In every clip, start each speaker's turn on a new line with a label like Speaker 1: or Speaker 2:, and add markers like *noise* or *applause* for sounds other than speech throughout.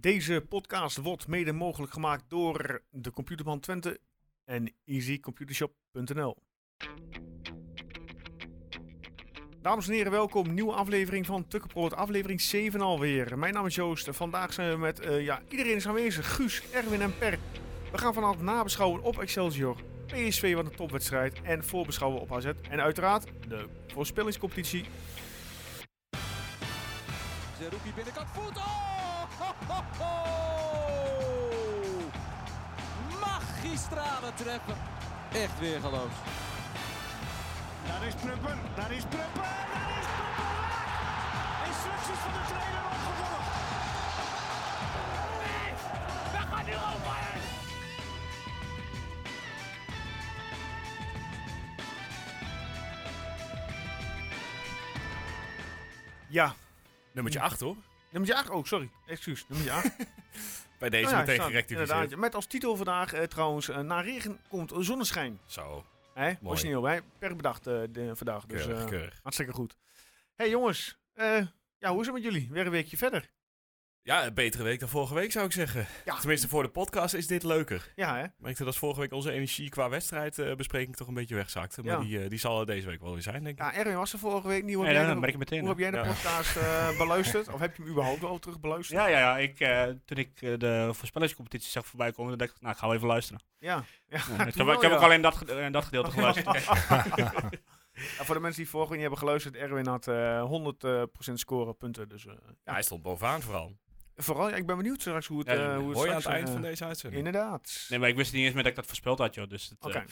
Speaker 1: Deze podcast wordt mede mogelijk gemaakt door de Computerman Twente en easycomputershop.nl. Dames en heren, welkom. Nieuwe aflevering van Tukkenproot, aflevering 7 alweer. Mijn naam is Joost. Vandaag zijn we met, eh, ja, iedereen is aanwezig. Guus, Erwin en Per. We gaan vanavond nabeschouwen op Excelsior. PSV wat een topwedstrijd en voorbeschouwen op AZ. En uiteraard de voorspellingscompetitie.
Speaker 2: Zerouki binnenkant voet. Oh! Ho, ho, ho! Magistrale treppen. Echt weer geloof.
Speaker 3: Daar is Prupper, daar is Prupper, daar is Prupper! Instructies van de trainer opgevolgd. We gaan nu over!
Speaker 1: Ja,
Speaker 4: Nummertje 8 hoor.
Speaker 1: nummer 8. Oh, sorry. Excuus, nummer 8.
Speaker 4: Bij deze
Speaker 1: Nou ja,
Speaker 4: meteen
Speaker 1: staat-
Speaker 4: gerectificeerd.
Speaker 1: inderdaad. Met als titel vandaag eh, trouwens, eh, na regen komt zonneschijn.
Speaker 4: Zo,
Speaker 1: Hè? Origineel, hè? Per bedacht eh, de- vandaag. Dus
Speaker 4: keurig,
Speaker 1: eh,
Speaker 4: keurig.
Speaker 1: hartstikke goed. hey, jongens, eh, ja, hoe is het met jullie? Weer een weekje verder.
Speaker 4: Ja, een betere week dan vorige week zou ik zeggen.
Speaker 1: Ja.
Speaker 4: Tenminste, voor de podcast is dit leuker. Ik
Speaker 1: Ja, hè?
Speaker 4: merkte dat vorige week onze energie qua wedstrijdbespreking toch een beetje wegzakte. Maar
Speaker 1: Ja.
Speaker 4: die, eh, die zal er deze week wel weer zijn, denk ik.
Speaker 1: Ja, Erwin was er vorige week niet. Hoe,
Speaker 5: Ja,
Speaker 1: heb jij
Speaker 5: dan
Speaker 1: de-
Speaker 5: merk je meteen.
Speaker 1: hoe heb jij de
Speaker 4: Ja.
Speaker 1: podcast eh, beluisterd? Of heb je hem überhaupt wel terug beluisterd?
Speaker 5: Ja, ja, ja. Ik, eh, toen ik eh, de voorspellingscompetitie zag voorbij komen, dan dacht ik, nou, ik ga wel even luisteren.
Speaker 1: Ja. Ja.
Speaker 5: Ja, ik
Speaker 1: toen
Speaker 5: heb,
Speaker 1: wel,
Speaker 5: ik heb
Speaker 1: ja.
Speaker 5: ook alleen dat, gede- eh, dat gedeelte geluisterd.
Speaker 1: Ja, voor de mensen die vorige week niet hebben geluisterd, Erwin had eh 100% scorepunten. Dus eh, ja.
Speaker 4: Hij stond bovenaan vooral.
Speaker 1: vooral, ja, ik ben benieuwd straks hoe het,
Speaker 5: Ja,
Speaker 1: eh, hoe het
Speaker 4: Mooi aan
Speaker 1: straks,
Speaker 4: het eind
Speaker 1: eh,
Speaker 4: van deze uitzending.
Speaker 1: Inderdaad.
Speaker 5: Nee, maar ik wist niet eens meer dat ik dat voorspeld had, joh. Dus het,
Speaker 1: Oké.
Speaker 5: eh,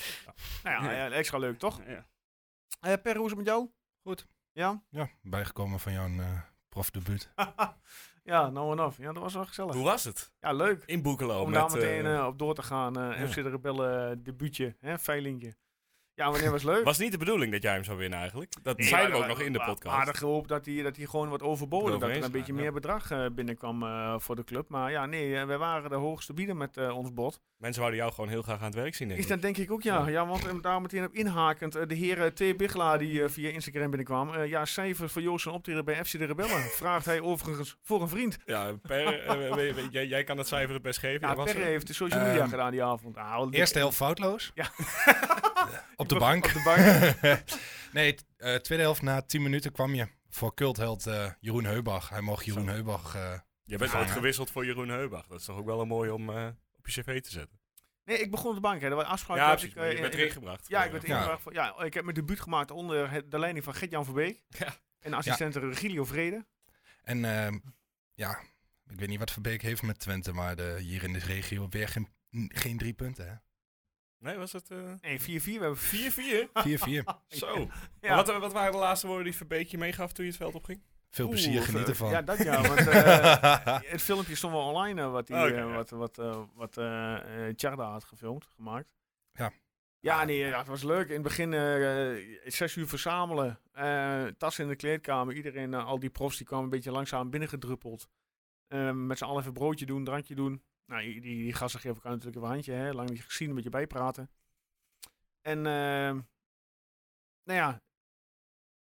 Speaker 1: Nou ja, eh, extra leuk toch?
Speaker 5: ja.
Speaker 1: Eh per, hoe is het met jou? Goed. Ja?
Speaker 6: Ja, bijgekomen van jouw eh profdebuut.
Speaker 1: ja, nou en af. Ja, dat was wel gezellig.
Speaker 4: Hoe was het?
Speaker 1: Ja, leuk.
Speaker 4: In Boekelo.
Speaker 1: Om
Speaker 4: met,
Speaker 1: daar meteen
Speaker 4: eh,
Speaker 1: eh, op door te gaan. eh
Speaker 4: ja.
Speaker 1: FC de Rebellen debuutje, hè, veilingje. Ja, wanneer was
Speaker 4: *laughs*
Speaker 1: leuk?
Speaker 4: was niet de bedoeling dat jij hem zou winnen eigenlijk. Dat
Speaker 1: Nee, maar
Speaker 4: zeiden we ook
Speaker 1: dat-
Speaker 4: nog in de
Speaker 1: maar
Speaker 4: podcast.
Speaker 1: Aardig gehoopt dat hij, dat hij gewoon wat overboden. Dat er een
Speaker 4: Eroverheen
Speaker 1: beetje
Speaker 4: slaan, ja.
Speaker 1: meer bedrag eh, binnenkwam eh, voor de club. Maar ja, nee, eh, wij waren de hoogste bieder met eh, ons bod.
Speaker 4: Mensen wouden jou gewoon heel graag aan het werk zien, denk
Speaker 1: Is
Speaker 4: ik.
Speaker 1: dat denk ik ook, ja. ja.
Speaker 4: Ja.
Speaker 1: want eh, daar meteen op inhakend, eh, de heren T. Bigla die eh, via Instagram binnenkwam. eh, ja, cijfers voor Joost zijn optreden bij FC de
Speaker 4: *laughs*
Speaker 1: Rebellen. Vraagt hij overigens voor een vriend.
Speaker 4: Ja, per, eh, we- we- jij, jij kan dat cijfer het best geven.
Speaker 1: Ja,
Speaker 4: Jij was
Speaker 1: Perre
Speaker 4: er.
Speaker 1: heeft de social media
Speaker 6: Ehm,
Speaker 1: gedaan die avond. Ah, wat
Speaker 6: Eerste helft foutloos.
Speaker 1: Ja.
Speaker 6: *laughs* op de
Speaker 1: Op-
Speaker 6: bank.
Speaker 1: op de bank.
Speaker 6: *laughs* nee, t- eh, tweede helft na 10 minuten kwam je voor cultheld eh, Jeroen Heubach. Hij mocht Jeroen
Speaker 4: Zo.
Speaker 6: Heubach. eh,
Speaker 4: Je bent altijd
Speaker 6: Ja.
Speaker 4: gewisseld voor Jeroen Heubach. Dat is toch ook wel een mooi om eh, op je cv te zetten.
Speaker 1: Nee, ik begon op de bank. Hè. Dat was afspraak.
Speaker 4: ja,
Speaker 1: dat
Speaker 4: precies.
Speaker 1: ik, eh,
Speaker 4: maar je
Speaker 1: in-
Speaker 4: bent
Speaker 1: in-
Speaker 4: erin gebracht.
Speaker 1: Ja, ik werd
Speaker 6: Ja.
Speaker 1: ingevraagd voor- ja, ik heb mijn debuut gemaakt onder het- de leiding van Gert-Jan Verbeek.
Speaker 4: Ja.
Speaker 1: En assistent Regilio Vrede.
Speaker 6: en ehm, ja, ik weet niet wat Verbeek heeft met Twente, maar de, hier in de regio weer geen, n- geen drie punten. hè.
Speaker 4: Nee, was het eh, 4-4?
Speaker 1: Nee, 4-4. We hebben *laughs*
Speaker 6: 4-4.
Speaker 4: Zo.
Speaker 1: Ja.
Speaker 4: Maar Wat, eh, wat waren de laatste woorden die Verbeekje meegaf toen je het veld opging?
Speaker 6: Veel plezier,
Speaker 1: Oeh,
Speaker 6: genieten
Speaker 1: eh,
Speaker 6: van.
Speaker 1: Ja, dat ja.
Speaker 4: *laughs*
Speaker 1: Want, eh, het filmpje stond wel online eh, wat, die,
Speaker 4: Oh, Oké,
Speaker 1: eh,
Speaker 4: ja.
Speaker 1: wat, wat, eh, wat eh, eh, Tjarda had gefilmd, gemaakt.
Speaker 6: Ja.
Speaker 1: Ja, nee, ja, het was leuk. In het begin eh, eh, zes uur verzamelen. eh tas in de kleedkamer. Iedereen, eh, al die profs, die kwamen een beetje langzaam binnengedruppeld. Eh, met z'n allen even broodje doen, drankje doen. Nou, die, die, die gasten geven elkaar natuurlijk even een handje. Hè? Lang niet gezien, een beetje bijpraten. En, eh, nou ja,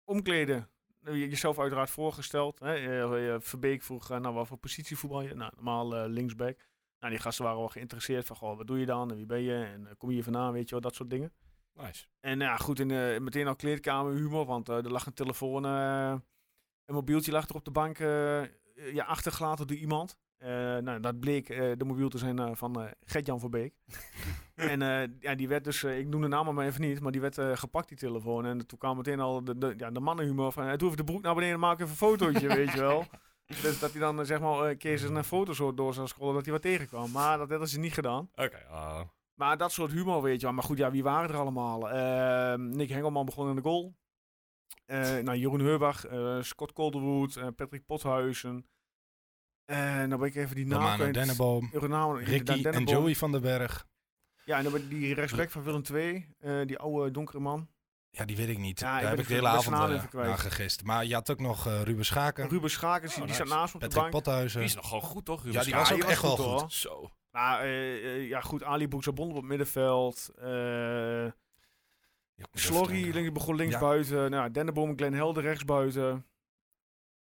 Speaker 1: omkleden. Nou, je- Jezelf uiteraard voorgesteld. Hè? Eh, eh, Verbeek vroeg, eh, nou, wat voor positie voetbal je? Nou, normaal eh, linksback. Nou, die gasten waren wel geïnteresseerd van, goh, wat doe je dan? En wie ben je? En eh, kom je hier vandaan? Weet je wel, dat soort dingen.
Speaker 4: Nice.
Speaker 1: En nou ja, goed, in de, meteen al kleedkamer humor, want eh, er lag een telefoon, eh, een mobieltje lag er op de bank, eh, ja, achtergelaten door iemand. Eh, nou, dat bleek eh, de mobiel te zijn eh, van eh Gert-Jan Verbeek. en eh, ja, die werd dus, eh, ik noem de naam maar even niet, maar die werd eh, gepakt, die telefoon. En toen kwam meteen al de, de, ja, de mannenhumor van, eh, doe even de broek naar beneden, maak even een fotootje, weet je wel. Dus dat hij dan, eh, zeg maar, eh, een keer zijn eh, foto zo door zou scrollen, dat hij wat tegenkwam. Maar dat hadden ze niet gedaan.
Speaker 4: Oké. ah.
Speaker 1: Maar dat soort humor, weet je wel. Maar goed, ja, wie waren er allemaal? Ehm, Nick Hengelman begon in de goal. Eh, nou, Jeroen Heurbach, eh, Scott Calderwood, eh, Patrick Pothuizen. En dan ben ik even die naam.
Speaker 6: Romano
Speaker 1: kwijt.
Speaker 6: Denneboom,
Speaker 1: Romano- Dan
Speaker 6: Ricky en
Speaker 1: Denneboom.
Speaker 6: Joey van den Berg.
Speaker 1: Ja, en dan ben ik die rechtsback van Willem II, eh, die oude donkere man.
Speaker 6: Ja, die weet ik niet.
Speaker 1: Ja, ik ben
Speaker 6: Daar heb
Speaker 1: de-
Speaker 6: ik de hele
Speaker 1: ben zijn
Speaker 6: avond
Speaker 1: naam
Speaker 6: eh,
Speaker 1: even kwijt.
Speaker 6: naar gegist. Maar je had ook nog eh, Ruben Schaken,
Speaker 1: Ruben Schakers, die,
Speaker 4: Oh,
Speaker 1: die
Speaker 4: nice.
Speaker 1: zat naast me op de
Speaker 6: Patrick
Speaker 1: bank.
Speaker 6: Pothuizen.
Speaker 4: Die is nog gewoon goed, toch? Ruben
Speaker 6: Ja, die
Speaker 4: Schaap?
Speaker 6: was ook
Speaker 1: die was
Speaker 6: echt wel
Speaker 1: goed, hoor.
Speaker 6: goed.
Speaker 4: Zo.
Speaker 1: Nou, eh, eh, ja, goed, Ali Boekzabon op het middenveld. Eh
Speaker 6: Ja, ik moet even
Speaker 1: Slorry *laughs*
Speaker 6: denken.
Speaker 1: links, begon links
Speaker 6: Ja.
Speaker 1: buiten. Nou, Denneboom, Glenn Helder rechts buiten.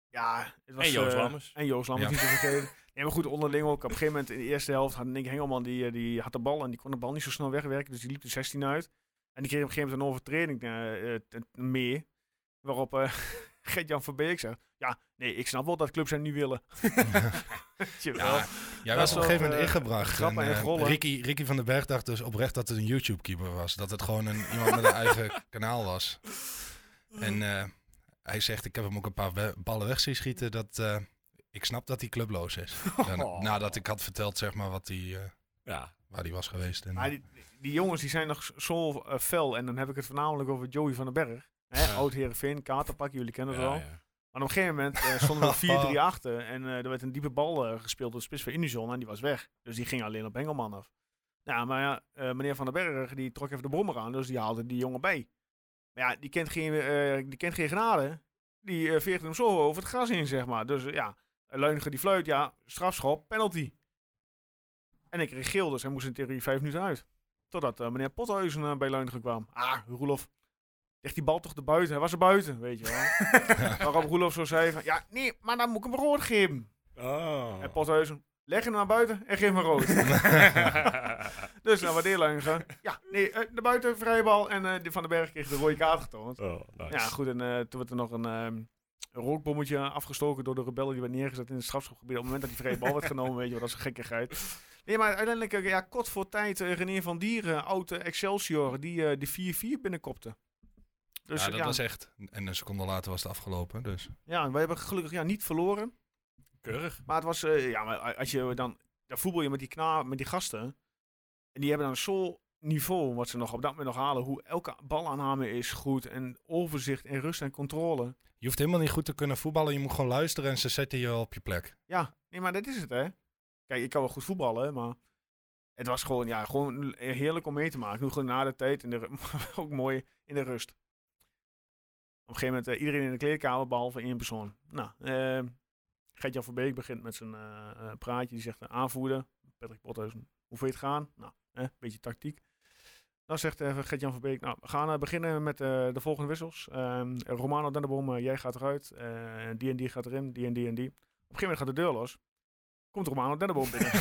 Speaker 1: Ja, het was,
Speaker 4: En Joost
Speaker 1: eh,
Speaker 4: Lammers.
Speaker 1: En Joost Lammers,
Speaker 6: Ja.
Speaker 1: niet te vergeten. Ja, maar goed, onderling ook. Op een gegeven moment in de eerste helft had Nick Hengelman, die, eh, die had de bal en die kon de bal niet zo snel wegwerken. Dus die liep de 16 uit. En die kreeg op een gegeven moment een overtreding eh, eh, t- meer. Waarop eh *laughs* Gert-Jan van Beek zegt, ja, nee, ik snap wel dat clubs hem niet willen. *laughs* Weet je wel.
Speaker 6: Ja, jij was
Speaker 1: is
Speaker 6: op een gegeven
Speaker 1: wel,
Speaker 6: moment
Speaker 1: eh,
Speaker 6: ingebracht.
Speaker 1: grappen en
Speaker 6: eh,
Speaker 1: rollen.
Speaker 6: Ricky, Ricky van den Berg dacht dus oprecht dat het een YouTube-keeper was. Dat het gewoon een, iemand met een
Speaker 1: *laughs*
Speaker 6: eigen kanaal was. En eh, hij zegt, ik heb hem ook een paar we- ballen weg zien schieten. Dat, eh, ik snap dat hij
Speaker 1: *laughs*
Speaker 6: clubloos is. Dan-
Speaker 1: Oh.
Speaker 6: nadat ik had verteld zeg maar, wat hij, eh,
Speaker 4: Ja.
Speaker 6: waar hij was geweest. En,
Speaker 1: Maar die, die jongens die zijn nog z- zo eh, fel. En dan heb ik het voornamelijk over Joey van den Berg. Hè,
Speaker 6: Ja.
Speaker 1: Oud Herenveen, katerpak, jullie kennen het
Speaker 4: Ja,
Speaker 1: wel.
Speaker 4: ja.
Speaker 1: Maar op een gegeven moment eh, stonden we 4-3 achter. En eh, er werd een diepe bal eh, gespeeld door de spits van Unison. En die was weg. Dus die ging alleen op Engelman af. Nou, maar ja, eh, meneer Van den Berg die trok even de brommer aan. Dus die haalde die jongen bij. Maar ja, die kent geen, eh, die kent geen genade. Die eh, veegde hem zo over het gras in, zeg maar. Dus eh, ja, Leuniger die fluit, ja, strafschop, penalty. En ik kreeg geel, dus hij moest in theorie vijf minuten uit. Totdat eh, meneer Pothuizen eh, bij Leuniger kwam. Ah, Roelof, leg die bal toch de buiten. Hij was er buiten, weet je wel. Waarop Roelof zo zei van, ja, nee, maar dan moet ik hem rood geven.
Speaker 4: Oh.
Speaker 1: En Potheuzen, leg hem naar buiten en geef hem
Speaker 6: *laughs*
Speaker 1: rood. dus nou, wat Leuniger? Ja, nee, eh, naar buiten, vrije bal. En eh, die Van den Berg kreeg de rode kaart getoond.
Speaker 4: oh, nice.
Speaker 5: *laughs*
Speaker 1: Ja, goed, en eh, toen werd er nog een ehm, een rookbommetje afgestoken door de rebellen die werd neergezet in het strafschopgebied. Op het moment dat die vrije bal werd genomen, weet je wel, dat is een gekkigheid. Nee, maar uiteindelijk, eh, ja, kort voor tijd, eh, René van Dieren, oude Excelsior, die eh, de 4-4 binnenkopte. Dus
Speaker 6: ja,
Speaker 1: ja,
Speaker 6: dat was echt... En een seconde later was het afgelopen. Dus.
Speaker 1: ja, wij hebben gelukkig ja, niet verloren.
Speaker 4: Keurig.
Speaker 1: Maar het was, eh, ja, maar als je dan, dan voetbal je met die kna, met die gasten. En die hebben dan zo'n niveau wat ze nog op dat moment nog halen. Hoe elke balaanname is goed en overzicht en rust en controle.
Speaker 6: Je hoeft helemaal niet goed te kunnen voetballen. Je moet gewoon luisteren en ze zetten je op je plek.
Speaker 1: Ja, nee, maar dat is het, hè. Kijk, ik kan wel goed voetballen, maar het was gewoon, ja, gewoon heerlijk om mee te maken. Nu gewoon na de tijd, in de, ru- *laughs* ook mooi in de rust. Op een gegeven moment eh, iedereen in de kleedkamer, behalve één persoon. Nou, eh Gert-Jan van Beek begint met zijn eh, eh, praatje. Die zegt, eh, aanvoerder, Patrick Pothuizen, hoe vind je het gaan? Nou, eh, een beetje tactiek. Dan zegt even Gert-Jan van Beek, nou, we gaan eh, beginnen met eh, de volgende wissels. Ehm, Romano Denneboom, eh, jij gaat eruit. Eh, die en die gaat erin, die en die en die. Op een gegeven moment gaat de deur los. Komt Romano Denneboom
Speaker 6: *laughs*
Speaker 1: binnen.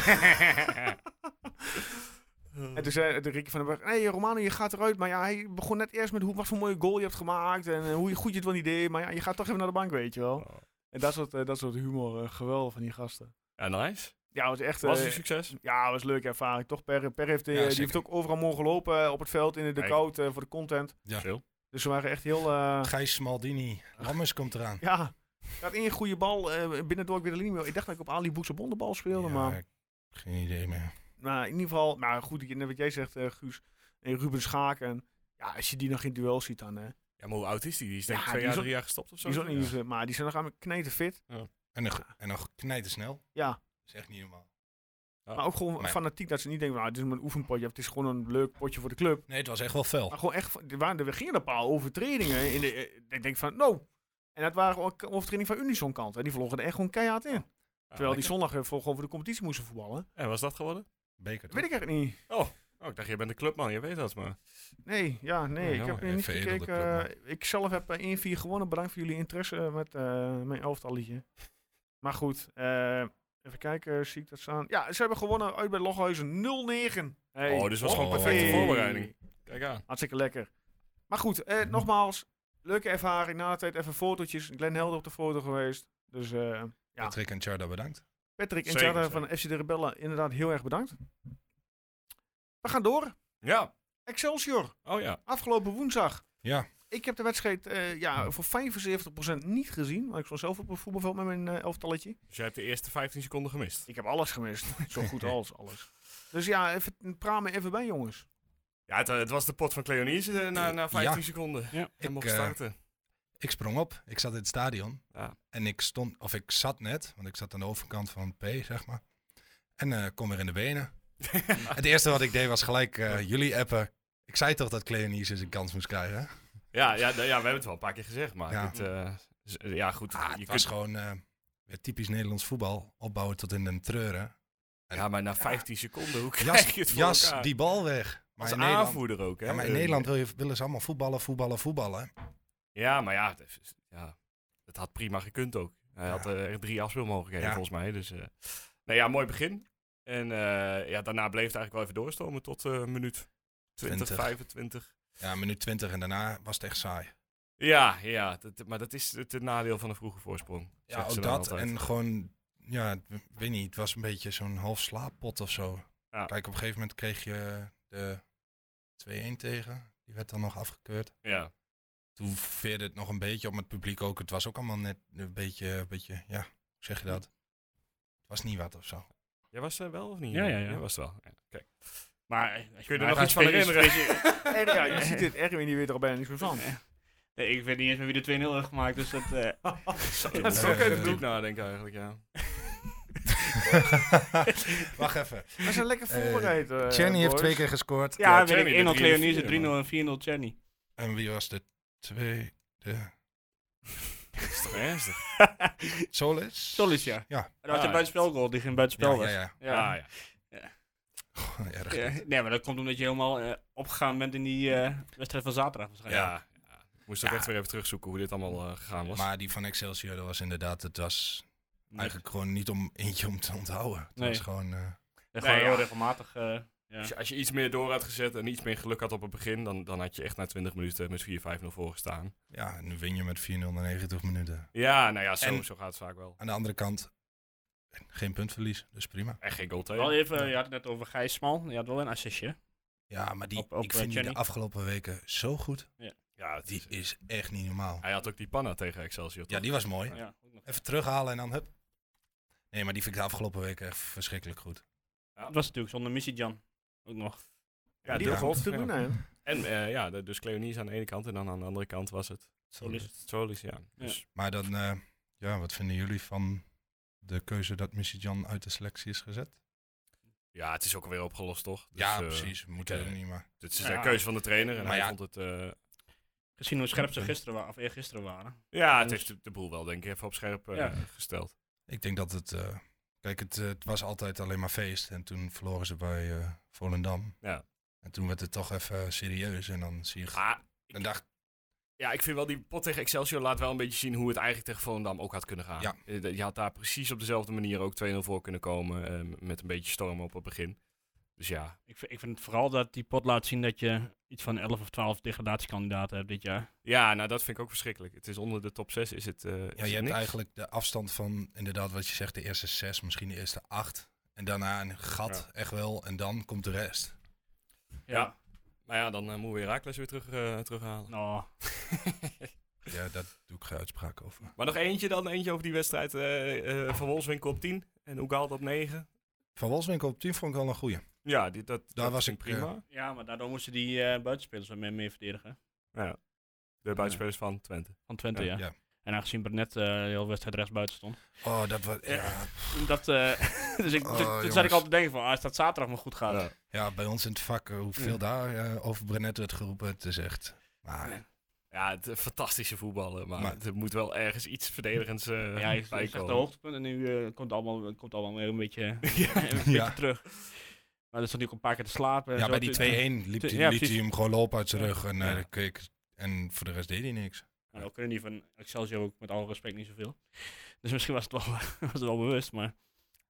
Speaker 1: en toen zei de Ricky van den Berg, nee Romano, je gaat eruit. Maar ja, hij begon net eerst met hoe, wat voor mooie goal je hebt gemaakt. En eh, hoe je- goed je het wel niet deed. Maar ja, je gaat toch even naar de bank, weet je wel.
Speaker 6: Oh.
Speaker 1: En dat soort, eh, dat soort humor, eh, geweldig van die gasten.
Speaker 4: Ja, nice.
Speaker 1: Ja, het was echt...
Speaker 4: Was
Speaker 1: eh,
Speaker 4: het een succes?
Speaker 1: ja, was een leuke ervaring. Toch, Per, per heeft, eh,
Speaker 6: dus- Ja,
Speaker 1: die
Speaker 6: zeker.
Speaker 1: heeft ook overal mogen gelopen eh, op het veld, in de
Speaker 4: Kijk.
Speaker 1: koud voor de content.
Speaker 6: Ja.
Speaker 4: Veel.
Speaker 1: Dus ze waren echt heel... eh,
Speaker 6: Gijs Maldini. Rammers komt eraan.
Speaker 1: ja, gaat één goede bal eh binnendoor ik weer de linie. Ik dacht dat ik op Ali Boeksebon de bal speelde,
Speaker 6: Ja,
Speaker 1: maar...
Speaker 6: ik- Geen idee meer.
Speaker 1: Nou, in ieder geval, maar goed, ik- net wat jij zegt, eh, Guus, en Ruben Schaken. Ja, als je die nog in duel ziet dan, hè.
Speaker 4: Ja, maar hoe oud is die? Die is denk ik
Speaker 1: Ja,
Speaker 4: twee
Speaker 1: die
Speaker 4: jaar,
Speaker 1: is ook-
Speaker 4: drie jaar gestopt of zo.
Speaker 1: Die is ook niet zo- maar die zijn nog aan kneten fit.
Speaker 6: En nog, en nog knijten snel.
Speaker 1: Ja,
Speaker 6: Dat is echt niet normaal.
Speaker 1: maar ook gewoon
Speaker 6: Maar-
Speaker 1: fanatiek dat ze niet denken, nou, dit is maar een oefenpotje of het is gewoon een leuk potje voor de club.
Speaker 6: Nee, het was echt wel fel.
Speaker 1: Maar gewoon echt, van- er, waren, er gingen een paar overtredingen. In de, eh, ik denk van, no. En dat waren ook overtredingen van Unison kant. En die vlogen er echt gewoon keihard in. Terwijl die zondag eh, voor- gewoon voor de competitie moesten voetballen.
Speaker 4: Ah, En was dat geworden?
Speaker 6: Beker.
Speaker 1: Dat weet ik echt niet.
Speaker 4: Oh, ik dacht, je bent een clubman, je weet dat maar.
Speaker 1: Nee, ja, nee. ik
Speaker 4: jammer.
Speaker 1: heb er niet
Speaker 6: Veredelde
Speaker 1: gekeken.
Speaker 6: club,
Speaker 1: Eh, ik zelf heb eh, 1-4 gewonnen. Bedankt voor jullie interesse met eh, mijn elftal liedje. Maar goed, eh, even kijken. Zie ik dat staan? Ja, ze hebben gewonnen uit bij Loghuizen 0-9. Hey.
Speaker 4: Oh, dus was gewoon
Speaker 6: Oh.
Speaker 4: perfecte
Speaker 6: Hey.
Speaker 4: voorbereiding. Mhm. Kijk aan.
Speaker 1: Hartstikke lekker. Maar goed, eh, nogmaals. Leuke ervaring. Na de tijd even fotootjes. Glenn Helder op de foto geweest. Dus eh, ja.
Speaker 6: Patrick en Charda bedankt.
Speaker 1: Patrick en
Speaker 4: Zeker,
Speaker 1: Tjada
Speaker 4: zeker.
Speaker 1: van FC de Rebellen, inderdaad heel erg bedankt. We gaan door.
Speaker 4: Ja.
Speaker 1: Excelsior,
Speaker 4: Oh ja.
Speaker 1: afgelopen woensdag.
Speaker 6: Ja,
Speaker 1: Ik heb de wedstrijd eh, ja, voor 75% niet gezien. Want ik stond zelf op een voetbalveld met mijn eh, elftalletje.
Speaker 4: Dus jij hebt de eerste 15 seconden gemist.
Speaker 1: Ik heb alles *laughs* gemist. Zo goed als alles. Dus ja, even, praat me even bij, jongens.
Speaker 4: Ja, het, eh, het was de pot van Cleonice eh, na, na 15
Speaker 6: Ja.
Speaker 4: seconden.
Speaker 5: Ja.
Speaker 4: En mocht
Speaker 6: eh,
Speaker 4: starten.
Speaker 6: ik sprong op. Ik zat in het stadion.
Speaker 4: Ja.
Speaker 6: En ik stond, of ik zat net, want ik zat aan de overkant van P, zeg maar. En eh, kom weer in de
Speaker 1: *laughs*
Speaker 6: benen. het eerste wat ik deed was gelijk eh, jullie appen. Ik zei toch dat Cleonice eens een kans moest krijgen. hè?
Speaker 4: Ja, ja, nou ja, we hebben het wel een paar keer gezegd, maar
Speaker 6: Ja.
Speaker 4: dit, eh, is- ja goed.
Speaker 6: Ah, het
Speaker 4: je
Speaker 6: was
Speaker 4: kunt,
Speaker 6: gewoon eh, weer typisch Nederlands voetbal. Opbouwen tot in den treuren.
Speaker 4: ja, maar na 15 seconden, hoe krijg
Speaker 6: Jas,
Speaker 4: je het voor
Speaker 6: jas
Speaker 4: elkaar?
Speaker 6: die bal weg. Maar
Speaker 4: Als
Speaker 6: in Nederland,
Speaker 4: aanvoerder ook, hè?
Speaker 6: ja, maar in
Speaker 4: Eh,
Speaker 6: Nederland wil je, willen ze allemaal voetballen, voetballen, voetballen.
Speaker 4: Ja, maar ja, het, is- ja, het had prima gekund ook. Hij
Speaker 6: Ja.
Speaker 4: had eh, echt drie afspeelmogelijkheden
Speaker 6: Ja.
Speaker 4: volgens mij, dus... eh, Nou ja, mooi begin. En eh, ja, daarna bleef het eigenlijk wel even doorstomen tot eh, minuut 20,
Speaker 6: 20.
Speaker 4: 25.
Speaker 6: Ja, minuut 20 en daarna was het echt saai.
Speaker 4: Ja, ja dat, maar dat is het, het nadeel van een vroege voorsprong.
Speaker 6: Ja,
Speaker 4: zeggen ze
Speaker 6: ook
Speaker 4: dan
Speaker 6: dat.
Speaker 4: altijd.
Speaker 6: En gewoon, ja, ik weet niet, het was een beetje zo'n half slaappot of zo.
Speaker 4: Ja.
Speaker 6: Kijk, op een gegeven moment kreeg je de 2-1 tegen. Die werd dan nog afgekeurd.
Speaker 4: Ja,
Speaker 6: Toen veerde het nog een beetje om het publiek ook. Het was ook allemaal net een beetje, een beetje ja, hoe zeg je dat? Het was niet wat of
Speaker 4: *laughs*
Speaker 6: zo.
Speaker 4: jij was er wel of niet?
Speaker 5: Ja, ja, ja.
Speaker 4: Jij was er wel. Ja, Kijk.
Speaker 5: Maar eh, als
Speaker 4: Kun je er
Speaker 5: mij
Speaker 4: nog iets van
Speaker 5: vraagt, is-
Speaker 4: herinneren?
Speaker 1: Erwin, ja, je ziet dit, Erwin die weet er al bijna niks meer van.
Speaker 5: *laughs*
Speaker 1: *laughs*
Speaker 5: Nee, ik weet niet eens meer wie de 2-0 heeft gemaakt, dus dat... eh,
Speaker 4: Dat is ook
Speaker 6: Eh,
Speaker 4: even goed nadenken eigenlijk, ja.
Speaker 6: *laughs* Wacht even.
Speaker 1: Maar ze zijn lekker
Speaker 6: Eh,
Speaker 1: voorbereid. eh,
Speaker 6: Channy heeft
Speaker 1: boys.
Speaker 6: twee keer gescoord.
Speaker 5: ja,
Speaker 4: Ja,
Speaker 5: weet
Speaker 4: Tjerny,
Speaker 5: ik.
Speaker 4: de
Speaker 5: 1-0
Speaker 4: 3 en
Speaker 5: Cleonice, 3-0
Speaker 4: 4,
Speaker 5: en 4-0 Jenny. *laughs*
Speaker 6: En wie was de tweede?
Speaker 4: Dat is toch ernstig?
Speaker 6: Solis?
Speaker 5: Solis, ja.
Speaker 6: Ja.
Speaker 5: Maar Dat was
Speaker 4: Ja,
Speaker 5: een buitenspelgoal die geen buitenspel
Speaker 6: ja,
Speaker 5: was.
Speaker 6: ja, *laughs*
Speaker 4: Ah, Ja, ja.
Speaker 6: ja. Erg.
Speaker 5: Ja, nee, maar dat komt omdat je helemaal eh, opgegaan bent in die eh, wedstrijd van zaterdag
Speaker 4: ja.
Speaker 5: waarschijnlijk.
Speaker 4: ja. Moest ook
Speaker 6: Ja.
Speaker 4: echt weer even terugzoeken hoe dit allemaal eh, gegaan was.
Speaker 6: Maar die van Excelsior, dat was inderdaad, het was
Speaker 5: Nee.
Speaker 6: eigenlijk gewoon niet om eentje om te onthouden. Het
Speaker 5: Nee.
Speaker 6: was gewoon, eh,
Speaker 5: Ja,
Speaker 4: Nee,
Speaker 5: gewoon heel
Speaker 4: ja.
Speaker 5: regelmatig. eh, ja.
Speaker 4: Als je, als je iets meer door had gezet en iets meer geluk had op het begin, dan, dan had je echt na 20 minuten met 4-5-0 voor gestaan.
Speaker 6: ja, nu win je met 4-0 na 90 minuten.
Speaker 4: Ja, nou ja, zo,
Speaker 6: En-
Speaker 4: zo gaat het vaak wel.
Speaker 6: Aan de andere kant, geen puntverlies, dus prima.
Speaker 4: En geen goal
Speaker 5: Wel
Speaker 4: tegen.
Speaker 5: even, eh, je had het net over Gijs Smal. Je had wel een assistje.
Speaker 6: Ja, maar die,
Speaker 5: Op- op,
Speaker 6: ik
Speaker 5: eh,
Speaker 6: vind die de
Speaker 5: Jenny.
Speaker 6: afgelopen weken zo goed.
Speaker 4: Ja, het
Speaker 6: Die
Speaker 4: is,
Speaker 6: is echt niet normaal.
Speaker 4: hij had ook die panna tegen Excelsior, toch?
Speaker 6: Ja, die was mooi.
Speaker 5: Ja, ook nog.
Speaker 6: Even terughalen en dan hup. Nee, maar die vind ik de afgelopen weken echt verschrikkelijk goed.
Speaker 5: Dat was natuurlijk zonder Missy Jan. Ook nog.
Speaker 4: ja,
Speaker 1: Die
Speaker 4: heel
Speaker 1: lag op de
Speaker 4: goed.
Speaker 1: tribune, hè.
Speaker 4: En eh, ja, de- dus Cleonie is aan de ene kant en dan aan de andere kant was het eh,
Speaker 5: Solis.
Speaker 4: Solis, ja. Dus,
Speaker 6: Maar dan, eh, ja, wat vinden jullie van de keuze dat Missy Jan uit de selectie is gezet?
Speaker 4: ja, het is ook alweer opgelost, toch? Dus,
Speaker 6: ja,
Speaker 4: eh,
Speaker 6: precies. Moet
Speaker 4: ik,
Speaker 6: ook
Speaker 4: eh,
Speaker 6: niet, maar...
Speaker 4: Het is
Speaker 5: Ja.
Speaker 4: de keuze van de trainer en
Speaker 6: Maar
Speaker 4: hij
Speaker 6: ja.
Speaker 4: vond het... eh,
Speaker 5: Gezien hoe scherp ze gisteren waren, of eergisteren waren.
Speaker 4: ja, het
Speaker 5: Dus-
Speaker 4: heeft de, de boel wel, denk ik, even op scherp eh,
Speaker 5: Ja.
Speaker 4: gesteld.
Speaker 6: Ik denk dat het. eh, kijk, het, eh, het was altijd alleen maar feest. En toen verloren ze bij eh, Volendam.
Speaker 4: Ja.
Speaker 6: En toen werd het toch even serieus. En dan zie je.
Speaker 4: Ah,
Speaker 6: dan dacht
Speaker 4: Ja, ik vind wel die pot tegen Excelsior laat wel een beetje zien hoe het eigenlijk tegen Volendam ook had kunnen gaan.
Speaker 6: Ja.
Speaker 4: Eh, dat- Je had daar precies op dezelfde manier ook 2-0 voor kunnen komen. eh, met een beetje storm op het begin. Dus ja.
Speaker 5: Ik, vind- ik vind het vooral dat die pot laat zien dat je iets van 11 of 12 degradatiekandidaten hebt dit jaar.
Speaker 4: Ja, nou dat vind ik ook verschrikkelijk. Het is onder de top 6 is het. eh, is
Speaker 6: ja,
Speaker 4: het
Speaker 6: je hebt
Speaker 4: niks.
Speaker 6: eigenlijk de afstand van inderdaad wat je zegt, de eerste zes, misschien de eerste acht. En daarna een gat, echt wel. En dan komt de rest.
Speaker 4: Ja. Maar ja, dan eh, moeten we Herakles weer terug, eh, terughalen.
Speaker 5: Nou,
Speaker 6: Ja, daar doe ik geen uitspraak over.
Speaker 4: Maar nog eentje dan, eentje over die wedstrijd. eh, eh, van Wolfswinkel op 10 en Oegaald op 9.
Speaker 6: Van Wolfswinkel op 10 vond ik wel een goeie.
Speaker 4: Ja, die, dat,
Speaker 6: Daar
Speaker 4: dat
Speaker 6: was
Speaker 4: ging
Speaker 6: ik,
Speaker 4: prima.
Speaker 5: ja, maar daardoor moesten die eh buitenspelers wat meer, meer verdedigen.
Speaker 6: eh,
Speaker 4: de buitenspelers van Twente.
Speaker 5: Van Twente, ja.
Speaker 6: Ja.
Speaker 5: En aangezien Brenet eh de hele wedstrijd rechts buiten stond.
Speaker 6: Oh, dat was. Ja.
Speaker 5: Dat, eh,
Speaker 6: *laughs*
Speaker 5: dus ik,
Speaker 6: Oh,
Speaker 5: toen- toen
Speaker 6: jongens.
Speaker 5: zat ik al te denken van, ah, als dat zaterdag maar goed gaat.
Speaker 4: Ja.
Speaker 6: ja, bij ons in het vak, eh, hoeveel daar eh, over Brenet werd geroepen, het is echt. Maar
Speaker 4: Ja, het, eh, fantastische voetballen. Maar,
Speaker 6: Maar-
Speaker 4: het moet wel ergens iets verdedigends eh
Speaker 5: Ja,
Speaker 4: bij
Speaker 5: ik zag de
Speaker 4: komen.
Speaker 5: hoogtepunt en nu eh, komt het allemaal, komt het allemaal weer een beetje,
Speaker 6: *laughs*
Speaker 5: eh, een beetje
Speaker 6: Ja.
Speaker 5: terug. Maar dat stond ik ook een paar keer te slapen. en
Speaker 6: Ja,
Speaker 5: zo. Dus-
Speaker 6: bij die 2-1
Speaker 5: Toen-
Speaker 6: liep
Speaker 5: Ja,
Speaker 6: die, liet
Speaker 5: precies.
Speaker 6: hij hem gewoon lopen uit zijn rug. En, eh,
Speaker 4: Ja.
Speaker 6: dan keek, en voor de rest deed hij niks.
Speaker 5: Maar ook Nou, kunnen die van Excelsior ook met alle respect niet zoveel. Dus misschien was het wel, *laughs* was het wel bewust, maar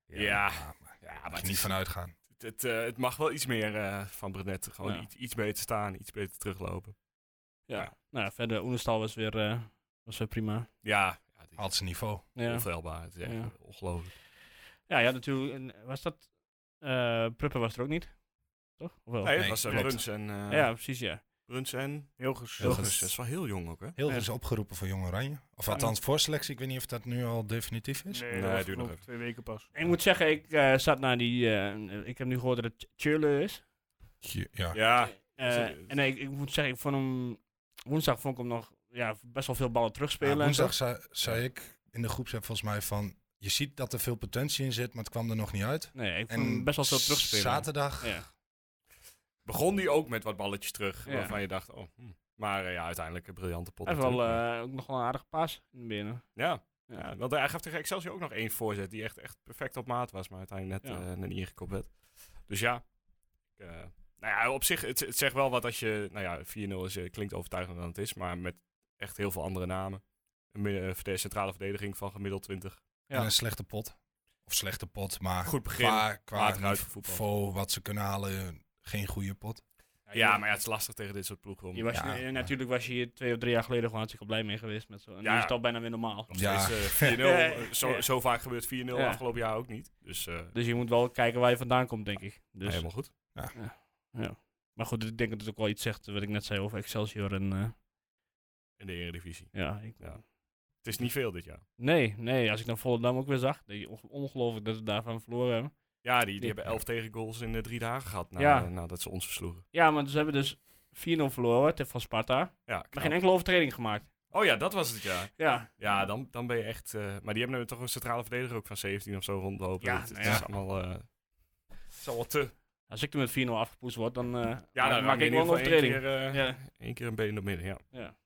Speaker 4: Ja, ja,
Speaker 6: maar,
Speaker 4: maar
Speaker 6: mag
Speaker 4: het
Speaker 6: je niet
Speaker 4: is-
Speaker 6: vanuit gaan.
Speaker 4: Het, het, eh, het mag wel iets meer eh, van Brenet. Gewoon
Speaker 5: Ja.
Speaker 4: iets, iets beter staan, iets beter teruglopen.
Speaker 5: ja.
Speaker 4: Ja.
Speaker 5: Nou ja, verder Oenestal was weer, eh, was weer prima.
Speaker 4: Ja, ja het is
Speaker 6: Haalt zijn niveau.
Speaker 5: Ja.
Speaker 4: onfeilbaar. Het is echt
Speaker 5: Ja.
Speaker 4: ongelooflijk.
Speaker 5: ja, ja, natuurlijk. een- Was dat, eh Pruppen was er ook niet, toch? Of wel?
Speaker 4: Nee, het
Speaker 6: nee,
Speaker 4: was eh,
Speaker 6: klopt.
Speaker 4: Bruns en... eh
Speaker 5: ja, precies, ja.
Speaker 4: Bruns en...
Speaker 1: Heel ges-
Speaker 6: Heel
Speaker 4: Hilgers.
Speaker 6: goed.
Speaker 4: Dat is wel heel jong ook, hè?
Speaker 6: Heel
Speaker 5: Ja.
Speaker 6: is opgeroepen voor Jong Oranje. Of althans voor selectie. Ik weet niet of dat nu al definitief is.
Speaker 1: Nee,
Speaker 4: Nee,
Speaker 1: dat
Speaker 4: duurt
Speaker 1: duurt
Speaker 4: nog
Speaker 1: nog
Speaker 4: even.
Speaker 1: twee weken pas.
Speaker 5: Ik moet zeggen, ik eh, zat naar die, eh, ik heb nu gehoord dat het Churler is.
Speaker 6: Je- Ja.
Speaker 4: Ja,
Speaker 5: Eh,
Speaker 4: Zeker.
Speaker 5: en nee, ik, ik moet zeggen, ik vond hem, woensdag vond ik hem nog ja, best wel veel ballen terugspelen.
Speaker 6: Nou,
Speaker 5: en zo.
Speaker 6: woensdag zei, zei ik in de groepsapp volgens mij van... Je ziet dat er veel potentie in zit, maar het kwam er nog niet uit.
Speaker 5: nee, ik vond hem best wel veel terugspelen.
Speaker 6: zaterdag...
Speaker 5: Ja.
Speaker 4: begon die ook met wat balletjes terug.
Speaker 5: Ja.
Speaker 4: Waarvan je dacht, oh... hm. Maar eh, ja, uiteindelijk een briljante pot.
Speaker 5: Hij heeft wel
Speaker 4: natuurlijk.
Speaker 5: eh, ook nog wel een aardige paas in de benen.
Speaker 4: ja,
Speaker 5: Ja.
Speaker 4: ja, want hij gaf tegen Excelsior ook nog één voorzet. Die echt, echt perfect op maat was. Maar uiteindelijk net,
Speaker 5: Ja.
Speaker 4: eh, net niet ingekopt werd. Dus ja... ik, eh, nou ja, op zich, het, het zegt wel wat als je... Nou ja, 4-0 is, eh, klinkt overtuigender dan het is. Maar met echt heel veel andere namen. Een midden- eh, verde- centrale verdediging van gemiddeld 20.
Speaker 5: Ja.
Speaker 6: En een slechte pot. of slechte pot, maar
Speaker 4: Goed begin,
Speaker 6: qua, qua
Speaker 4: water uit voor voetbal.
Speaker 6: niveau, wat ze kunnen halen, geen goede pot.
Speaker 4: Ja, maar ja, het is lastig tegen dit soort ploegen. om-
Speaker 5: Je was,
Speaker 6: Ja.
Speaker 5: eh, natuurlijk was je hier twee of drie jaar geleden gewoon hartstikke blij mee geweest. Met zo. En
Speaker 4: Ja.
Speaker 5: nu is het al bijna weer normaal.
Speaker 4: Nog
Speaker 6: Ja.
Speaker 4: steeds eh, 4-0.
Speaker 5: Ja.
Speaker 4: zo, zo vaak gebeurt 4-0
Speaker 5: Ja.
Speaker 4: afgelopen jaar ook niet. Dus eh,
Speaker 5: Dus je moet wel kijken waar je vandaan komt, denk ik. Dus,
Speaker 4: helemaal goed.
Speaker 5: Maar goed, ik denk dat het ook wel iets zegt wat ik net zei over Excelsior. En, eh,
Speaker 4: In de Eredivisie.
Speaker 5: ja, ik-
Speaker 4: Ja. Het is niet veel dit jaar.
Speaker 5: Nee, nee, als ik dan Volendam ook weer zag. denk ik, on- Ongelooflijk dat we daarvan verloren hebben.
Speaker 4: Ja, die, die
Speaker 5: Ja.
Speaker 4: hebben 11 tegengoals in eh, drie dagen gehad na,
Speaker 5: Ja.
Speaker 4: nadat ze ons versloegen.
Speaker 5: Ja, maar dus hebben we dus 4-0 verloren ten- van Sparta. Maar
Speaker 4: Ja, knap.
Speaker 5: geen enkele overtreding gemaakt.
Speaker 4: Oh ja, dat was het ja.
Speaker 5: Ja,
Speaker 4: Ja, dan, dan ben je echt... eh, maar die hebben nu toch een centrale verdediger ook van 17 of zo rondlopen.
Speaker 5: Ja,
Speaker 4: het, het
Speaker 5: nou ja.
Speaker 4: is allemaal... eh, het is allemaal te...
Speaker 5: als ik er met 4-0 afgepoetst word, dan, eh,
Speaker 4: Ja, dan
Speaker 5: maak ik wel een overtreding.
Speaker 4: Eén keer, eh,
Speaker 5: Ja.
Speaker 4: één keer een been door midden, ja.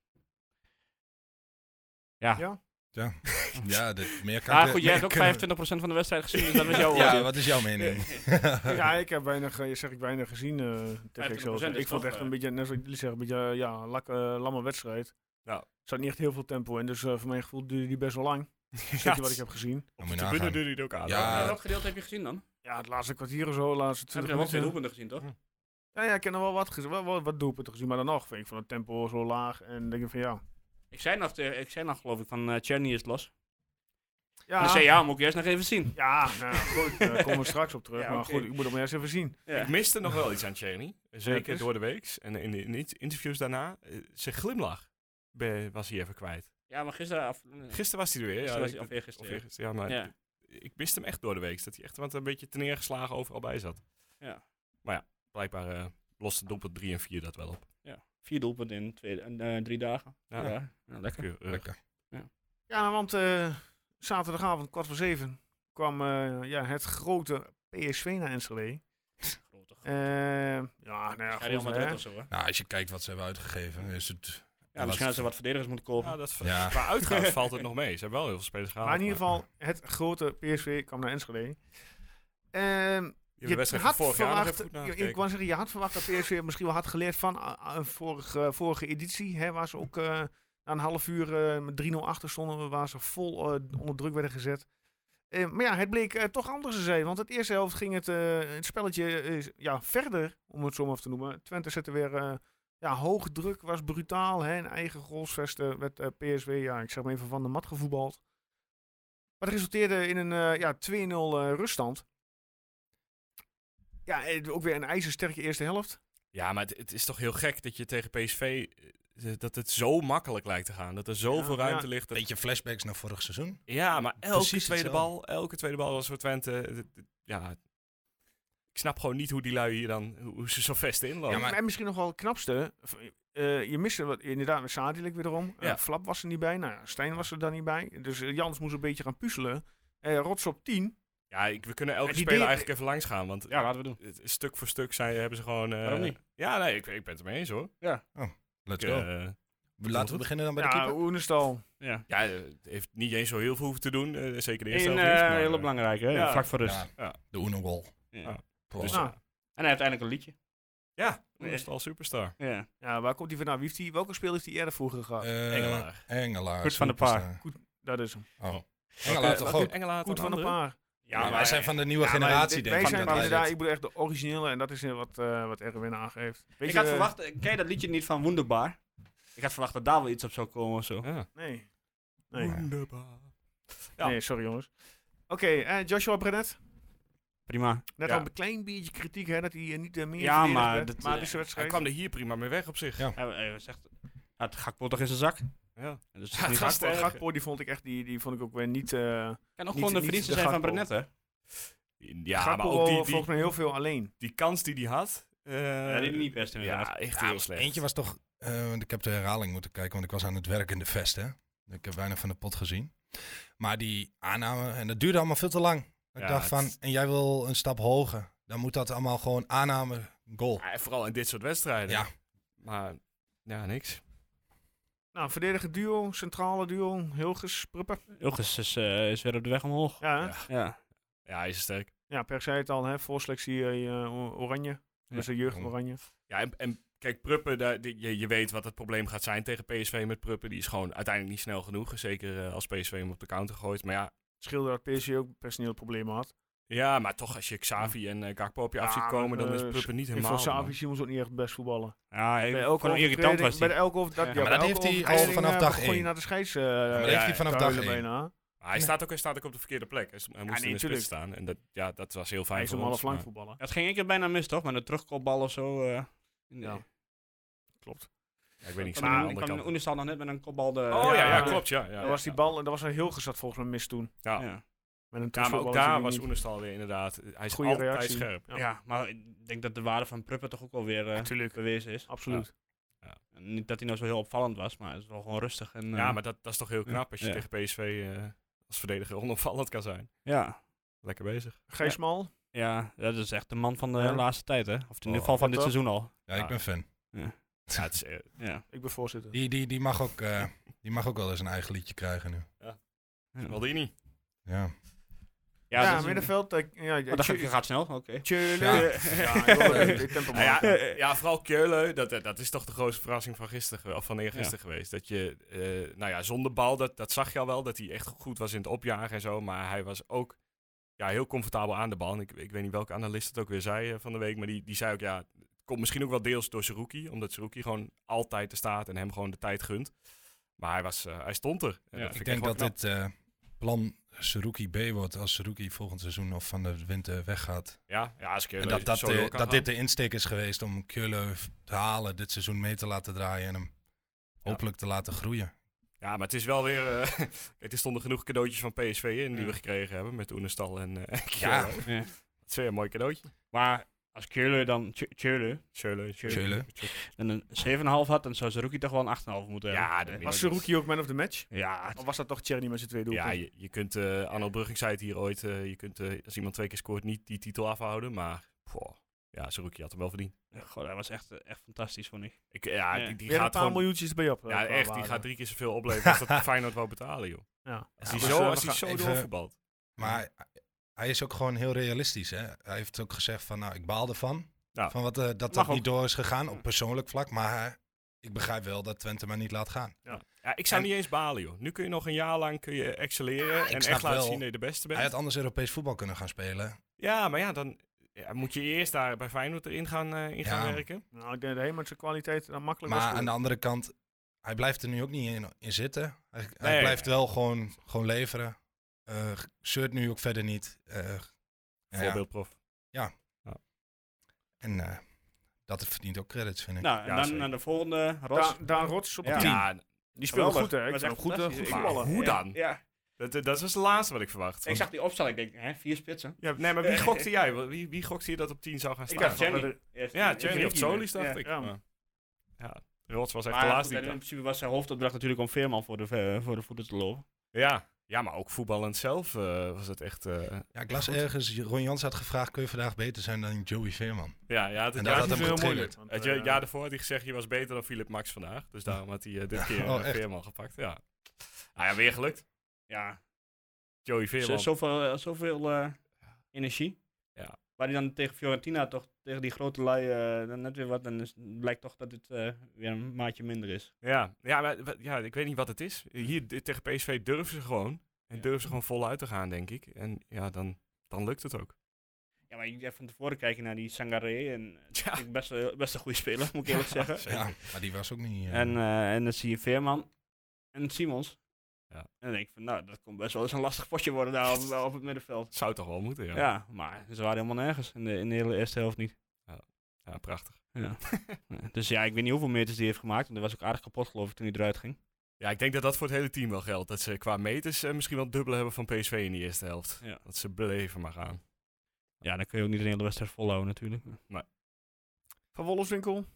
Speaker 6: Ja, dit, meer kan
Speaker 5: Ja,
Speaker 6: ik-
Speaker 5: Ah, goed,
Speaker 6: meer
Speaker 4: *laughs*
Speaker 5: jij hebt ook
Speaker 6: kunnen we-
Speaker 5: 25% van de wedstrijd gezien, dus dat was jouw
Speaker 6: Ja,
Speaker 5: oordeel.
Speaker 6: wat is jouw
Speaker 5: *laughs*
Speaker 6: mening? Nou,
Speaker 1: Ja, ik heb weinig, eh, zeg ik, weinig gezien eh, tegen
Speaker 5: 25%
Speaker 1: Excelsior.
Speaker 5: is
Speaker 1: Ik vond
Speaker 5: toch,
Speaker 1: het echt
Speaker 5: eh,
Speaker 1: een beetje, net zoals jullie zeggen, een beetje eh, ja, lak, eh, lamme wedstrijd.
Speaker 4: Ja.
Speaker 1: Er zat niet echt heel veel tempo in, dus eh, voor mijn gevoel duurde die best wel lang.
Speaker 4: Ja,
Speaker 1: Zeker wat ik heb gezien.
Speaker 4: Op
Speaker 6: Dan
Speaker 4: de
Speaker 6: moet je
Speaker 4: tribune dus,
Speaker 6: nagaan.
Speaker 4: duurde hij het ook aan.
Speaker 6: Ja.
Speaker 4: hoor.
Speaker 5: Welk gedeelte heb je gezien dan?
Speaker 1: Ja, het laatste kwartier of zo, de laatste
Speaker 5: Heb je
Speaker 1: 20
Speaker 5: wel twee
Speaker 1: minuten.
Speaker 5: doelpunten gezien, toch?
Speaker 4: Hm.
Speaker 1: Ja, ja, ik heb nog wel wat, gez- wel, wel wat doelpunten gezien, maar dan nog vind ik van het tempo zo laag. En denk ik van ja.
Speaker 5: Ik zei nog, te- ik zei nog geloof ik, van eh Cherny is los.
Speaker 1: Ja,
Speaker 5: Dan zei je, ja, moet ik eerst nog even zien.
Speaker 1: ja nou, goed, daar komen we straks op terug.
Speaker 5: Ja,
Speaker 1: maar
Speaker 5: oké.
Speaker 1: goed, ik moet hem eerst even zien.
Speaker 5: Ja.
Speaker 4: Ik miste nog wel iets aan Cheney.
Speaker 1: dat
Speaker 4: Zeker
Speaker 1: is-
Speaker 4: door de weeks. En in de in de interviews daarna. eh, Zijn glimlach be- was hij even kwijt.
Speaker 5: Ja, maar gisteren... Af,
Speaker 4: Gisteren was hij er weer.
Speaker 5: gisteren was
Speaker 4: ja,
Speaker 5: hij-
Speaker 4: ik-
Speaker 5: of eergisteren,
Speaker 4: of eergisteren, ja, maar
Speaker 5: ja.
Speaker 4: ik miste hem echt door de weeks. Dat hij echt want een beetje teneergeslagen overal bij zat.
Speaker 5: Ja.
Speaker 4: Maar ja, blijkbaar eh lost het doelpunt 3 en 4 dat wel op.
Speaker 5: Vier doelpunten in twee, eh, drie dagen.
Speaker 4: Ja.
Speaker 5: ja, lekker.
Speaker 4: Keurig.
Speaker 6: Lekker.
Speaker 1: Ja, want eh, zaterdagavond, kwart voor zeven, kwam eh, ja, het grote PSV naar Enschede.
Speaker 5: Grote
Speaker 1: Eh, ja, nou ja,
Speaker 5: Ga je
Speaker 1: goed,
Speaker 5: helemaal
Speaker 1: hè.
Speaker 5: terug of zo, hè?
Speaker 6: Nou, als je kijkt wat ze hebben uitgegeven, is het...
Speaker 5: Ja, misschien hadden ze wat verdedigers moeten kopen.
Speaker 4: Ja, dat is- *laughs*
Speaker 6: Ja.
Speaker 4: Qua uitgaans valt het nog mee. Ze hebben wel heel veel spelers gehaald.
Speaker 1: Maar in ieder geval, het grote PSV kwam naar Enschede. Ehm,
Speaker 4: Je, hebt de wedstrijd van vorig jaar nog even goed
Speaker 1: je, ik
Speaker 4: nagekeken.
Speaker 1: wou zeggen, je had verwacht dat PSV misschien wel had geleerd van ah, ah, vorige, vorige editie. Hè, waar ze ook eh, na een half uur eh, met 3-0 achter stonden. Waar ze vol eh, onder druk werden gezet. Eh, maar ja, het bleek eh, toch anders te zijn. Want het eerste helft ging het, eh, het spelletje eh, ja, verder, om het zo maar even te noemen. Twente zette weer eh ja, hoog druk, was brutaal. Hè, in eigen goalsvesten werd eh, PSV, ja, ik zeg maar even, van de mat gevoetbald. Maar het resulteerde in een eh, ja, 2-0 eh, ruststand. Ja, eh, ook weer een ijzersterke eerste helft.
Speaker 4: Ja, maar het, het is toch heel gek dat je tegen PSV... eh, Dat het zo makkelijk lijkt te gaan. Dat er zoveel
Speaker 1: Ja, ja.
Speaker 4: ruimte ligt. Dat
Speaker 6: Beetje flashbacks naar vorig seizoen.
Speaker 4: Ja, maar elke
Speaker 6: Precies
Speaker 4: tweede
Speaker 6: hetzelfde.
Speaker 4: bal, elke tweede bal was voor Twente. eh, d- d- Ja, ik snap gewoon niet hoe die lui hier dan, hoe hoe ze zo vest inlopen.
Speaker 6: Oh. Ja,
Speaker 4: Ja,
Speaker 6: maar-
Speaker 1: En misschien nog wel het knapste. v- eh, je miste wat, inderdaad met Sadilek weer erom. Eh,
Speaker 4: Ja.
Speaker 1: Flap was er niet bij. Nou, ja, Stijn was er dan niet bij. Dus eh, Jans moest een beetje gaan puzzelen. Eh, Rots op 10.
Speaker 4: ik, we kunnen elke
Speaker 1: Maar die
Speaker 4: speler
Speaker 1: deed-
Speaker 4: eigenlijk even langs gaan, want
Speaker 5: Ja, laten we doen.
Speaker 4: het- stuk voor stuk zijn, hebben ze gewoon... eh,
Speaker 5: Waarom niet?
Speaker 4: Ja, nee, ik, ik ben het ermee eens hoor.
Speaker 6: Let's
Speaker 4: Ik,
Speaker 6: go.
Speaker 4: eh,
Speaker 6: Laten we beginnen dan bij de
Speaker 1: ja,
Speaker 6: keeper.
Speaker 1: Oenestal.
Speaker 5: Ja.
Speaker 4: ja, eh, het heeft niet eens zo heel veel hoeven te doen, eh, zeker de eerste
Speaker 5: Eén
Speaker 4: helft niet,
Speaker 5: eh,
Speaker 4: maar,
Speaker 5: hele
Speaker 4: eh,
Speaker 5: belangrijke, hè?
Speaker 4: ja.
Speaker 5: Vlak voor rust.
Speaker 6: Ja,
Speaker 4: Ja.
Speaker 6: De Oenewol.
Speaker 5: Ja.
Speaker 6: Wow.
Speaker 4: Dus-
Speaker 1: Nou,
Speaker 5: En uiteindelijk een liedje.
Speaker 4: Ja, Oenestal superstar.
Speaker 5: Ja.
Speaker 1: ja, waar komt hij vandaan? Wie heeft die, welke speel heeft hij eerder vroeger gehad?
Speaker 6: Eh,
Speaker 4: Engelaar.
Speaker 6: Engelaar.
Speaker 5: Goed van de
Speaker 6: superstar.
Speaker 1: dat is hem.
Speaker 6: Oh. Engelaar toch ook?
Speaker 4: Engelaar
Speaker 1: Goed
Speaker 4: dan
Speaker 1: van een
Speaker 4: andere?
Speaker 1: paar.
Speaker 5: Ja,
Speaker 6: Ja,
Speaker 5: maar,
Speaker 6: wij zijn van de nieuwe
Speaker 1: Ja, maar
Speaker 6: generatie,
Speaker 1: dit-
Speaker 6: denk ik.
Speaker 1: Wij zijn
Speaker 6: dat
Speaker 1: maar
Speaker 6: wij
Speaker 1: inderdaad,
Speaker 6: dat-
Speaker 1: ik bedoel echt de originele. En dat is eh, wat, eh wat Erwin aangeeft. Weet
Speaker 5: ik had
Speaker 1: je,
Speaker 5: verwacht, eh, ken je dat liedje niet van Wonderbaar? Ik had verwacht dat daar wel iets op zou komen of zo.
Speaker 4: Ja.
Speaker 1: Nee. Nee,
Speaker 6: Ja.
Speaker 4: Wonderbaar. Ja.
Speaker 1: nee sorry jongens. Oké, eh, Joshua Brenet.
Speaker 5: Prima.
Speaker 1: Net
Speaker 4: Ja.
Speaker 1: al een klein beetje kritiek, hè, dat hij eh, niet eh, meer
Speaker 5: Ja,
Speaker 1: verdedigd
Speaker 5: maar
Speaker 1: werd.
Speaker 5: dat,
Speaker 1: maar
Speaker 5: eh,
Speaker 1: deze
Speaker 4: Hij
Speaker 1: wedstrijd...
Speaker 4: kwam er hier prima mee weg op zich.
Speaker 6: Ja.
Speaker 5: Hij, hij zegt, hij had Gakpo toch in zijn zak?
Speaker 4: Ja.
Speaker 5: Dus
Speaker 4: Ja,
Speaker 5: niet-
Speaker 4: Gakpo-
Speaker 5: Gakpo-
Speaker 1: Gakpo,
Speaker 4: erg.
Speaker 1: Gakpo, die vond ik echt, die, die vond ik ook weer niet... eh
Speaker 5: kan ook
Speaker 1: niet-
Speaker 5: gewoon de
Speaker 1: niet
Speaker 5: verdienste
Speaker 1: de
Speaker 5: zijn van
Speaker 1: Gakpo.
Speaker 5: Brenet, hè?
Speaker 4: Ja,
Speaker 1: Gakpo
Speaker 4: maar ook die, die,
Speaker 1: volgens mij heel veel alleen.
Speaker 4: die kans die hij had. eh,
Speaker 5: Ja, die niet best inderdaad.
Speaker 4: ja, echt
Speaker 6: Ja,
Speaker 4: heel slecht.
Speaker 6: Eentje was toch... eh, want ik heb de herhaling moeten kijken, want ik was aan het werk in de vest, hè. Ik heb weinig van de pot gezien. Maar die aanname, en dat duurde allemaal veel te lang. Ik
Speaker 4: Ja,
Speaker 6: dacht van,
Speaker 4: het-
Speaker 6: en jij wil een stap hoger. Dan moet dat allemaal gewoon aanname, goal.
Speaker 4: Ja, vooral in dit soort wedstrijden.
Speaker 6: Ja.
Speaker 4: Maar ja, niks.
Speaker 1: Nou, verdedigend duo, centrale duo, Hilgers, Prupper.
Speaker 5: Ilges is, eh, is weer op de weg omhoog.
Speaker 1: Ja, hè?
Speaker 4: Ja.
Speaker 5: Ja.
Speaker 4: Ja, hij is sterk.
Speaker 1: ja Per zei het al, hè, voorselectie eh, o- oranje. Met zijn jeugd oranje.
Speaker 4: Ja, en, en kijk, Pruppen, daar, die- je, je weet wat het probleem gaat zijn tegen PSV met Pruppen. Die is gewoon uiteindelijk niet snel genoeg. Zeker eh, als PSV hem op de counter gooit. Maar ja,
Speaker 1: scheelde dat PSV ook personeelproblemen had.
Speaker 4: Ja, maar toch, als je Xavi en eh, Gakpo op je af
Speaker 1: Ja,
Speaker 4: ziet komen, dan
Speaker 1: eh,
Speaker 4: is Puppen niet
Speaker 1: Ik
Speaker 4: helemaal...
Speaker 1: vond
Speaker 4: man.
Speaker 1: Xavi Simons ook niet echt het best voetballen.
Speaker 5: Ja,
Speaker 1: Bij
Speaker 5: heel,
Speaker 1: elke
Speaker 5: gewoon irritant was
Speaker 1: overtreding-
Speaker 5: die.
Speaker 1: Bij elke over, dat,
Speaker 5: Ja,
Speaker 1: ja,
Speaker 5: maar
Speaker 1: bij
Speaker 6: dat
Speaker 1: elke
Speaker 6: heeft hij al
Speaker 1: overtreding,
Speaker 6: vanaf
Speaker 1: eh,
Speaker 6: dag
Speaker 1: begon je
Speaker 6: één.
Speaker 1: naar de scheids. eh,
Speaker 6: dat
Speaker 4: heeft
Speaker 6: hij vanaf dag één.
Speaker 1: Bijna.
Speaker 4: Maar hij, staat ook, hij staat ook op de verkeerde plek. Hij, hij moest
Speaker 1: nee,
Speaker 4: in de
Speaker 1: tuurlijk.
Speaker 4: spits staan. En dat, ja, dat was heel fijn
Speaker 1: Hij is
Speaker 4: voor
Speaker 1: normaal
Speaker 4: ons,
Speaker 1: flank
Speaker 4: maar-
Speaker 1: voetballen.
Speaker 5: Dat ging één keer bijna mis, toch? Met een terugkopbal of zo. eh. nee.
Speaker 1: Ja. Klopt.
Speaker 4: Ja, ik weet niet,
Speaker 5: Ik
Speaker 4: ik sta aan de
Speaker 5: kwam-
Speaker 4: andere
Speaker 5: kwam
Speaker 4: kant.
Speaker 5: Unistal nog net met een kopbal de...
Speaker 4: Oh ja, ja,
Speaker 1: Ja.
Speaker 4: klopt, ja. ja,
Speaker 1: Dat was die
Speaker 4: ja.
Speaker 1: bal, dat was een heel gezet volgens mij mis toen.
Speaker 4: Ja.
Speaker 5: Ja.
Speaker 1: Met een
Speaker 4: Ja, maar ook
Speaker 1: toetsvoetballer
Speaker 4: daar
Speaker 1: die
Speaker 4: was
Speaker 1: niet-
Speaker 4: Oenestal weer inderdaad. Hij is
Speaker 1: Goede
Speaker 4: altijd
Speaker 1: reactie.
Speaker 4: scherp.
Speaker 1: Ja.
Speaker 5: Ja, maar ik denk dat de waarde van Pruppen toch ook wel weer eh,
Speaker 1: Natuurlijk,
Speaker 5: bewezen is.
Speaker 1: absoluut.
Speaker 5: Niet dat hij nou zo heel opvallend was, maar het is wel gewoon rustig. En,
Speaker 4: Ja,
Speaker 5: eh,
Speaker 4: maar dat, dat is toch heel knap als je
Speaker 5: Ja.
Speaker 4: tegen PSV eh, als verdediger onopvallend kan zijn.
Speaker 5: ja.
Speaker 4: Lekker bezig.
Speaker 1: Geesmal,
Speaker 5: ja, dat is echt de man van de
Speaker 1: Ja.
Speaker 5: laatste tijd, hè? Of in
Speaker 4: Oh,
Speaker 5: ieder geval van dit
Speaker 1: toch?
Speaker 5: seizoen al.
Speaker 6: Ja, ik ben fan.
Speaker 4: Ja, het is, eh,
Speaker 5: Ja.
Speaker 1: ik ben voorzitter.
Speaker 6: Die, die, die, mag ook, eh, die mag ook wel eens een eigen liedje krijgen nu.
Speaker 4: wilde je niet.
Speaker 6: Ja.
Speaker 1: Ja,
Speaker 5: dat is-
Speaker 1: middenveld. eh, Ja, ja,
Speaker 5: Oh, dat
Speaker 1: Tje-
Speaker 5: gaat- gaat snel, oké.
Speaker 1: Tjeulen.
Speaker 6: Ja.
Speaker 1: Ja, ik wil het- ik tempo
Speaker 4: Nou ja,
Speaker 1: maken.
Speaker 6: *laughs*
Speaker 4: eh, ja, vooral Keulen, dat, eh, dat is toch de grootste verrassing van gisteren, ge- of van eergisteren geweest. Dat je, eh, nou ja, zonder bal, dat, dat zag je al wel, dat hij echt goed was in het opjagen en zo. Maar hij was ook ja, heel comfortabel aan de bal. En ik, ik weet niet welke analist het ook weer zei eh, van de week, maar die, die zei ook, ja, het komt misschien ook wel deels door Seruki. Omdat Seruki gewoon altijd er staat en hem gewoon de tijd gunt. Maar hij, was, eh, hij stond er. En
Speaker 5: Ja,
Speaker 4: vind
Speaker 6: Ik
Speaker 4: echt
Speaker 6: denk
Speaker 4: wel
Speaker 6: dat
Speaker 4: knap.
Speaker 6: dit eh, plan Seruki B wordt als Seruki volgend seizoen of van de winter weggaat.
Speaker 4: Ja, ja als Keulen
Speaker 6: En dat, dat,
Speaker 4: zo
Speaker 6: eh,
Speaker 4: door kan
Speaker 6: dat
Speaker 4: gaan.
Speaker 6: dit de insteek is geweest om Keulen te halen, dit seizoen mee te laten draaien en hem hopelijk te laten groeien.
Speaker 4: Ja, maar het is wel weer... eh, *laughs* kijk, er stonden genoeg cadeautjes van PSV in die
Speaker 5: Ja.
Speaker 4: we gekregen hebben met Oenestal en eh *laughs*
Speaker 6: Ja.
Speaker 4: Keulen.
Speaker 5: Ja.
Speaker 4: Het is weer een mooi cadeautje.
Speaker 5: Maar als Keurle dan Tje- Tjeule
Speaker 4: Schöle.
Speaker 6: Schöle.
Speaker 5: dan een 7,5 had, dan zou Zerouki toch wel een 8,5 moeten
Speaker 4: Ja,
Speaker 5: hebben. Eh,
Speaker 4: dat
Speaker 1: Was Seruki ook man of the match?
Speaker 5: Ja, het-
Speaker 1: Of was dat toch Thierry met zijn twee
Speaker 4: Ja,
Speaker 1: doelpunten?
Speaker 4: je, je kunt... eh Arnold Brugging zei het hier ooit. eh, je kunt eh, als iemand twee keer scoort niet die titel afhouden. Maar poh, ja, Zerouki had hem wel verdiend.
Speaker 5: Goh, dat was echt, eh, echt fantastisch, vond ik.
Speaker 4: Ik, ja,
Speaker 5: Ja.
Speaker 4: die, die
Speaker 1: Weer een
Speaker 4: gaat
Speaker 1: paar
Speaker 4: gewoon...
Speaker 1: miljoentjes erbij op. eh,
Speaker 4: ja,
Speaker 1: qua
Speaker 4: echt. Die
Speaker 1: waarde.
Speaker 4: gaat drie keer zoveel opleveren als dat Feyenoord wou betalen, joh.
Speaker 1: Ja. Ja,
Speaker 4: Als hij
Speaker 1: dus,
Speaker 4: zo,
Speaker 1: eh,
Speaker 4: als
Speaker 1: we
Speaker 4: hij
Speaker 1: gaan-
Speaker 4: zo
Speaker 6: even-
Speaker 4: doorvoetbalt.
Speaker 6: Maar hij- hij is ook gewoon heel realistisch. Hè? Hij heeft ook gezegd van, nou, ik baal ervan.
Speaker 4: Ja.
Speaker 6: Van wat, eh, dat dat
Speaker 5: Mag
Speaker 6: niet
Speaker 5: ook.
Speaker 6: door is gegaan op persoonlijk vlak. Maar hij- ik begrijp wel dat Twente maar niet laat gaan.
Speaker 4: Ja, ik zou
Speaker 6: En-
Speaker 4: niet eens balen, joh. Nu kun je nog een jaar lang kun je excelleren en
Speaker 6: snap
Speaker 4: echt laten
Speaker 6: wel.
Speaker 4: zien dat je de beste bent.
Speaker 6: Hij had anders Europees voetbal kunnen gaan spelen.
Speaker 4: Ja, maar ja, dan ja, moet je eerst daar bij Feyenoord erin gaan, eh, in gaan
Speaker 6: Ja.
Speaker 4: werken.
Speaker 1: Nou, ik denk dat Heeman zijn kwaliteit dan makkelijk
Speaker 6: Maar
Speaker 1: was.
Speaker 6: aan de andere kant, hij blijft er nu ook niet in, in zitten. Hij, hij
Speaker 4: Nee.
Speaker 6: blijft wel gewoon, gewoon leveren. Eh shirt nu ook verder niet. Eh, nou ja,
Speaker 4: Voorbeeldprof.
Speaker 6: en eh, dat verdient ook credits, vind ik.
Speaker 5: Nou, en
Speaker 4: Ja,
Speaker 5: dan
Speaker 4: zeker.
Speaker 5: naar de volgende, Ros.
Speaker 1: Daan, Daan Rots op
Speaker 5: Ja.
Speaker 1: het team.
Speaker 4: Ja,
Speaker 1: Die speelde goed,
Speaker 5: Geweldig.
Speaker 1: hè? Ik
Speaker 5: Was
Speaker 1: vind hem goed,
Speaker 5: echt
Speaker 1: eh, goed
Speaker 5: fantastisch. Ik-
Speaker 1: voetballen.
Speaker 4: Hoe dan?
Speaker 5: Ja,
Speaker 4: Dat, dat was het laatste wat ik verwacht.
Speaker 5: ik zag die opstelling, ik denk, hè, vier spitsen.
Speaker 4: ja, nee, maar wie gokte jij? Wie, wie gokte je dat op 10 zou gaan
Speaker 5: Ik
Speaker 4: staan?
Speaker 5: dacht
Speaker 1: Jenny.
Speaker 5: Jenny. Eerst-
Speaker 4: ja,
Speaker 5: eerst
Speaker 4: Jenny of
Speaker 5: Ricky.
Speaker 4: Solis, dacht
Speaker 5: Ja.
Speaker 4: ik.
Speaker 1: ja.
Speaker 4: Maar- Ja, Rots was echt
Speaker 5: Maar
Speaker 4: de
Speaker 5: goed,
Speaker 4: laatste
Speaker 5: en
Speaker 4: die ik dacht.
Speaker 5: in principe was zijn hoofdopdracht natuurlijk om Veerman voor de, ve- voor de voeten te lopen.
Speaker 4: Ja. ja, maar ook voetballend zelf eh, was het echt... eh,
Speaker 6: ja, ik las ergens, Ron Jans had gevraagd, kun je vandaag beter zijn dan Joey Veerman?
Speaker 4: ja, ja, het
Speaker 6: En
Speaker 4: jaar niet
Speaker 6: dat had hem
Speaker 4: heel
Speaker 6: getriggerd.
Speaker 4: moeilijk.
Speaker 1: Want,
Speaker 4: Het
Speaker 1: eh,
Speaker 4: ja- jaar daarvoor had hij gezegd, je was beter dan Philip Max vandaag. Dus daarom had hij eh, dit
Speaker 6: Ja.
Speaker 4: keer
Speaker 6: *laughs* Oh,
Speaker 4: eh,
Speaker 6: echt?
Speaker 4: Veerman gepakt. Ja. Nou ja, weer gelukt.
Speaker 5: Ja,
Speaker 4: Joey
Speaker 5: Zo-
Speaker 4: Veerman.
Speaker 5: zoveel, eh, zoveel eh, energie.
Speaker 4: Ja.
Speaker 5: Waar hij dan tegen Fiorentina toch, tegen die grote lui, eh, dan net weer wat. Dan is, blijkt toch dat het eh, weer een maatje minder is.
Speaker 4: Ja, ja, maar, wa- ja, ik weet niet wat het is. Hier d- tegen PSV durven ze gewoon. En durven ze gewoon voluit te gaan, denk ik. En ja, dan, dan lukt het ook.
Speaker 5: Ja, maar je moet even van tevoren kijken naar die Sangaré. En
Speaker 4: *laughs*
Speaker 5: dat
Speaker 4: Ja.
Speaker 5: vind ik best, wel- best een goede speler, moet ik eerlijk
Speaker 4: *laughs*
Speaker 5: zeggen.
Speaker 6: Ja, maar die was ook niet... eh,
Speaker 5: En, eh, en dan zie je Veerman en Simons.
Speaker 4: Ja.
Speaker 5: En dan denk ik van, nou, dat komt best wel eens een lastig potje worden daar
Speaker 4: *laughs*
Speaker 5: op, op het middenveld.
Speaker 4: Zou toch wel moeten, ja.
Speaker 5: Ja. maar ze waren helemaal nergens in de, in de hele eerste helft niet.
Speaker 4: Ja, prachtig.
Speaker 5: Ja. dus ja, ik weet niet hoeveel meters die heeft gemaakt. Want hij was ook aardig kapot geloof ik toen hij eruit ging.
Speaker 4: Ja, ik denk dat dat voor het hele team wel geldt. Dat ze qua meters eh, misschien wel het dubbele hebben van PSV in de eerste helft.
Speaker 5: Ja.
Speaker 4: Dat ze beleven maar gaan.
Speaker 5: Ja, dan kun je ook niet een hele wedstrijd volhouden natuurlijk.
Speaker 1: Van Wolfswinkel.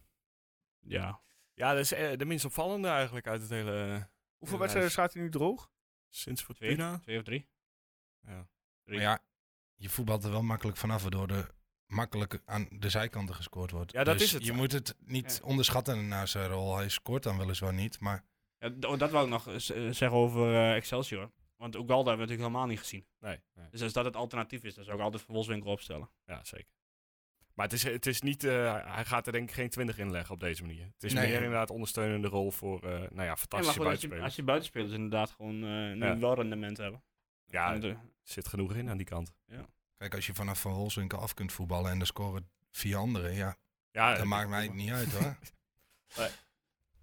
Speaker 5: Ja.
Speaker 4: Ja, dat is eh, de minst opvallende eigenlijk uit het hele... eh,
Speaker 1: Hoeveel
Speaker 4: Ja,
Speaker 1: wedstrijden
Speaker 4: is-
Speaker 1: staat hij nu droog?
Speaker 4: Sinds
Speaker 5: Twee,
Speaker 4: Fortuna.
Speaker 5: twee of drie.
Speaker 4: Ja.
Speaker 6: maar ja, je voetbalt er wel makkelijk vanaf, waardoor er makkelijk aan de zijkanten gescoord wordt.
Speaker 4: Ja, dat
Speaker 6: Dus
Speaker 4: is het.
Speaker 6: Je moet het niet
Speaker 5: Ja.
Speaker 6: onderschatten naar zijn rol. Hij scoort dan weliswaar niet, maar
Speaker 5: Ja, d- oh, dat wou ik nog eh, z- eh, zeggen over eh, Excelsior. Want ook Galda hebben we natuurlijk helemaal niet gezien.
Speaker 4: Nee, nee.
Speaker 5: Dus als dat het alternatief is, dan zou ik altijd Van Wolfswinkel opstellen.
Speaker 4: Ja, zeker. Maar het is, het is niet, eh, hij gaat er denk ik geen 20 in leggen op deze manier. Het is
Speaker 6: Nee.
Speaker 4: meer inderdaad ondersteunende rol voor, eh, nou ja,
Speaker 5: Ja, maar
Speaker 4: fantastische
Speaker 5: goed, als, je,
Speaker 4: buitenspelers.
Speaker 5: als je buitenspelers inderdaad gewoon eh, nu
Speaker 4: Ja.
Speaker 5: wel rendement hebben. eh,
Speaker 4: Ja,
Speaker 5: En de-
Speaker 4: zit genoeg in aan die kant.
Speaker 6: Kijk, als je vanaf Van Holswinkel af kunt voetballen en er scoren vier anderen, ja,
Speaker 4: Ja,
Speaker 6: dat
Speaker 4: eh,
Speaker 6: maakt mij niet uit hoor.
Speaker 5: Nee.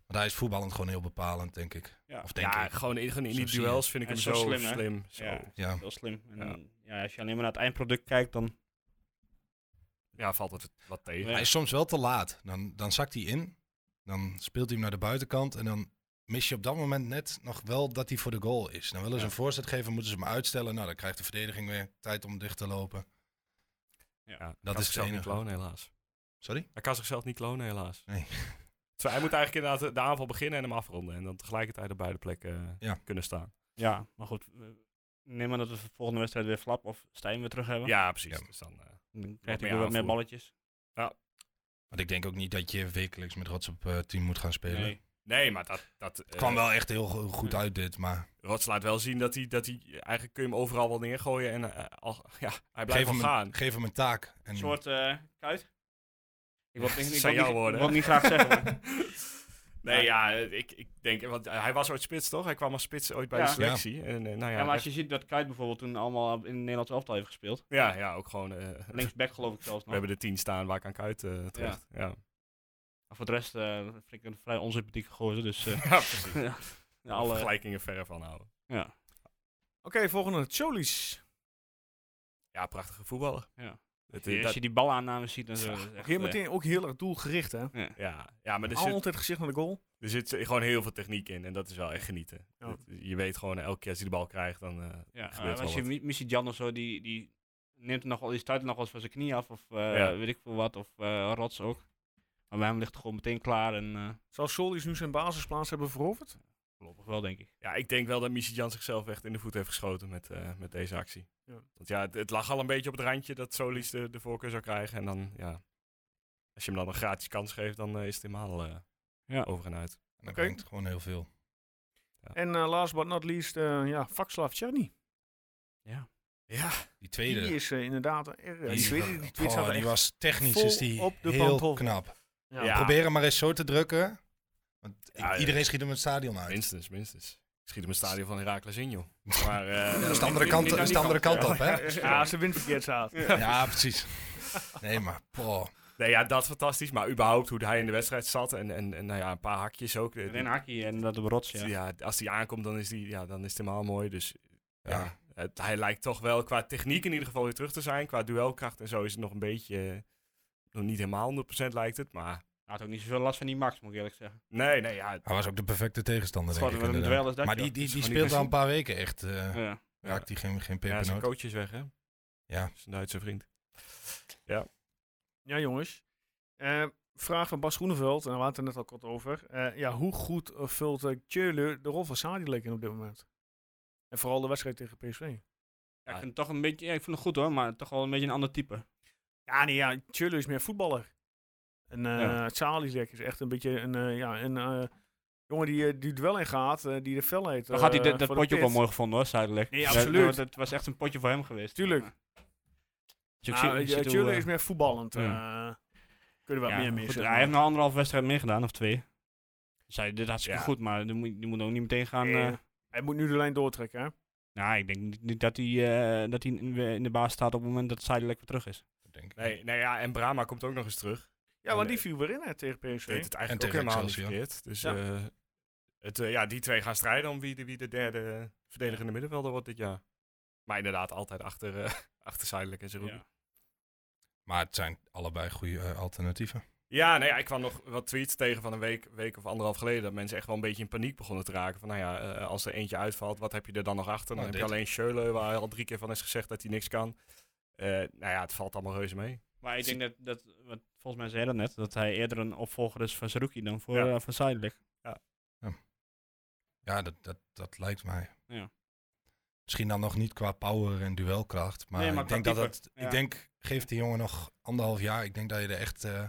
Speaker 6: Want hij is voetballend gewoon heel bepalend, denk ik.
Speaker 5: Ja.
Speaker 6: Of denk
Speaker 4: Ja,
Speaker 6: ik.
Speaker 4: gewoon in, gewoon in
Speaker 6: Zo
Speaker 4: die
Speaker 6: zie je.
Speaker 4: duels vind ik
Speaker 5: Hij
Speaker 4: hem
Speaker 5: is
Speaker 4: zo
Speaker 5: zo
Speaker 4: slim.
Speaker 5: slim, hè?
Speaker 4: zo.
Speaker 5: Ja.
Speaker 4: Ja.
Speaker 6: Ja,
Speaker 5: Heel slim. En,
Speaker 4: Ja.
Speaker 5: ja. als je alleen maar naar het eindproduct kijkt, dan...
Speaker 4: valt het wat tegen.
Speaker 5: Ja.
Speaker 6: Hij is soms wel te laat. Dan, dan zakt hij in, dan speelt hij hem naar de buitenkant en dan mis je op dat moment net nog wel dat hij voor de goal is. Dan willen ze
Speaker 5: Ja.
Speaker 6: een voorzet geven, moeten ze hem uitstellen. Nou, dan krijgt de verdediging weer tijd om dicht te lopen.
Speaker 4: Ja, dat
Speaker 6: is
Speaker 4: kan
Speaker 6: het
Speaker 4: zichzelf niet
Speaker 6: enige.
Speaker 4: klonen, helaas.
Speaker 6: Sorry?
Speaker 4: Hij kan zichzelf niet klonen, helaas.
Speaker 6: Nee. *laughs*
Speaker 4: Zo, hij moet eigenlijk inderdaad de- de aanval beginnen en hem afronden. En dan tegelijkertijd op beide plekken eh,
Speaker 6: Ja.
Speaker 4: kunnen staan.
Speaker 5: Ja, maar goed. eh, Neem maar dat we voor de volgende wedstrijd weer Flap of Stijn weer terug hebben.
Speaker 4: Ja, precies.
Speaker 6: Ja.
Speaker 4: Dus dan, eh,
Speaker 5: Dan
Speaker 4: meer
Speaker 5: krijgt hij weer wat meer
Speaker 4: aanvoer.
Speaker 5: balletjes.
Speaker 6: Want ik denk ook niet dat je wekelijks met rots op eh, team moet gaan spelen.
Speaker 5: Nee.
Speaker 4: nee, maar dat... dat
Speaker 6: Het
Speaker 1: Eh,
Speaker 6: kwam wel echt heel go- goed uit dit, maar op
Speaker 4: Rots laat wel zien dat hij, dat hij... Eigenlijk kun je hem overal wel neergooien. En eh, al, ja, hij
Speaker 6: geef
Speaker 4: blijft wel
Speaker 6: hem,
Speaker 4: gaan.
Speaker 6: een, geef hem een taak. En
Speaker 5: Een soort eh, kuit. Ik *laughs* wil het niet- ik wil
Speaker 4: zijn
Speaker 5: het
Speaker 4: jouw
Speaker 5: niet-
Speaker 4: woorden,
Speaker 5: Ik wil het niet graag zeggen. maar-
Speaker 4: *laughs* nee, ja, ik, ik denk... Want hij was ooit spits, toch? Hij kwam als spits ooit bij
Speaker 5: Ja.
Speaker 4: de selectie. En, eh, nou ja,
Speaker 5: Ja, maar als
Speaker 4: echt-
Speaker 5: je ziet dat Kuit bijvoorbeeld toen allemaal in het Nederlands elftal heeft
Speaker 4: *laughs*
Speaker 5: gespeeld.
Speaker 4: ja, ja, ook gewoon... eh,
Speaker 5: Linksback geloof ik zelfs
Speaker 4: we
Speaker 5: nog.
Speaker 4: hebben de tien staan waar ik aan kuit eh, terecht. Ja. Ja.
Speaker 5: Maar voor de rest eh, vind ik een vrij onsympathieke gozer.
Speaker 4: *laughs*
Speaker 5: Dus eh,
Speaker 4: precies.
Speaker 5: *laughs* ja, alle...
Speaker 4: Vergelijkingen verre van houden.
Speaker 5: Ja.
Speaker 1: Oké, volgende. Cholis.
Speaker 4: Ja, prachtige voetballer.
Speaker 5: Ja.
Speaker 4: Het, eh,
Speaker 5: Als
Speaker 4: dat-
Speaker 5: je die balaannames ziet en zo.
Speaker 4: Ja,
Speaker 5: dat is echt,
Speaker 1: Hier
Speaker 5: eh,
Speaker 1: meteen ook heel erg doelgericht, hè?
Speaker 4: ja, ja, maar er zit,
Speaker 1: Altijd gezicht naar de goal.
Speaker 4: er zit gewoon heel veel techniek in. En dat is wel echt genieten.
Speaker 1: Ja.
Speaker 4: Dat- Je weet gewoon, elke keer als je de bal krijgt, dan... eh,
Speaker 5: Ja,
Speaker 4: gebeurt
Speaker 5: eh,
Speaker 4: wel
Speaker 5: als je
Speaker 4: wat.
Speaker 5: Mi- Missy Jan of zo, die, die neemt nog wel, die stuit nog wel eens van zijn knie af of eh,
Speaker 4: Ja.
Speaker 5: weet ik veel wat, of eh, rots ook. Maar bij hem ligt het gewoon meteen klaar en eh,
Speaker 1: Zou Solis nu zijn basisplaats hebben veroverd?
Speaker 5: voorlopig wel, denk ik.
Speaker 4: Ja, ik denk wel dat Missy Jan zichzelf echt in de voet heeft geschoten met, eh, met deze actie.
Speaker 1: Ja.
Speaker 4: Want ja, het, het lag al een beetje op het randje dat Solis de, de voorkeur zou krijgen. En dan, ja, als je hem dan een gratis kans geeft, dan eh, is het helemaal eh
Speaker 5: Ja.
Speaker 4: over en uit.
Speaker 6: dat
Speaker 1: Oké.
Speaker 6: brengt gewoon heel veel.
Speaker 1: En eh, last but not least, eh ja, Vakslav Czerny.
Speaker 5: Ja.
Speaker 4: Ja,
Speaker 6: Die
Speaker 1: Die
Speaker 6: tweede.
Speaker 1: is eh, inderdaad erg. Die,
Speaker 6: Die-
Speaker 1: tweede- die tweede
Speaker 6: Oh,
Speaker 1: staat
Speaker 6: die
Speaker 1: echt-
Speaker 6: was technisch
Speaker 1: vol
Speaker 6: is die
Speaker 1: op de
Speaker 6: heel
Speaker 1: pantoffel.
Speaker 6: knap.
Speaker 1: ja.
Speaker 4: Ja.
Speaker 6: Probeer hem maar eens zo te drukken. Want i-
Speaker 4: Ah. Ja, ja.
Speaker 6: iedereen schiet hem het stadion uit.
Speaker 4: minstens, minstens. Ik schiet hem een stadion van Herakles in, joh. Maar, eh,
Speaker 6: Dat is de andere kant, dat is de andere kant op, hè?
Speaker 1: Ja, als de wind verkeerd staat.
Speaker 6: Ja, precies. Nee, maar poh.
Speaker 4: Nee, ja, dat is fantastisch. Maar überhaupt hoe hij in de wedstrijd zat en, en, en nou ja, een paar hakjes ook.
Speaker 5: En een hakkie en dat op rots, ja.
Speaker 4: ja. als hij aankomt, dan is, die, ja, dan is het helemaal mooi. Dus ja,
Speaker 6: Ja.
Speaker 4: het- hij lijkt toch wel qua techniek in ieder geval weer terug te zijn. Qua duelkracht en zo is het nog een beetje... eh, nog niet helemaal 100% lijkt het, maar...
Speaker 5: Hij had ook niet zoveel last van die Max, moet ik eerlijk zeggen.
Speaker 4: Nee, nee, ja.
Speaker 6: Hij was ook de perfecte tegenstander, denk
Speaker 5: Wat
Speaker 6: ik.
Speaker 5: een
Speaker 6: inderdaad.
Speaker 5: duel is dat,
Speaker 6: Maar
Speaker 5: joh.
Speaker 6: die, die,
Speaker 4: is
Speaker 6: die
Speaker 4: gewoon niet
Speaker 6: speelt al een paar weken echt. eh,
Speaker 5: Ja.
Speaker 6: Raakt hij geen, geen
Speaker 4: ja, zijn
Speaker 6: pepernoot.
Speaker 4: coach is weg, hè?
Speaker 6: Ja.
Speaker 4: Zijn Duitse vriend.
Speaker 1: Ja, jongens. Eh, vraag van Bas Groeneveld, en daar waren we het er net al kort over. Eh, ja, hoe goed eh, vult uh, de rol van Sadilek in op dit moment? En vooral de wedstrijd tegen PSV.
Speaker 5: Ja, ik vind het toch een beetje, ja, ik vind het goed hoor, maar toch wel een beetje een ander type.
Speaker 1: Ja, nee, ja, Tjöle is meer voetballer. En eh
Speaker 5: Ja.
Speaker 1: Sadilek is echt een beetje een, eh, ja, een eh, jongen die, eh, die duel ingaat, eh, die de felheid...
Speaker 5: Dan had hij
Speaker 1: eh,
Speaker 5: dit, dat
Speaker 1: voor de
Speaker 5: potje ook wel
Speaker 1: pit.
Speaker 5: mooi gevonden hoor, zuidelijk.
Speaker 1: Nee, absoluut.
Speaker 5: Dat, dat was echt een potje voor hem geweest.
Speaker 1: Tuurlijk.
Speaker 5: Ja. Dus ik
Speaker 1: Ah,
Speaker 5: zie- ik
Speaker 1: weet je,
Speaker 5: zie hoe,
Speaker 1: Tjöle
Speaker 5: eh,
Speaker 1: is meer voetballend. eh kunnen we
Speaker 5: Ja,
Speaker 1: wat meer
Speaker 5: goed,
Speaker 1: missen.
Speaker 5: hij heeft nog anderhalf wedstrijd meer gedaan, of twee. Zei, dit hartstikke
Speaker 4: Ja.
Speaker 5: goed, maar die moet, die moet ook niet meteen gaan.
Speaker 1: Nee,
Speaker 5: eh,
Speaker 1: Hij moet nu de lijn doortrekken, hè?
Speaker 5: nou, ik denk niet- niet dat hij, eh, dat hij in in de baas staat op het moment dat Zijdelijk weer terug is.
Speaker 6: denk ik.
Speaker 4: Nee, nee, ja, en Brahma komt ook nog eens terug.
Speaker 1: Ja,
Speaker 4: En,
Speaker 1: want
Speaker 4: eh,
Speaker 1: die viel weer in hè, tegen PSV.
Speaker 4: deed het
Speaker 6: En
Speaker 4: eigenlijk ook
Speaker 6: tegen
Speaker 4: helemaal niet
Speaker 6: Excelsior.
Speaker 4: verkeerd. Dus
Speaker 1: Hm. Ja.
Speaker 4: eh, het, eh, ja, die twee gaan strijden om wie de, wie de derde verdedigende middenvelder wordt dit jaar. Maar inderdaad, altijd achter, eh *laughs* achter Zuidelijk en Zerouki. Ja.
Speaker 6: Maar het zijn allebei goede eh, alternatieven.
Speaker 4: nou ja, ik kwam nog wat tweets tegen van een week, week of anderhalf geleden. Dat mensen echt wel een beetje in paniek begonnen te raken. Van nou ja, eh, als er eentje uitvalt, wat heb je er dan nog achter? Dan
Speaker 6: Nou,
Speaker 4: heb
Speaker 6: dit.
Speaker 4: je alleen Schöle, waar al drie keer van is gezegd dat hij niks kan. Eh, nou ja, het valt allemaal reuze mee.
Speaker 5: Maar Dus ik denk dat, dat wat, volgens mij zei dat net, dat hij eerder een opvolger is van Saruki dan voor,
Speaker 4: Ja.
Speaker 5: eh, voor Zijdelijk.
Speaker 6: Ja, dat, dat, dat lijkt mij.
Speaker 5: Ja.
Speaker 6: Misschien dan nog niet qua power en duelkracht. Maar,
Speaker 5: Nee, maar
Speaker 6: ik
Speaker 5: qua
Speaker 6: denk dat
Speaker 5: type.
Speaker 6: het.
Speaker 5: Ja.
Speaker 6: Ik denk, geef die jongen nog anderhalf jaar. Ik denk dat je er echt eh,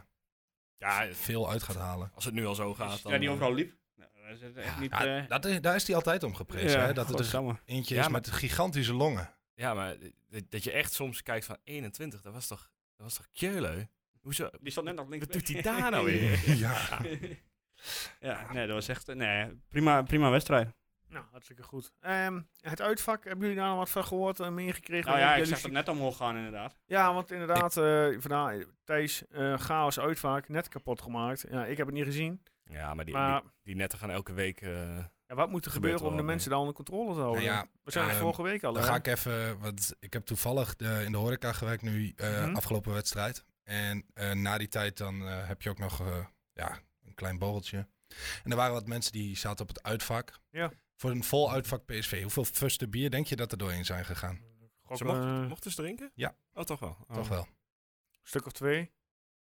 Speaker 4: Ja,
Speaker 6: veel uit gaat halen.
Speaker 4: als het nu al zo
Speaker 5: Dus-
Speaker 4: gaat, dan...
Speaker 5: ja, die
Speaker 4: eh,
Speaker 5: overal liep. Nou, dat is echt niet...
Speaker 6: Ja,
Speaker 5: eh,
Speaker 6: dat is, daar is hij altijd om geprezen.
Speaker 5: ja,
Speaker 6: hè? Dat het er
Speaker 5: godsamme.
Speaker 6: eentje
Speaker 4: Ja,
Speaker 6: is
Speaker 4: maar-
Speaker 6: met gigantische longen.
Speaker 4: Ja, maar dat, dat je echt soms kijkt van 21, dat was toch, dat was toch Kjelleu? Hoezo?
Speaker 5: Die stond net nog links.
Speaker 4: Wat doet hij daar
Speaker 5: *laughs*
Speaker 4: nou weer?
Speaker 6: ja.
Speaker 5: ja, nee, dat was echt... Nee, prima, prima wedstrijd.
Speaker 1: Nou, hartstikke goed. Ehm, het uitvak, hebben jullie daar nog wat van gehoord en meegekregen?
Speaker 5: Nou ja,
Speaker 1: Wat
Speaker 5: ik
Speaker 1: jullie
Speaker 5: zag het net omhoog gaan inderdaad.
Speaker 1: Ja, want inderdaad, eh vandaag, Thijs, eh, chaos uitvaak, net kapot gemaakt. Ja, ik heb het niet gezien.
Speaker 4: Ja, maar die,
Speaker 1: maar
Speaker 4: die, die netten gaan elke week... eh,
Speaker 1: ja, wat moet er
Speaker 4: gebeurt
Speaker 1: gebeuren
Speaker 4: er
Speaker 1: om de
Speaker 4: wel mee.
Speaker 1: mensen daar onder controle te
Speaker 6: Nou
Speaker 1: houden?
Speaker 6: ja,
Speaker 1: We zijn er
Speaker 6: ehm,
Speaker 1: vorige week al.
Speaker 6: Dan
Speaker 1: hè?
Speaker 6: ga ik even, want ik heb toevallig eh, in de horeca gewerkt nu, eh,
Speaker 1: Mhm.
Speaker 6: afgelopen wedstrijd. En eh, na die tijd dan eh, heb je ook nog eh, ja, een klein borreltje. En er waren wat mensen die zaten op het uitvak.
Speaker 1: Ja.
Speaker 6: Voor een vol uitvak PSV. Hoeveel fusten bier denk je dat er doorheen zijn gegaan?
Speaker 1: Gok,
Speaker 4: ze
Speaker 1: eh,
Speaker 4: mochten, mochten ze drinken?
Speaker 6: Ja.
Speaker 4: Oh, toch wel. Oh.
Speaker 6: Toch wel.
Speaker 1: Een stuk of twee.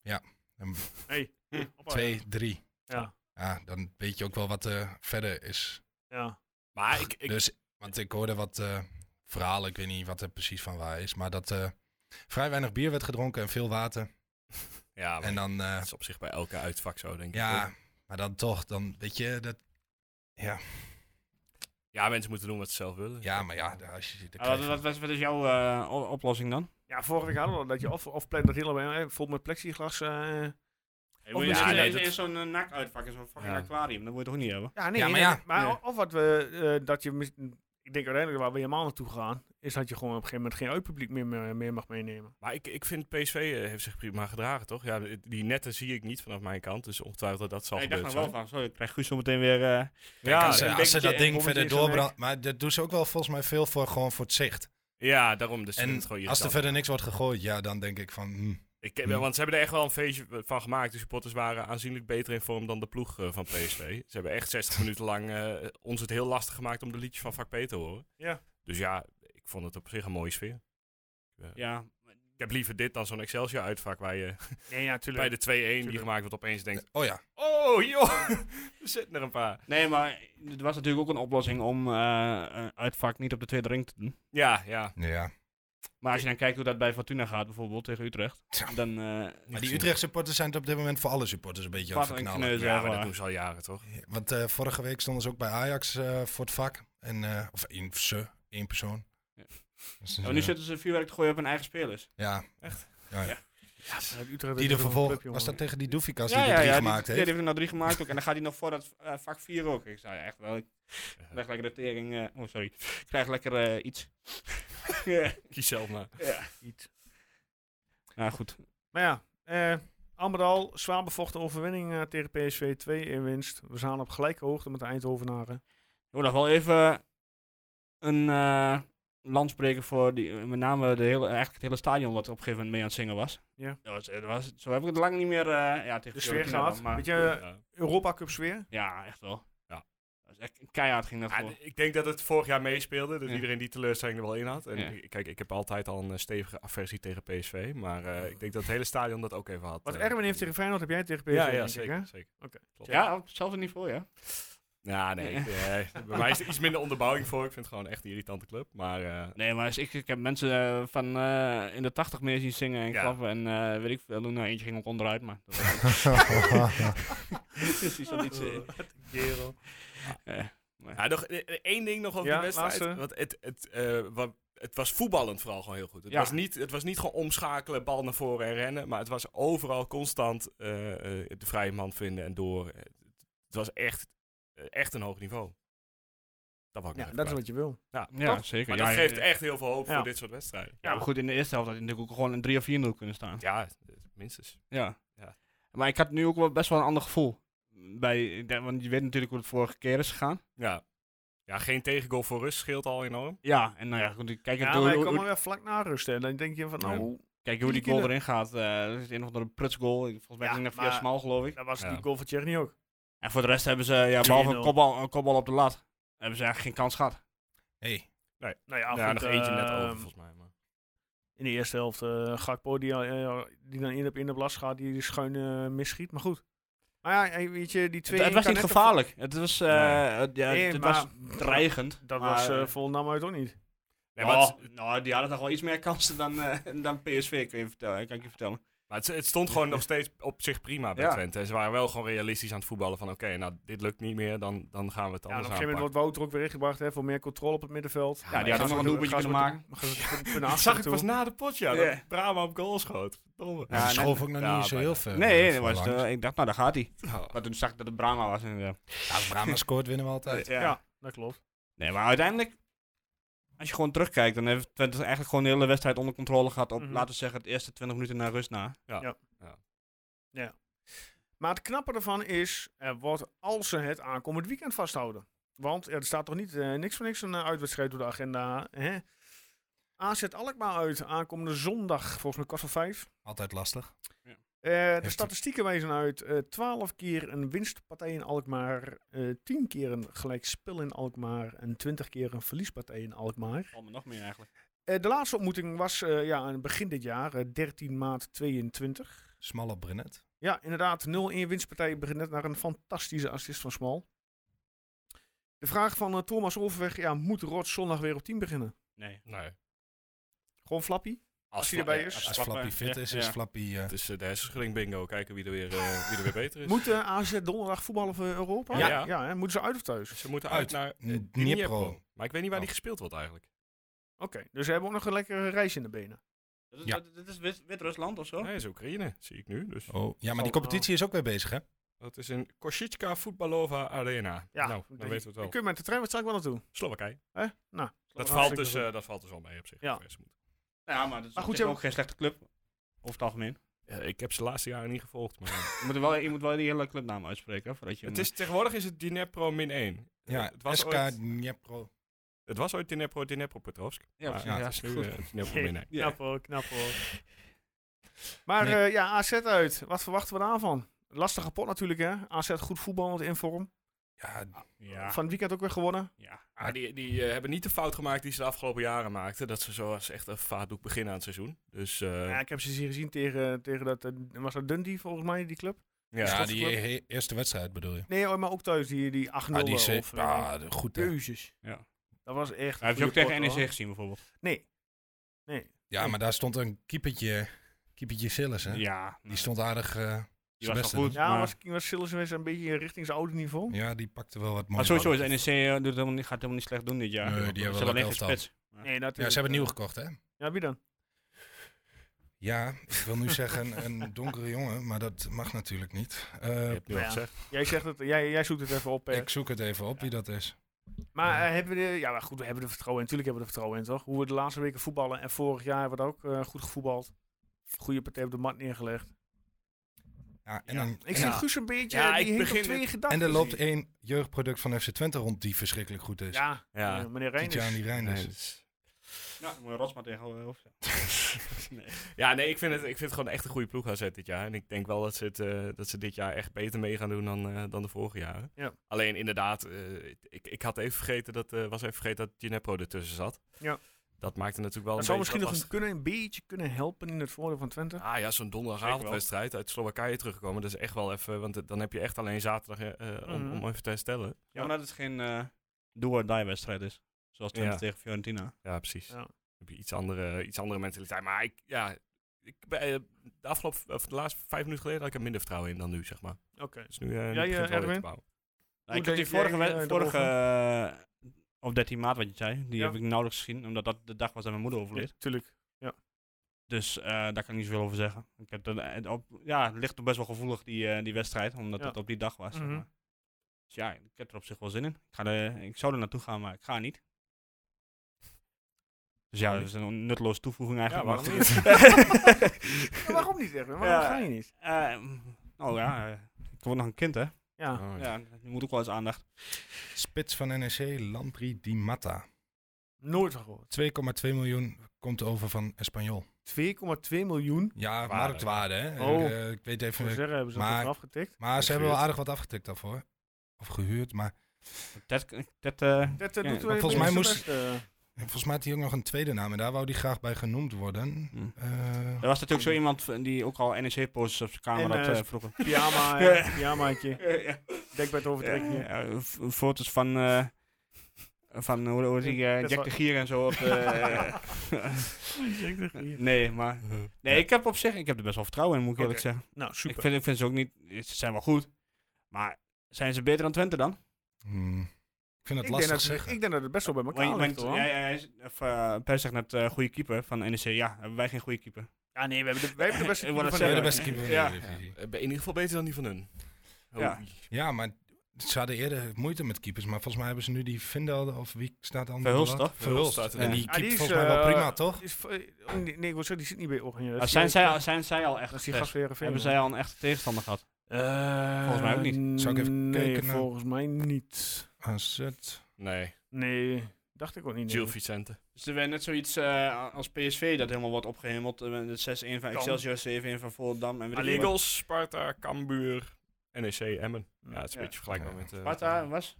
Speaker 6: Ja. Ehm,
Speaker 1: Hey. hoppa.
Speaker 6: *laughs* Twee, drie.
Speaker 1: Ja.
Speaker 6: Ja, dan weet je ook wel wat er verder is.
Speaker 1: Ja.
Speaker 4: Maar ik, ik,
Speaker 6: Dus, want ik hoorde wat eh, verhalen, ik weet niet wat er precies van waar is. Maar dat eh, vrij weinig bier werd gedronken en veel water.
Speaker 4: ja, maar
Speaker 6: en dan eh,
Speaker 4: dat is op zich bij elke uitvak zo, denk ik.
Speaker 6: Ja, maar dan toch, dan weet je dat. Ja,
Speaker 4: Ja, mensen moeten doen wat ze zelf willen.
Speaker 6: ja maar ja, als je.
Speaker 5: Ah, wat, wat, wat, wat is jouw eh, o- oplossing dan?
Speaker 1: ja, vorige week hadden we al dat je of, of plenderilla bij eh, vol met plexiglas. eh,
Speaker 5: Of
Speaker 1: moet-
Speaker 5: misschien
Speaker 1: Ja, nee,
Speaker 5: is-
Speaker 4: dat-
Speaker 5: is zo'n eh, nak uitvak in zo'n fucking
Speaker 4: Ja.
Speaker 5: aquarium. Dat moet je toch niet hebben?
Speaker 1: ja, nee,
Speaker 6: Ja, maar
Speaker 1: nee,
Speaker 6: ja.
Speaker 1: nee, maar
Speaker 5: Ja.
Speaker 1: Of wat we, eh, dat je, mis- ik denk uiteindelijk waar we helemaal naartoe gaan, is dat je gewoon op een gegeven moment geen uitpubliek meer, meer, meer mag meenemen.
Speaker 4: Maar ik, ik vind PSV eh, heeft zich prima gedragen, toch? Ja, het- die netten zie ik niet vanaf mijn kant, dus ongetwijfeld dat zal
Speaker 5: Nee, ik dacht nog
Speaker 4: gebeurd
Speaker 5: wel
Speaker 4: zijn.
Speaker 5: van, sorry, ik krijg Guus zo meteen weer... eh,
Speaker 4: ja,
Speaker 6: als, ze-
Speaker 5: een
Speaker 6: als ze
Speaker 5: beetje
Speaker 6: dat ding
Speaker 1: bommetje
Speaker 6: verder
Speaker 1: is een
Speaker 6: doorbranden. Maar dat doen ze ook wel volgens mij veel voor, gewoon voor het zicht.
Speaker 4: ja, daarom. Dus
Speaker 6: En
Speaker 4: het gewoon
Speaker 6: als er
Speaker 4: irritant.
Speaker 6: verder niks wordt gegooid, ja, dan denk ik van. hm.
Speaker 4: Ik, eh, want ze hebben er echt wel een feestje van gemaakt. De supporters waren aanzienlijk beter in vorm dan de ploeg eh, van PSV. Ze hebben echt
Speaker 6: *laughs*
Speaker 4: 60 minuten lang eh, ons het heel lastig gemaakt om de liedjes van vak B te horen.
Speaker 1: Ja.
Speaker 4: Dus ja, ik vond het op zich een mooie sfeer.
Speaker 5: ja,
Speaker 4: Ik heb liever dit dan zo'n Excelsior-uitvak waar je
Speaker 1: Nee, ja, tuurlijk.
Speaker 4: bij de 2-1 die
Speaker 1: Tuurlijk.
Speaker 4: gemaakt wordt opeens denkt...
Speaker 6: Oh ja,
Speaker 4: Oh joh, *laughs* er zitten er een paar.
Speaker 5: nee, maar het was natuurlijk ook een oplossing om eh, een uitvak niet op de tweede ring te doen.
Speaker 4: Ja, ja.
Speaker 6: ja.
Speaker 5: Maar als je dan kijkt hoe dat bij Fortuna gaat, bijvoorbeeld tegen Utrecht,
Speaker 6: Tja.
Speaker 5: dan... eh
Speaker 6: Maar die Utrecht supporters zijn het op dit moment voor alle supporters een beetje aan
Speaker 5: Wat
Speaker 6: het
Speaker 5: een
Speaker 6: verknallen.
Speaker 5: kneus,
Speaker 4: Ja,
Speaker 5: zeg
Speaker 4: maar dat
Speaker 5: maar.
Speaker 4: doen ze al jaren,
Speaker 6: *laughs*
Speaker 4: toch?
Speaker 6: Want eh, vorige week stonden ze ook bij Ajax eh, voor het vak. En, eh, of één, ze, één persoon.
Speaker 5: Ja.
Speaker 6: Dus,
Speaker 5: Oh,
Speaker 6: eh,
Speaker 5: nu zitten ze vuurwerk te gooien op hun eigen spelers.
Speaker 6: ja,
Speaker 1: Ja, Ah, Utrecht
Speaker 6: die
Speaker 1: is een
Speaker 6: er vervolgens.
Speaker 1: club, jongen.
Speaker 6: Was dat tegen die Doefikas die er drie
Speaker 5: die-
Speaker 6: gemaakt
Speaker 5: ja,
Speaker 6: heeft?
Speaker 5: die heeft er nou drie gemaakt ook. En dan gaat hij nog voor dat eh, vak 4 ook. Ik zei ja, echt wel, ik krijg lekker de tering. eh, oh, sorry. Ik krijg lekker eh,
Speaker 1: *laughs*
Speaker 5: iets. ja.
Speaker 4: Kies zelf maar.
Speaker 1: Iets.
Speaker 5: Nou goed.
Speaker 1: Maar ja, eh, al met al, zwaar bevochten overwinning eh, tegen PSV 2-1 winst. We staan op gelijke hoogte met de Eindhovenaren.
Speaker 5: Ik wil nog wel even een eh land spreken voor die, eh, met name de hele, eigenlijk het hele stadion wat op een gegeven moment mee aan het zingen was.
Speaker 1: Ja.
Speaker 5: Dat was, eh, dat was zo heb ik het lang niet meer eh, ja, tegen
Speaker 1: De sfeer
Speaker 5: Fiorentina
Speaker 1: gehad.
Speaker 5: dan, Maar,
Speaker 1: Weet je,
Speaker 4: Ja.
Speaker 1: Europa Cup sfeer.
Speaker 5: Ja, echt wel.
Speaker 4: Ja.
Speaker 5: Dat was echt, keihard ging dat
Speaker 4: Ja,
Speaker 5: voor.
Speaker 4: d- Ah, ik denk dat het vorig jaar meespeelde, dat
Speaker 5: Ja.
Speaker 4: iedereen die teleurstelling er wel in had. En
Speaker 5: Ja.
Speaker 4: ik- kijk, ik heb altijd al een eh, stevige aversie tegen PSV, maar eh, ik denk dat het hele stadion dat ook even had.
Speaker 1: Wat
Speaker 4: eh.
Speaker 1: Erwin heeft tegen Feyenoord, heb jij tegen PSV?
Speaker 4: Ja,
Speaker 1: denk
Speaker 4: ja,
Speaker 1: ik, hè?
Speaker 4: zeker. zeker.
Speaker 1: Oké.
Speaker 4: Klopt. Ja?
Speaker 5: Ja, op hetzelfde niveau, ja.
Speaker 4: nee.
Speaker 5: Ja.
Speaker 4: ik- eh, bij mij is er iets minder onderbouwing voor. Ik vind het gewoon echt een irritante club, maar... eh,
Speaker 5: Nee, maar als ik, ik heb mensen eh, van eh, in de 80 meer zien zingen en
Speaker 4: Ja.
Speaker 5: klappen en eh, weet ik veel. Nou, eentje ging ook onderuit, maar dat was precies wel
Speaker 4: *laughs*
Speaker 5: iets. eh,
Speaker 1: Kerel.
Speaker 5: *laughs* eh.
Speaker 4: Ja, nog eh, eh, één ding nog over
Speaker 1: Ja,
Speaker 4: die wedstrijd.
Speaker 1: laatste.
Speaker 4: Want het, het, eh, wa- het was voetballend vooral gewoon heel goed. Het,
Speaker 5: Ja.
Speaker 4: was niet, het was niet gewoon omschakelen, bal naar voren en rennen. Maar het was overal constant eh, eh, de vrije man vinden en door. Eh, Het was echt, eh, echt een hoog niveau. Dat wou ik
Speaker 1: Ja,
Speaker 4: nog
Speaker 1: dat is
Speaker 4: even
Speaker 1: wat je wil.
Speaker 4: kwijt. Ja.
Speaker 5: ja,
Speaker 4: Toch?
Speaker 5: zeker.
Speaker 4: Maar
Speaker 5: ja,
Speaker 4: dat
Speaker 5: ja,
Speaker 4: geeft echt heel veel hoop
Speaker 1: Ja.
Speaker 4: voor dit soort wedstrijden.
Speaker 5: Ja, maar goed, in de eerste helft had hij natuurlijk ook gewoon een 3 of 4-0 kunnen staan.
Speaker 4: Ja, eh, minstens.
Speaker 5: Ja.
Speaker 4: Ja.
Speaker 5: Maar ik had nu ook wel best wel een ander gevoel. Bij, ik denk- want je weet natuurlijk hoe het vorige keer is gegaan.
Speaker 4: Ja. ja, geen tegengoal voor rust scheelt al enorm.
Speaker 5: Ja, en nou ja, goed, ik kijk,
Speaker 1: Ja,
Speaker 5: hoe,
Speaker 1: maar ik
Speaker 5: hoe-
Speaker 1: kom maar
Speaker 5: hoe-
Speaker 1: weer vlak na rusten. En dan denk je van, nou,
Speaker 5: kijk hoe die
Speaker 1: Jullie
Speaker 5: goal erin gaat. eh, dat is een of andere prutsgoal. Ik- Volgens mij
Speaker 1: Ja,
Speaker 5: ging dat via
Speaker 1: maar-
Speaker 5: Smal, geloof ik.
Speaker 1: dat was
Speaker 4: Ja.
Speaker 1: die goal van Tjerni ook.
Speaker 5: En voor de rest hebben ze, ja, behalve een
Speaker 1: 2-0.
Speaker 5: kopbal, een kopbal op de lat, hebben ze eigenlijk geen kans gehad.
Speaker 6: hey,
Speaker 1: Nou ja,
Speaker 4: ja,
Speaker 1: goed,
Speaker 4: nog eentje net
Speaker 1: ehm,
Speaker 4: over volgens mij. Maar.
Speaker 1: In de eerste helft, eh Gakpo die, eh, die dan in op, in op last gaat, die schuin eh, misschiet. Maar goed. Maar ja, hey, weet je, die
Speaker 5: Het,
Speaker 1: twee...
Speaker 5: het was
Speaker 1: kan
Speaker 5: niet
Speaker 1: net-
Speaker 5: gevaarlijk. Het was, eh,
Speaker 4: Nee.
Speaker 5: het, ja,
Speaker 1: Nee,
Speaker 5: het
Speaker 1: maar-
Speaker 5: was dreigend.
Speaker 1: Dat
Speaker 5: maar-
Speaker 1: was eh vol nam uit ook niet. oh.
Speaker 4: Nee, maar
Speaker 5: nou,
Speaker 4: het-
Speaker 5: nou, die hadden toch wel iets meer kansen dan, eh, dan PSV, kun je vertellen, kan ik je vertellen.
Speaker 4: Maar het, het stond gewoon nog steeds op zich prima bij
Speaker 5: Ja.
Speaker 4: Twente. En ze waren wel gewoon realistisch aan het voetballen van... oké, nou, dit lukt niet meer, dan, dan gaan we het
Speaker 1: Ja, en op een
Speaker 4: anders
Speaker 1: gegeven moment
Speaker 4: aanpakken.
Speaker 1: wordt Wouter ook weer ingebracht hè, voor meer controle op het middenveld.
Speaker 5: Ja, die hadden nog een doelpuntje kunnen maken.
Speaker 4: Dat zag ik pas na de pot, ja.
Speaker 5: Ja.
Speaker 4: Dat Brahma op goal schoot. Verdomme.
Speaker 5: Ja,
Speaker 6: ja,
Speaker 5: nee.
Speaker 6: schoof ook nog
Speaker 4: Ja,
Speaker 6: niet zo
Speaker 4: bijna.
Speaker 6: heel veel.
Speaker 5: Nee,
Speaker 6: eh,
Speaker 5: dat was,
Speaker 6: voorlangs.
Speaker 5: eh, ik dacht, nou, daar gaat hij.
Speaker 4: Ja.
Speaker 5: Maar toen zag ik dat het Brahma was. En, eh,
Speaker 6: Ja, als Brahma Nou, scoort, winnen we altijd.
Speaker 5: ja.
Speaker 1: Ja. dat klopt.
Speaker 5: Nee, maar uiteindelijk, als je gewoon terugkijkt, dan heeft Twente eigenlijk gewoon de hele wedstrijd onder controle gehad op,
Speaker 1: Mhm.
Speaker 5: laten we zeggen, het eerste 20 minuten naar rust na.
Speaker 1: Maar het knappe ervan is, eh, wordt als ze het aankomend weekend vasthouden. Want eh, er staat toch niet eh, niks voor niks een eh, uitwedstrijd op de agenda. Hè? AZ Alkmaar uit, aankomende zondag, volgens mij kwart voor vijf.
Speaker 6: Altijd lastig.
Speaker 1: Eh, de
Speaker 6: het-
Speaker 1: statistieken wijzen uit eh 12 keer een winstpartij in Alkmaar, eh 10 keer een gelijkspel in Alkmaar en 20 keer een verliespartij in Alkmaar.
Speaker 5: Al nog meer eigenlijk.
Speaker 1: Eh, de laatste ontmoeting was eh, ja, aan het begin dit jaar, eh, 13 maart 22.
Speaker 6: Smalle Brennet.
Speaker 1: Ja, inderdaad. 0-1 winstpartij begint net naar een fantastische assist van Smal. De vraag van eh, Thomas Overweg, ja, moet Rot zondag weer op 10 beginnen?
Speaker 5: Nee.
Speaker 4: Nee.
Speaker 1: Gewoon flappie? Als hij
Speaker 4: Fla-
Speaker 1: erbij
Speaker 4: ja,
Speaker 1: is.
Speaker 4: als
Speaker 6: Als
Speaker 4: Fla-
Speaker 5: Flappy,
Speaker 6: Flappy fit
Speaker 5: ja,
Speaker 6: is, is
Speaker 5: ja.
Speaker 6: Flappy... eh
Speaker 4: Het is eh, de hersenschudding bingo. Kijken wie er weer, eh, wie er weer beter is.
Speaker 1: Moet eh, AZ donderdag voetballen voor Europa?
Speaker 4: Ja.
Speaker 1: ja hè? Moeten ze uit of thuis?
Speaker 4: Ze moeten uit,
Speaker 6: Uit.
Speaker 4: naar eh,
Speaker 6: Dniepro.
Speaker 4: Dniepro. Maar ik weet niet waar
Speaker 6: Oh.
Speaker 4: die gespeeld wordt eigenlijk.
Speaker 1: Oké, dus ze hebben ook nog een lekkere reis in de benen.
Speaker 5: Dat is,
Speaker 6: Ja.
Speaker 5: dat- dat is Wit- Wit-Rusland of zo?
Speaker 4: Nee, is Oekraïne, zie ik nu. Dus
Speaker 6: oh, ja, maar die
Speaker 1: Oh,
Speaker 6: competitie is ook weer bezig, hè?
Speaker 4: dat is in Kosciuszka Futbalova Arena.
Speaker 1: Ja,
Speaker 4: nou,
Speaker 1: die-
Speaker 4: dan weten we het
Speaker 1: Je
Speaker 4: wel.
Speaker 1: kunt met de trein, wat sta ik wel naartoe?
Speaker 4: Slowakije.
Speaker 1: Hè? Nou,
Speaker 4: Dat
Speaker 1: Slowakije
Speaker 4: valt,
Speaker 1: vind ik
Speaker 4: dus,
Speaker 1: wel
Speaker 4: eh,
Speaker 1: goed.
Speaker 4: dat valt dus wel mee op zich.
Speaker 1: Ja.
Speaker 4: Of ze moeten-
Speaker 5: Ja, maar dat is
Speaker 1: Maar
Speaker 5: maar
Speaker 1: goed,
Speaker 5: goed,
Speaker 1: je hebt-
Speaker 5: ook geen slechte club. Over het algemeen.
Speaker 4: Eh, ik heb ze de laatste jaren niet gevolgd. Maar
Speaker 5: Je moet wel, je moet wel die hele clubnaam uitspreken. hè, Voordat je
Speaker 4: het
Speaker 5: hem,
Speaker 4: is, tegenwoordig is het Dnepro min 1.
Speaker 6: Ja,
Speaker 4: het was
Speaker 6: SK
Speaker 4: ooit-
Speaker 6: Dniepro.
Speaker 4: Het was ooit Dnepro, Dnepro Petrovsk.
Speaker 5: eh, Ja,
Speaker 4: maar
Speaker 5: precies, ja,
Speaker 4: het is nu eh, Dnepro min *laughs* 1.
Speaker 5: Ja.
Speaker 1: Knap hoor, knap hoor. Maar
Speaker 6: Nee.
Speaker 1: eh, ja, AZ uit. Wat verwachten we daarvan? Lastige pot natuurlijk hè. AZ goed voetballend in vorm.
Speaker 6: Ja,
Speaker 5: Ja.
Speaker 1: Van het weekend ook weer gewonnen.
Speaker 5: ja.
Speaker 4: Ah, die die eh, hebben niet de fout gemaakt die ze de afgelopen jaren maakten. Dat ze zoals echt een vaatdoek beginnen aan het seizoen. Dus eh,
Speaker 1: Ja, ik heb ze hier gezien tegen, tegen dat, eh, was dat Dundee volgens mij, die club?
Speaker 4: ja,
Speaker 6: ja
Speaker 1: Schotse
Speaker 6: die
Speaker 1: club.
Speaker 6: he- eerste wedstrijd bedoel je.
Speaker 1: Nee, oh, maar ook thuis, die, die 8-0
Speaker 6: Ah, die
Speaker 1: eh,
Speaker 6: ze-
Speaker 1: of... eh,
Speaker 6: ah, goed, hè.
Speaker 1: Jezus.
Speaker 5: Ja.
Speaker 1: Dat was echt... een
Speaker 5: Heb je ook
Speaker 1: goede
Speaker 5: tegen E
Speaker 1: pot,
Speaker 5: NEC
Speaker 1: hoor.
Speaker 5: gezien bijvoorbeeld?
Speaker 1: Nee. Nee.
Speaker 6: Ja, maar daar stond een keepertje, keepertje Sillis, hè?
Speaker 5: Ja.
Speaker 6: Die stond aardig... eh,
Speaker 5: die
Speaker 6: zijn
Speaker 5: was
Speaker 6: best
Speaker 5: wel goed.
Speaker 6: in.
Speaker 1: Ja,
Speaker 5: maar-
Speaker 1: was, was Sillessen weer een beetje richting zijn oude niveau?
Speaker 6: ja, die pakte wel wat
Speaker 5: Maar
Speaker 6: mooie
Speaker 5: sowieso is
Speaker 6: ballen.
Speaker 5: NEC eh, doet helemaal niet, gaat helemaal niet slecht doen dit jaar.
Speaker 6: Nee, die
Speaker 5: Ze
Speaker 6: hebben
Speaker 5: hebben
Speaker 6: wel
Speaker 5: alleen
Speaker 6: een
Speaker 5: geen
Speaker 6: elftal.
Speaker 5: spits.
Speaker 1: Nee, dat
Speaker 6: Ja,
Speaker 1: is
Speaker 6: ze hebben nieuw
Speaker 1: het,
Speaker 6: gekocht, hè?
Speaker 1: eh, Ja, wie dan?
Speaker 6: Ja, ik wil nu *laughs* zeggen een donkere jongen, maar dat mag natuurlijk niet.
Speaker 4: je
Speaker 6: Eh,
Speaker 4: hebt nu
Speaker 1: Nou Ja.
Speaker 4: al gezegd.
Speaker 1: Jij, zegt het, jij, jij zoekt het even op. eh.
Speaker 6: ik zoek het even op wie dat is.
Speaker 1: maar eh, hebben we de, ja, maar goed, we hebben er vertrouwen in. Natuurlijk hebben we er vertrouwen in, toch? Hoe we de laatste weken voetballen. En vorig jaar hebben we het ook eh, goed gevoetbald. Goede partij op de mat neergelegd.
Speaker 6: Ja, en,
Speaker 5: Ja.
Speaker 6: dan-
Speaker 1: Ik
Speaker 6: en,
Speaker 1: zie
Speaker 6: dan-
Speaker 1: Guus een beetje, eh,
Speaker 4: Ja,
Speaker 1: die
Speaker 4: ik
Speaker 1: heeft nog
Speaker 4: begin-
Speaker 1: twee gedachten.
Speaker 6: en er loopt één jeugdproduct van FC Twente rond die verschrikkelijk goed is.
Speaker 1: Ja,
Speaker 4: Ja.
Speaker 1: eh, meneer Reinders.
Speaker 6: Tijani Reinders.
Speaker 4: Nee, dat is-
Speaker 5: Ja, dan moet je Rosma tegen eh, hoofd
Speaker 6: *laughs*
Speaker 5: zetten. nee.
Speaker 4: *laughs* Ja, nee, ik vind, het, ik vind het gewoon echt een goede ploeg AZ dit jaar. En ik denk wel dat ze, het, eh, dat ze dit jaar echt beter mee gaan doen dan, eh, dan de vorige jaren.
Speaker 1: Ja.
Speaker 4: Alleen inderdaad, eh, ik, ik had even vergeten dat, eh, was even vergeten dat Ginepro ertussen zat.
Speaker 1: Ja.
Speaker 4: Dat maakte natuurlijk wel
Speaker 1: Oh, Dat
Speaker 4: een
Speaker 1: zou misschien
Speaker 4: beetje
Speaker 1: nog
Speaker 4: wat
Speaker 1: een, kunnen, een beetje kunnen helpen in het voordeel van Twente.
Speaker 4: lastig. Ah ja, zo'n donderdagavondwedstrijd uit Slowakije teruggekomen. Dat is echt wel even, want eh, dan heb je echt alleen zaterdag eh, eh, om,
Speaker 1: Mhm.
Speaker 4: om even te herstellen.
Speaker 5: Ja, maar dat het geen eh do-or-die wedstrijd is. Zoals Twente
Speaker 4: Ja.
Speaker 5: tegen Fiorentina.
Speaker 4: Ja, precies.
Speaker 1: Ja.
Speaker 4: Dan heb je iets andere, iets andere mentaliteit. Maar ik, ja, ik, ben, eh, de afgelopen, of de laatste vijf minuten geleden had ik er minder vertrouwen in dan nu, zeg maar.
Speaker 1: Oké.
Speaker 4: Dus nu, eh, nu
Speaker 1: Jij, eh,
Speaker 4: begint het wel weer
Speaker 1: Erwin?
Speaker 4: te bouwen.
Speaker 5: Nou, ik
Speaker 1: denk
Speaker 5: heb die
Speaker 1: jij,
Speaker 5: vorige, wed-
Speaker 1: eh, de
Speaker 5: vorige
Speaker 1: Wolven?
Speaker 5: eh, of 13 maart wat je zei, die
Speaker 1: Ja.
Speaker 5: heb ik nauwelijks gezien. Omdat dat de dag was dat mijn moeder overleed.
Speaker 1: *laughs* tuurlijk.
Speaker 5: Dus eh, daar kan ik niet zoveel over zeggen. Ik heb dat, eh, op, ja, het ligt toch best wel gevoelig, die, eh, die wedstrijd, omdat
Speaker 1: Ja.
Speaker 5: het op die dag was. zeg
Speaker 1: Mhm.
Speaker 5: maar. Dus ja, ik heb er op zich wel zin in. Ik, ga er, ik zou er naartoe gaan, maar ik ga niet. Dus ja, dat is een nutteloze toevoeging eigenlijk.
Speaker 4: Ja,
Speaker 5: maar
Speaker 4: waarom
Speaker 5: goed. *laughs*
Speaker 1: Ja, *laughs* waarom niet, Erwin? Waarom
Speaker 5: Ja.
Speaker 1: ga je niet?
Speaker 5: Eh, oh ja, eh, ik word nog een kind, hè?
Speaker 1: Ja.
Speaker 4: Oh, ja.
Speaker 5: Ja, je moet ook wel eens aandacht.
Speaker 6: Spits van NEC, Landry Di Matta.
Speaker 1: Nooit van gehoord.
Speaker 6: 2,2 miljoen komt over van Espanyol.
Speaker 1: 2,2 miljoen.
Speaker 6: Ja,
Speaker 4: Waarde.
Speaker 6: marktwaarde, hè?
Speaker 1: Oh.
Speaker 6: Ik, eh, ik weet even...
Speaker 1: Voor zeggen hebben ze dat
Speaker 6: maar-
Speaker 1: ervan afgetikt.
Speaker 6: maar ze hebben wel
Speaker 4: Gehuurd.
Speaker 6: aardig wat afgetikt daarvoor. Of gehuurd, maar
Speaker 5: Ted, Ted, eh,
Speaker 1: Dat eh, doet
Speaker 5: Ja, maar
Speaker 1: wel
Speaker 6: volgens
Speaker 1: even
Speaker 6: mij
Speaker 1: zijn
Speaker 6: moest-
Speaker 1: best, eh.
Speaker 6: volgens mij had hij ook nog een tweede naam. En daar wou hij graag bij genoemd worden.
Speaker 5: Hm.
Speaker 6: Eh,
Speaker 5: er was natuurlijk zo iemand eh, die ook al NEC-posters op zijn
Speaker 1: En,
Speaker 5: kamer had
Speaker 1: eh, *laughs*
Speaker 5: eh, vroeger.
Speaker 1: pyjama, eh, pyjamaatje.
Speaker 5: ja.
Speaker 1: Dekbed overtrekken.
Speaker 5: Ja, eh, f- foto's van, eh, van hoe, hoe die, eh,
Speaker 1: Dat
Speaker 5: Jack
Speaker 1: wa-
Speaker 5: de Gier en zo. Op, eh,
Speaker 1: *laughs*
Speaker 5: de- *laughs* nee, maar nee, ik heb op zich ik heb er best wel vertrouwen in, moet ik
Speaker 1: Oké,
Speaker 5: eerlijk zeggen.
Speaker 1: Nou,
Speaker 5: Ik
Speaker 1: super.
Speaker 5: vind, ik vind ze ook niet, ze zijn wel goed, maar zijn ze beter dan Twente dan?
Speaker 6: hmm. Ik vind het
Speaker 1: denk,
Speaker 6: lastig
Speaker 1: dat,
Speaker 6: zeggen.
Speaker 1: ik denk dat het best wel bij elkaar
Speaker 5: Want-
Speaker 1: ligt,
Speaker 5: want
Speaker 1: hoor.
Speaker 5: jij- jij- jij- of, eh, Per zegt net eh, goede keeper van NEC. Ja, hebben wij geen goede keeper.
Speaker 1: Ja, Ah, nee, we hebben de, wij hebben de beste
Speaker 5: Ik
Speaker 1: keeper
Speaker 5: wou
Speaker 1: van
Speaker 5: net
Speaker 6: Zij
Speaker 1: de
Speaker 6: de
Speaker 5: zeggen.
Speaker 1: wereld.
Speaker 6: beste keeper van de
Speaker 5: Ja.
Speaker 6: Eredivisie.
Speaker 4: Eh, In ieder geval beter dan die van hun.
Speaker 5: Ja.
Speaker 4: Oh,
Speaker 6: Ja, maar Ze hadden eerder moeite met keepers, maar volgens mij hebben ze nu die Vindel, of wie staat dan?
Speaker 5: Verhulst, toch?
Speaker 6: Verhulst.
Speaker 4: Verhulst.
Speaker 6: En die
Speaker 1: Ja,
Speaker 6: keept
Speaker 1: die is,
Speaker 6: volgens mij wel
Speaker 1: eh,
Speaker 6: prima, toch?
Speaker 1: Is, eh, oh, nee, nee, ik wil zeggen, die zit niet bij Oranje.
Speaker 5: Maar Ah, zijn, zij, al- zijn zij al echt
Speaker 1: Dat is die
Speaker 5: getest?
Speaker 1: gast weer een
Speaker 5: Hebben zij al een echte tegenstander gehad? Volgens mij ook niet.
Speaker 6: Zou ik even
Speaker 1: Eh, nee,
Speaker 6: kijken naar-
Speaker 1: volgens mij niet.
Speaker 6: AZ.
Speaker 4: Nee,
Speaker 1: Nee, dacht ik ook niet. nee.
Speaker 4: Gil Vicente.
Speaker 5: Dus er werd net zoiets eh, als PSV dat helemaal wordt opgehemeld. eh, met het 6-1 van Excelsior, 7-1 van Volendam. En weet ik veel wat.
Speaker 4: Allegos, Sparta, Cambuur, NEC, E Emmen. Ja, het is een
Speaker 5: Ja.
Speaker 4: beetje vergelijkbaar
Speaker 6: Ja.
Speaker 4: met... eh,
Speaker 5: Sparta was?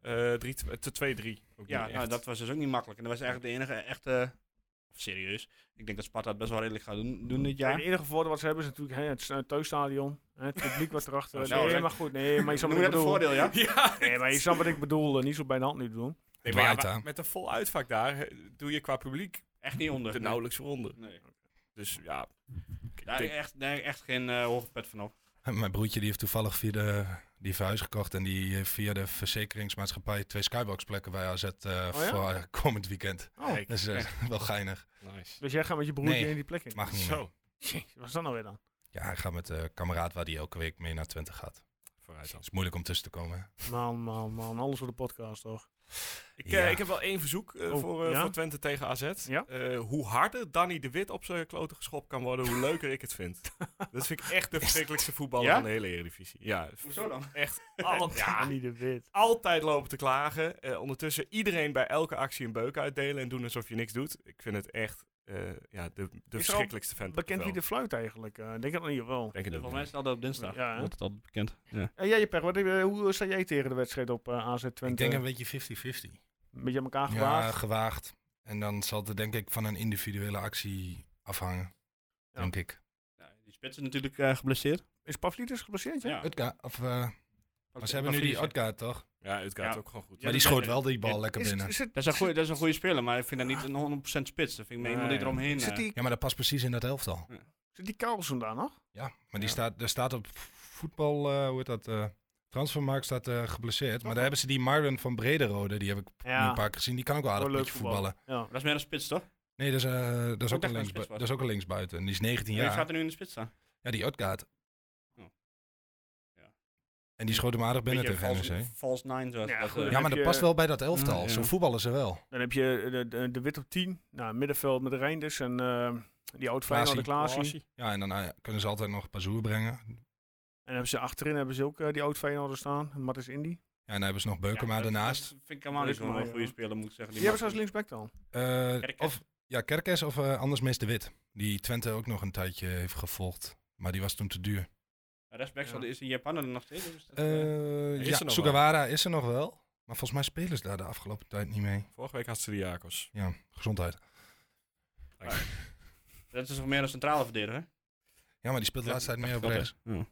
Speaker 4: eh, drie- te 2-3. Ook
Speaker 5: Ja,
Speaker 4: niet
Speaker 5: nou,
Speaker 4: echt.
Speaker 5: dat was dus ook niet makkelijk. En dat was eigenlijk de enige echte... Of serieus. Ik denk dat Sparta het best wel redelijk gaat doen, doen dit
Speaker 1: Het
Speaker 5: jaar.
Speaker 1: enige voordeel wat ze hebben is natuurlijk hè, het eh, thuisstadion. hè, Het publiek wat erachter.
Speaker 5: Nou,
Speaker 1: nee,
Speaker 5: zeg-
Speaker 1: maar goed. Nee, maar je snapt
Speaker 5: Noem
Speaker 1: wat ik
Speaker 5: dat een
Speaker 1: bedoel.
Speaker 5: voordeel, ja?
Speaker 4: Ja,
Speaker 1: Nee, maar je snapt wat ik bedoel. eh, Niet zo bij de hand nu doen.
Speaker 4: Nee, maar ja,
Speaker 6: Dwaait,
Speaker 4: wa-
Speaker 6: hè?
Speaker 4: met een vol uitvak daar eh, doe je qua publiek
Speaker 5: Echt niet onder.
Speaker 4: de
Speaker 5: Nee.
Speaker 4: nauwelijks ronde.
Speaker 5: Nee.
Speaker 4: Dus ja, ik
Speaker 5: Daar heb
Speaker 4: denk-
Speaker 5: ik echt, daar heb ik echt geen eh hoge pet van op.
Speaker 6: Mijn broertje die heeft toevallig via de, die heeft huis gekocht en die heeft via de verzekeringsmaatschappij twee skyboxplekken bij AZ eh,
Speaker 1: Oh ja?
Speaker 6: voor eh, komend weekend. *laughs*
Speaker 1: Oh.
Speaker 4: Kijk,
Speaker 6: Dat is eh, wel geinig.
Speaker 4: nice.
Speaker 1: Dus jij gaat met je broertje
Speaker 6: Nee.
Speaker 1: in die plek in.
Speaker 6: Mag niet meer.
Speaker 4: Zo,
Speaker 1: Jezus, wat is dat nou weer dan?
Speaker 6: Ja, hij gaat met de kameraad waar hij elke week mee naar Twente gaat.
Speaker 4: vooruit dan.
Speaker 6: Het is moeilijk om tussen te komen. hè?
Speaker 1: Man, man, man. Alles voor de podcast, toch?
Speaker 4: Ik,
Speaker 6: Ja.
Speaker 4: eh, ik heb wel één verzoek eh,
Speaker 1: Oh,
Speaker 4: voor, eh,
Speaker 1: ja?
Speaker 4: voor Twente tegen AZ.
Speaker 1: Ja?
Speaker 4: Eh, hoe harder Danny de Wit op zijn kloten geschopt kan worden, hoe leuker ik het vind. Dat vind ik echt de verschrikkelijkste voetballer
Speaker 5: Ja?
Speaker 4: van de hele Eredivisie. Ja,
Speaker 5: Hoezo dan?
Speaker 4: echt al- ja,
Speaker 1: Niet de wit.
Speaker 4: altijd lopen te klagen. Eh, ondertussen iedereen bij elke actie een beuk uitdelen en doen alsof je niks doet. Ik vind het echt eh, ja, de, de
Speaker 1: al
Speaker 4: verschrikkelijkste fan.
Speaker 1: Bekend wie de fluit eigenlijk? eh, denk ik nog niet wel.
Speaker 4: Denk het ook
Speaker 5: Volgens mij
Speaker 4: niet.
Speaker 5: is het altijd op dinsdag.
Speaker 1: Ja, hè?
Speaker 5: Wordt het altijd bekend. Ja.
Speaker 1: En jij, Pech, wat, eh, hoe sta jij tegen de wedstrijd op eh, AZ Twente?
Speaker 6: Ik denk een beetje 50-50.
Speaker 1: een beetje aan elkaar
Speaker 6: Ja,
Speaker 1: gewaagd.
Speaker 6: gewaagd. En dan zal het er denk ik van een individuele actie afhangen.
Speaker 1: Ja.
Speaker 6: Denk ik.
Speaker 5: Ja, die spits is natuurlijk eh, geblesseerd.
Speaker 1: Is Pavlidis geblesseerd? Ja.
Speaker 6: Utka, of, eh, maar ze hebben nu die
Speaker 5: Pavlidis,
Speaker 6: Odgaard toch?
Speaker 4: Ja, dus- het gaat
Speaker 5: Ja.
Speaker 4: ook gewoon goed.
Speaker 5: Ja,
Speaker 6: maar die
Speaker 5: dat-
Speaker 6: schoot wel die bal
Speaker 5: Ja,
Speaker 6: lekker
Speaker 1: Is,
Speaker 6: binnen.
Speaker 1: het- is het,
Speaker 5: Dat is, een goeie, dat is een goede speler, maar ik vind dat niet een 100% spits. Dat vind ik me iemand die
Speaker 4: Nee.
Speaker 5: eromheen...
Speaker 1: zit,
Speaker 5: eh
Speaker 1: die,
Speaker 6: Ja, maar dat past precies in dat elftal.
Speaker 1: zit die Carlsen daar nog?
Speaker 6: Ja, maar die staat, er staat op voetbal, eh, hoe heet dat? eh transfermarkt staat eh, geblesseerd. Maar daar hebben ze die Marlon van Brederode, die heb ik nu
Speaker 1: Ja.
Speaker 6: een paar keer gezien. Die kan ook wel aardig
Speaker 1: Wel leuk
Speaker 6: beetje voetballen.
Speaker 1: Ja.
Speaker 5: dat is meer een spits, toch?
Speaker 6: Nee, dat is, eh, dat, is
Speaker 5: dacht
Speaker 6: ook
Speaker 5: dat
Speaker 6: een
Speaker 5: het
Speaker 6: linksbu-
Speaker 5: spits was.
Speaker 6: dat is ook een linksbuiten. En Die is 19
Speaker 5: Wie gaat
Speaker 6: jaar.
Speaker 5: er nu in de spits staan?
Speaker 6: Ja, die Odgaard.
Speaker 5: Ja. Ja.
Speaker 6: En die schoot hem aardig binnen
Speaker 5: Beetje
Speaker 6: tegen
Speaker 5: vals-
Speaker 6: NEC.
Speaker 5: False nine, zoals
Speaker 1: Ja,
Speaker 5: dat,
Speaker 1: goed.
Speaker 5: eh,
Speaker 6: Ja, maar
Speaker 1: heb
Speaker 6: dat
Speaker 1: je-
Speaker 6: past wel bij dat elftal.
Speaker 5: Ja.
Speaker 6: Zo voetballen ze wel.
Speaker 1: Dan heb je de, de, de wit op 10. Nou, middenveld met de Reinders en eh, die oud Feyenoord de Klaasie. En
Speaker 6: Ja, en dan eh, kunnen ze altijd nog Pazoer brengen.
Speaker 1: dan hebben ze achterin hebben ze ook eh, die oud Feyenoorder staan. Martens Indy. Die,
Speaker 6: Ja, en dan hebben ze nog Beukema
Speaker 5: dat-
Speaker 6: daarnaast.
Speaker 5: Dat vind ik helemaal niet eh, zo'n
Speaker 1: Beukema,
Speaker 5: een goede
Speaker 1: ja.
Speaker 5: speler, moet ik zeggen.
Speaker 1: hebben ze
Speaker 5: mag-
Speaker 1: als linksback dan.
Speaker 6: Eh,
Speaker 5: Kerkers.
Speaker 6: of, ja, Kerkers of eh, anders Mees de Wit. Die Twente ook nog een tijdje heeft gevolgd. Maar die was toen te duur.
Speaker 5: Rechtsback
Speaker 1: Ja.
Speaker 5: zal- is in Japan er nog steeds. dus dat, eh,
Speaker 6: Eh,
Speaker 4: is
Speaker 6: ja,
Speaker 4: er nog
Speaker 6: Sugawara is er nog wel. Maar volgens mij spelen ze daar de afgelopen tijd niet mee.
Speaker 4: Vorige week had ze de Jacobs.
Speaker 6: Ja, gezondheid.
Speaker 5: dat is nog meer een centrale verdediger, hè?
Speaker 6: Ja, maar die speelt de laatste tijd meer op rechts.
Speaker 5: Ja.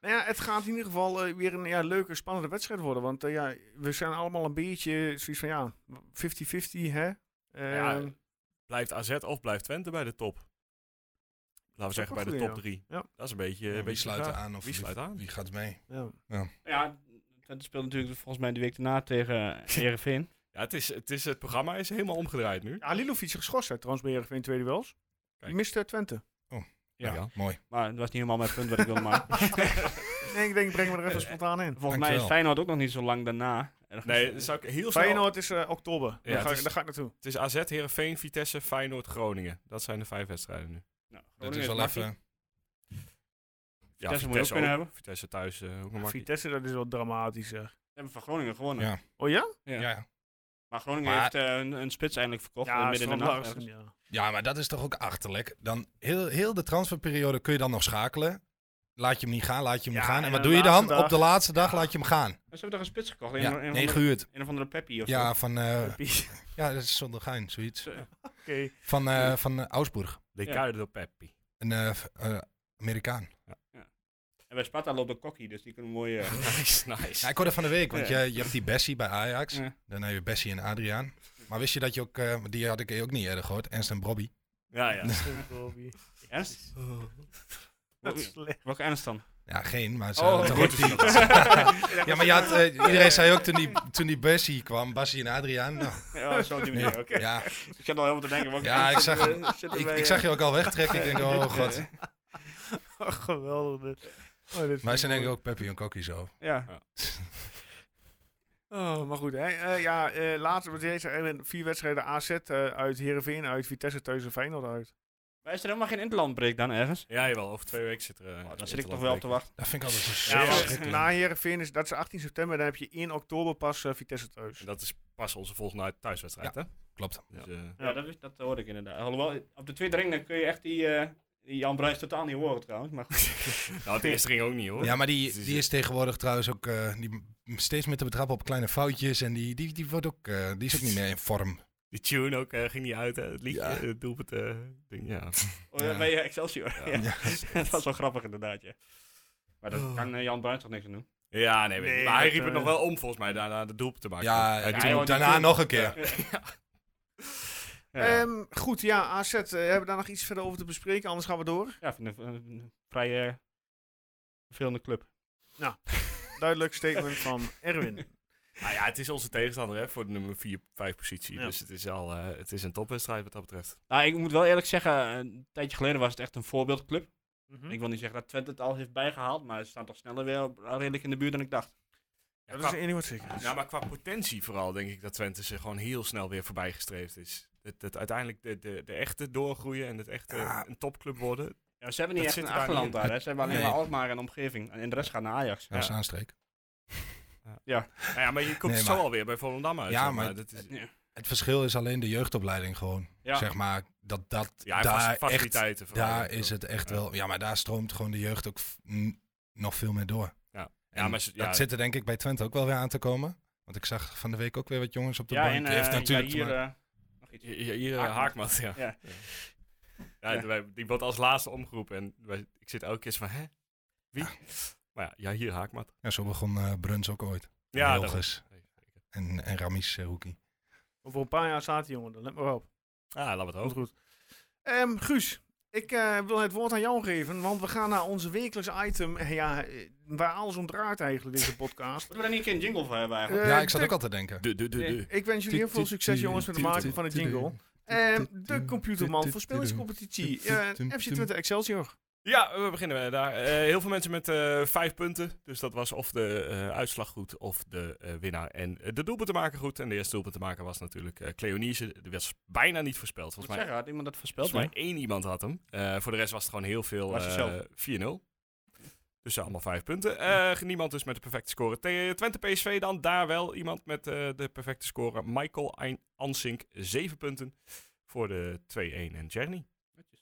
Speaker 1: Nou ja, het gaat in ieder geval eh, weer een ja, leuke, spannende wedstrijd worden. Want eh, ja, we zijn allemaal een beetje zoiets van ja, 50-50 hè. Eh,
Speaker 4: Ja, Blijft AZ of blijft Twente bij de top? Laten we zeggen bij de
Speaker 1: een
Speaker 4: top
Speaker 1: goeie,
Speaker 4: drie.
Speaker 1: Ja.
Speaker 4: Dat is een beetje... een
Speaker 6: wie
Speaker 4: beetje
Speaker 6: sluit er
Speaker 4: de vraag.
Speaker 6: aan? Of
Speaker 4: Wie sluit aan?
Speaker 6: Wie gaat mee?
Speaker 1: ja.
Speaker 5: Ja, Twente speelt natuurlijk dus volgens mij de week daarna
Speaker 6: *laughs*
Speaker 5: tegen Herenveen.
Speaker 4: Ja, het, is, het, is, het programma is helemaal omgedraaid nu.
Speaker 1: Ja, Lilovic is geschorst uit Transbergen in tweede wels.
Speaker 4: Kijk.
Speaker 1: Die mist eh, Twente.
Speaker 6: Ja,
Speaker 4: Ja.
Speaker 6: mooi.
Speaker 5: maar dat was niet helemaal mijn punt wat ik wilde maken.
Speaker 1: *laughs*
Speaker 6: *laughs*
Speaker 1: Nee, ik denk, ik breng me er even spontaan in.
Speaker 5: Volgens mij
Speaker 6: Dankjewel.
Speaker 5: is Feyenoord ook nog niet zo lang daarna. En-
Speaker 4: Nee, dat zou ik heel snel...
Speaker 1: Feyenoord is eh, oktober.
Speaker 4: Ja,
Speaker 1: daar,
Speaker 4: het
Speaker 1: ga, ik-
Speaker 4: is-
Speaker 1: daar ga ik naartoe.
Speaker 4: Het is AZ, Heerenveen, Vitesse, Feyenoord, Groningen. Dat zijn de vijf wedstrijden nu.
Speaker 5: Nou,
Speaker 6: Dat
Speaker 5: Groningen
Speaker 6: is wel
Speaker 5: makkie.
Speaker 6: even...
Speaker 4: Ja,
Speaker 5: Vitesse moet je ook kunnen hebben.
Speaker 4: Vitesse thuis eh, ook een makkie.
Speaker 1: Vitesse, dat is wel dramatisch. zeg.
Speaker 5: Ze hebben van Groningen gewonnen.
Speaker 6: Ja.
Speaker 1: Oh ja?
Speaker 5: Ja.
Speaker 6: Ja.
Speaker 5: Maar Groningen
Speaker 6: Maar-
Speaker 5: heeft eh, een, een spits eindelijk verkocht. eh, midden in de
Speaker 1: Strand
Speaker 5: nacht.
Speaker 1: Larsen,
Speaker 5: ergens.
Speaker 1: ja.
Speaker 6: ja, maar dat is toch ook achterlijk. Dan heel, heel de transferperiode kun je dan nog schakelen. Laat je hem niet gaan, laat je hem
Speaker 1: Ja,
Speaker 6: gaan. En
Speaker 1: en
Speaker 6: wat
Speaker 1: de
Speaker 6: doe je dan?
Speaker 1: laatste dag-
Speaker 6: Op de laatste dag laat je hem gaan.
Speaker 5: Maar Ze hebben toch een spits gekocht? Een,
Speaker 6: Ja,
Speaker 5: een,
Speaker 6: nee,
Speaker 5: of andere,
Speaker 6: gehuurd.
Speaker 5: een of andere Peppi of
Speaker 6: Ja, van, eh,
Speaker 1: *laughs* Oké.
Speaker 6: ja, dat is zonder gein, zoiets.
Speaker 1: Okay.
Speaker 6: Van, eh van eh, Augsburg,
Speaker 4: Ricardo Peppi. *laughs*
Speaker 6: een eh, v- eh, Amerikaan.
Speaker 5: zo. En bij Sparta loopt de kokkie, dus die kunnen mooi... eh,
Speaker 6: *laughs*
Speaker 4: nice, nice.
Speaker 6: Ja, ik hoorde van de week, want
Speaker 5: Ja.
Speaker 6: je, je hebt die Bessie bij Ajax.
Speaker 5: Ja.
Speaker 6: Dan heb je Bessie en Adriaan. Maar wist je dat je ook, eh, die had ik ook niet eerder gehoord, Ernst en Bobby.
Speaker 4: Ja,
Speaker 5: *laughs*
Speaker 4: ja.
Speaker 5: Ernst?
Speaker 1: Dat is *laughs* slecht.
Speaker 5: Welke Ernst dan?
Speaker 6: Ja, geen, maar ze
Speaker 1: Oh,
Speaker 6: hadden toch
Speaker 5: *laughs*
Speaker 6: ook die... ja, maar je had, eh, iedereen zei ook toen die, toen die Bessie kwam, Bassie en Adriaan. Nou,
Speaker 5: Ja, zo op die
Speaker 6: nee.
Speaker 5: manier, oké.
Speaker 6: ja,
Speaker 5: Ik zat al helemaal te denken. welke
Speaker 6: ja
Speaker 5: Ernst
Speaker 6: ik,
Speaker 5: *laughs*
Speaker 6: zag,
Speaker 1: Eh, zitten
Speaker 6: ik, oh,
Speaker 1: wij,
Speaker 6: ik zag je ook al wegtrekken. Ik denk, oh god.
Speaker 1: eh, Geweldig. dit. Oh, dit is
Speaker 6: Wij zijn
Speaker 1: mooi.
Speaker 6: denk ik ook Peppy en Kokkie zo.
Speaker 5: Ja.
Speaker 1: Oh, maar goed, hè. Eh, ja, eh, later met deze eh, vier wedstrijden AZ eh, uit Heerenveen uit, Vitesse thuis en Feyenoord uit.
Speaker 5: Maar is er helemaal geen interlandbreek dan ergens?
Speaker 4: Ja, jawel. Over twee weken zit er... eh,
Speaker 5: Oh, dan
Speaker 4: een
Speaker 5: zit ik toch wel op te wachten.
Speaker 6: Dat vind ik altijd zo
Speaker 1: Ja,
Speaker 4: maar-
Speaker 1: want
Speaker 6: verschrikkelijk.
Speaker 1: Eh, na Heerenveen is dat is 18 september, dan heb je 1 oktober pas eh, Vitesse thuis.
Speaker 4: En dat is pas onze volgende thuiswedstrijd, hè?
Speaker 6: Klopt.
Speaker 4: Dus, eh,
Speaker 5: Ja, dat, is- dat hoorde ik inderdaad. Alhoewel, op de tweede ring dan kun je echt die, eh, die Jan Bruijs totaal niet horen trouwens. Maar goed.
Speaker 4: *laughs* nou, het eerste ging ook niet, hoor.
Speaker 6: Ja, maar die,
Speaker 4: Dus,
Speaker 6: die is tegenwoordig trouwens ook eh, die m- steeds meer te betrappen op kleine foutjes. En die, die, die, wordt ook, eh, die is ook niet meer in vorm.
Speaker 4: Die tune ook eh, ging niet uit, hè? Het liedje,
Speaker 6: Ja.
Speaker 4: het doelpunt, eh, ding, ja.
Speaker 5: Oh, ja.
Speaker 6: Ja.
Speaker 5: Bij eh, Excelsior. *laughs* Ja.
Speaker 6: Ja. Oh.
Speaker 5: dat was wel grappig inderdaad, ja. Maar daar kan eh, Jan Bruijs toch niks aan doen?
Speaker 4: *laughs* Ja, nee, weet ik.
Speaker 1: Nee,
Speaker 4: maar hij
Speaker 1: dat,
Speaker 4: riep het
Speaker 1: eh,
Speaker 4: nog wel om, volgens mij, daarna de doelpunt te maken.
Speaker 6: Ja, en
Speaker 5: ja,
Speaker 6: toen-
Speaker 5: joh, die
Speaker 6: daarna
Speaker 5: toen-
Speaker 6: nog een keer.
Speaker 4: *laughs*
Speaker 5: Ja, ja.
Speaker 1: Ehm, goed, ja, AZ, eh, hebben we daar nog iets verder over te bespreken? Anders gaan we door.
Speaker 5: ik vind het een, een vrij eh, vervelende club.
Speaker 1: Nou, Duidelijk statement
Speaker 5: *laughs*
Speaker 1: van Erwin.
Speaker 4: Nou ja, het is onze tegenstander hè, voor de nummer 4, 5 positie.
Speaker 1: Ja.
Speaker 4: Dus het is, al, eh, het is een topwedstrijd wat dat betreft.
Speaker 5: Nou, ik moet wel eerlijk zeggen, een tijdje geleden was het echt een voorbeeldclub.
Speaker 1: Mhm.
Speaker 5: Ik wil niet zeggen dat Twente het al heeft bijgehaald, maar ze staan toch sneller weer op- redelijk in de buurt dan ik dacht.
Speaker 4: Ja,
Speaker 1: Dat is één ding wat zeker is.
Speaker 4: nou, maar qua potentie vooral denk ik dat Twente zich gewoon heel snel weer voorbij gestreefd is. Dat, dat uiteindelijk de, de, de echte doorgroeien en het echte
Speaker 6: Ja.
Speaker 4: een topclub worden.
Speaker 5: Ja, ze hebben
Speaker 4: Dat
Speaker 5: niet echt
Speaker 4: zit er
Speaker 5: een
Speaker 4: daar
Speaker 5: achterland
Speaker 4: niet
Speaker 5: daar, hè. ze hebben alleen
Speaker 6: Nee.
Speaker 5: maar Alkmaar en omgeving. En de rest gaat naar Ajax.
Speaker 6: Dat is een aanstreek.
Speaker 4: Nou ja, maar je komt
Speaker 6: Nee,
Speaker 4: zo
Speaker 6: maar-
Speaker 4: alweer bij Volendam uit.
Speaker 6: Ja,
Speaker 4: zeg
Speaker 6: maar-
Speaker 4: dat is,
Speaker 5: Ja.
Speaker 6: Het verschil is alleen de jeugdopleiding gewoon.
Speaker 5: Ja.
Speaker 6: Zeg maar, dat dat
Speaker 4: ja, en
Speaker 6: daar
Speaker 4: fac-
Speaker 6: echt...
Speaker 4: faciliteiten vooral.
Speaker 6: Daar is het echt
Speaker 4: Ja.
Speaker 6: wel... Ja, maar daar stroomt gewoon de jeugd ook f- n- nog veel meer door.
Speaker 4: Ja, maar ze- ja,
Speaker 6: Dat zit er denk ik bij Twente ook wel weer aan te komen. Want ik zag van de week ook weer wat jongens op de
Speaker 5: Ja,
Speaker 6: bank.
Speaker 5: en
Speaker 6: Die heeft
Speaker 5: eh,
Speaker 6: natuurlijk te
Speaker 5: Jair,
Speaker 6: maken-
Speaker 5: eh, nog iets.
Speaker 4: hier, hier, hier, eh,
Speaker 5: Haakman.
Speaker 4: Haakman, *laughs* ja.
Speaker 5: Ja.
Speaker 4: Ja,
Speaker 5: Ja.
Speaker 4: wij- die wordt als laatste omgeroepen. En wij- ik zit elke keer zo van, hè? Wie? Maar ja, ja, hier Haakman.
Speaker 6: ja, zo begon eh Bruns ook ooit.
Speaker 4: Ja,
Speaker 6: Ja,
Speaker 4: dat-
Speaker 6: Hilgers. En, en Ramis eh, Hoekie.
Speaker 1: Over een paar jaar staat die jongen, dan let maar op.
Speaker 4: Ah, laat
Speaker 1: Komt
Speaker 4: het hoog.
Speaker 1: goed. Ehm, Guus, ik eh, wil het woord aan jou geven, want we gaan naar onze wekelijks item. eh, Ja, eh, waar alles om draait eigenlijk, deze podcast.
Speaker 5: Moeten we daar niet een keer een jingle voor hebben eigenlijk?
Speaker 1: Eh,
Speaker 6: ja, ik zat ook
Speaker 1: de-
Speaker 6: al te denken.
Speaker 4: De, de, de, de.
Speaker 1: Ik wens jullie heel veel succes, jongens, met het maken van het jingle. Ehm, de computerman voor spelerscompetitie. eh, FC Twente Excelsior.
Speaker 4: Ja, we beginnen eh, daar. Eh, heel veel mensen met eh, vijf punten. Dus dat was of de eh, uitslag goed of de eh, winnaar. En eh, de doelpunt te maken goed. En de eerste doelpunt te maken was natuurlijk eh Cleonice. Die was bijna niet voorspeld.
Speaker 5: Moet
Speaker 4: Volgens mij,
Speaker 5: zeggen, had iemand dat voorspeld?
Speaker 4: volgens mij
Speaker 5: Nee.
Speaker 4: één iemand had hem. Eh, voor de rest was het gewoon heel veel
Speaker 5: Was het
Speaker 4: eh,
Speaker 5: zelf?
Speaker 4: 4-0. Dus eh, allemaal vijf punten. Eh, niemand dus met de perfecte score. Te- Twente PSV dan, daar wel iemand met eh, de perfecte score. Michael Ein- Ansink, zeven punten voor de 2-1 en Jerny.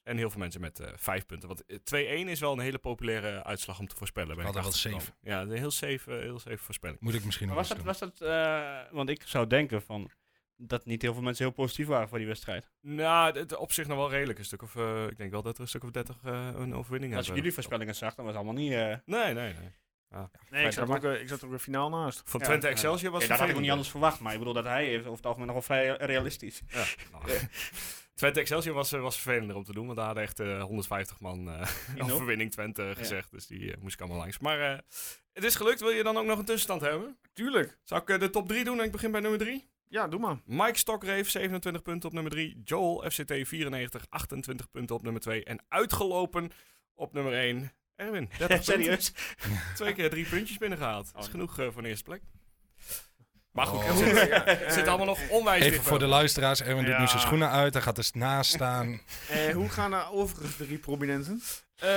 Speaker 4: En heel veel mensen met eh, vijf punten. Want eh, 2-1 is wel een hele populaire uitslag om te voorspellen. ben
Speaker 6: Altijd
Speaker 4: ik
Speaker 6: wel
Speaker 4: achtergekomen. Ja, een heel safe, eh, heel safe voorspelling.
Speaker 6: Moet ik misschien
Speaker 5: Maar
Speaker 6: nog
Speaker 5: was
Speaker 6: eens
Speaker 5: dat,
Speaker 6: doen.
Speaker 5: was dat eh, want ik zou denken van, dat niet heel veel mensen heel positief waren voor die wedstrijd.
Speaker 4: Nou, het op zich nog wel redelijk. Een stuk of, eh, ik denk wel dat er een stuk of 30 eh, een overwinning
Speaker 5: Als ik
Speaker 4: hebben.
Speaker 5: jullie voorspellingen zag, dan was het allemaal niet... eh
Speaker 4: Nee, nee, nee.
Speaker 1: Nee, ik
Speaker 5: dat
Speaker 1: zat,
Speaker 5: mag.
Speaker 1: ook, eh, ik zat er ook weer finaal naast.
Speaker 4: Van
Speaker 5: Ja,
Speaker 4: Twente
Speaker 5: ja.
Speaker 4: Excelsior was het
Speaker 5: Kijk, dat had ik ook niet anders verwacht, maar ik bedoel dat hij heeft over het algemeen nog wel vrij *laughs* realistisch.
Speaker 4: Ja. Nou, *laughs* Twente Excelsior was, eh, was vervelender om te doen, want daar hadden echt eh, 150 man eh overwinning Twente gezegd. Dus die eh, moest ik allemaal langs. Maar eh, het is gelukt. Wil je dan ook nog een tussenstand hebben?
Speaker 1: Tuurlijk.
Speaker 4: Zou ik eh, de top 3 doen en ik begin bij nummer 3?
Speaker 1: Ja, doe maar.
Speaker 4: Mike Stokreef, 27 punten op nummer 3. Joel FCT, 94, 28 punten op nummer 2. En uitgelopen op nummer 1,
Speaker 5: *laughs*
Speaker 4: Erwin. 30 punten.
Speaker 5: Serieus?
Speaker 4: *laughs* Twee keer drie puntjes binnengehaald. Dat is
Speaker 5: Oh.
Speaker 4: genoeg eh, voor een eerste plek. Maar goed,
Speaker 6: Oh.
Speaker 4: het *laughs* zit, het zit allemaal nog onwijs
Speaker 6: Even
Speaker 4: dicht
Speaker 6: voor
Speaker 4: bij
Speaker 6: de luisteraars. Erwin doet
Speaker 1: Ja.
Speaker 6: nu zijn schoenen uit. Hij gaat er naast staan.
Speaker 1: Eh, hoe gaan de overige drie prominenten?
Speaker 4: Eh,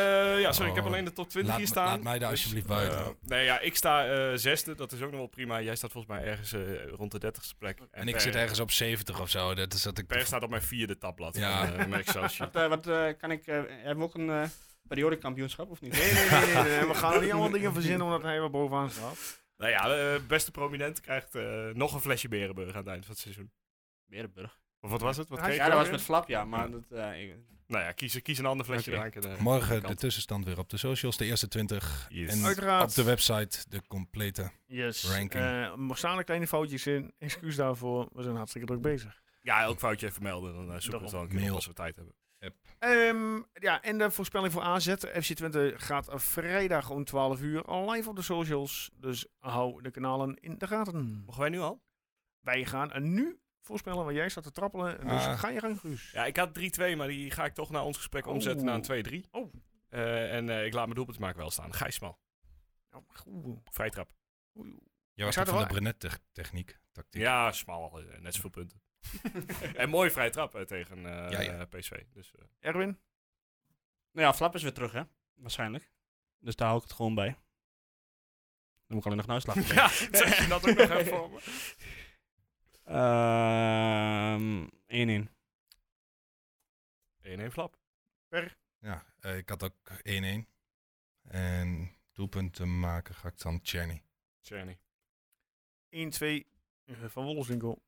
Speaker 4: ja, sorry, ik heb
Speaker 6: Oh.
Speaker 4: alleen de top 20
Speaker 6: Laat,
Speaker 4: hier
Speaker 6: me-
Speaker 4: staan.
Speaker 6: laat mij daar alsjeblieft buiten.
Speaker 4: Eh, nee, ja, ik sta eh, zesde, dat is ook nog wel prima. Jij staat volgens mij ergens eh, rond de dertigste plek.
Speaker 6: en ik
Speaker 4: Per-
Speaker 6: zit ergens op 70 of zo. Dat is dat ik...
Speaker 4: Per staat op mijn vierde tabblad.
Speaker 6: Ja.
Speaker 4: Ja, merk zelfs.
Speaker 6: *laughs*
Speaker 5: Wat, eh, wat eh, kan ik... eh, hebben we ook een eh, periodekampioenschap of *laughs* niet?
Speaker 1: Nee, nee, nee, nee, nee, nee, We gaan er niet allemaal *laughs* dingen verzinnen omdat hij wel bovenaan staat.
Speaker 4: Nou ja, de eh, beste prominent krijgt eh, nog een flesje Berenburg aan het eind van het seizoen.
Speaker 5: Berenburg.
Speaker 4: Of wat was het? Wat
Speaker 1: Hij-
Speaker 4: kreeg
Speaker 5: Ja,
Speaker 4: je
Speaker 5: dat
Speaker 4: ook
Speaker 5: was
Speaker 4: weer?
Speaker 5: met Flap, ja, maar dat... eh, ik-
Speaker 4: Nou ja, kies, kies een ander flesje
Speaker 5: Oké.
Speaker 4: drank. en, eh,
Speaker 6: Morgen de
Speaker 4: kant.
Speaker 6: tussenstand weer op de socials. De eerste 20.
Speaker 4: yes.
Speaker 6: En
Speaker 1: Uiteraard.
Speaker 6: op de website de complete.
Speaker 1: Yes.
Speaker 6: Ranking.
Speaker 1: Eh, er staan er kleine foutjes in. Excuus daarvoor. We zijn hartstikke druk bezig.
Speaker 4: Ja, elk foutje even melden. Dan eh, zoeken we het wel een keer op
Speaker 6: Mail.
Speaker 4: als we tijd hebben.
Speaker 1: Ehm, ja, en de voorspelling voor AZ. FC Twente gaat vrijdag om 12 uur live op de socials. Dus hou de kanalen in de gaten.
Speaker 4: Mogen wij nu al?
Speaker 1: Wij gaan eh, nu voorspellen, want jij staat te trappelen. Dus
Speaker 6: Ah.
Speaker 1: ga je gang, Guus.
Speaker 4: Ja, ik had 3-2, maar die ga ik toch na ons gesprek omzetten
Speaker 1: Oeh.
Speaker 4: naar een 2-3.
Speaker 1: Oh.
Speaker 4: Eh, en eh, ik laat mijn doelpunt maken wel staan. Gijsmal.
Speaker 1: Oh, maar goed.
Speaker 4: Vrijtrap.
Speaker 6: Je was
Speaker 1: zou
Speaker 6: toch
Speaker 1: er
Speaker 6: van
Speaker 1: wel-
Speaker 6: de Brenet-techniek, tactiek.
Speaker 4: Ja, smal. eh, net zoveel punten. *laughs* en mooi vrije trap eh, tegen eh,
Speaker 6: Ja, ja.
Speaker 4: PSV. Dus, eh,
Speaker 1: Erwin?
Speaker 5: Nou ja, Flap is weer terug, hè? Waarschijnlijk. Dus daar hou ik het gewoon bij. Dan moet ik alleen nog een *laughs* uitslag bedenken.
Speaker 4: ja, *laughs* zeg je dat ook nog even voor me?
Speaker 5: Ehm, 1-1.
Speaker 4: 1-1 flap.
Speaker 6: Ja, eh, ik had ook 1-1. En doelpunten maken ga ik dan Tjerny.
Speaker 4: Tjerny.
Speaker 1: 1, 2, eh, Van Wolleswinkel.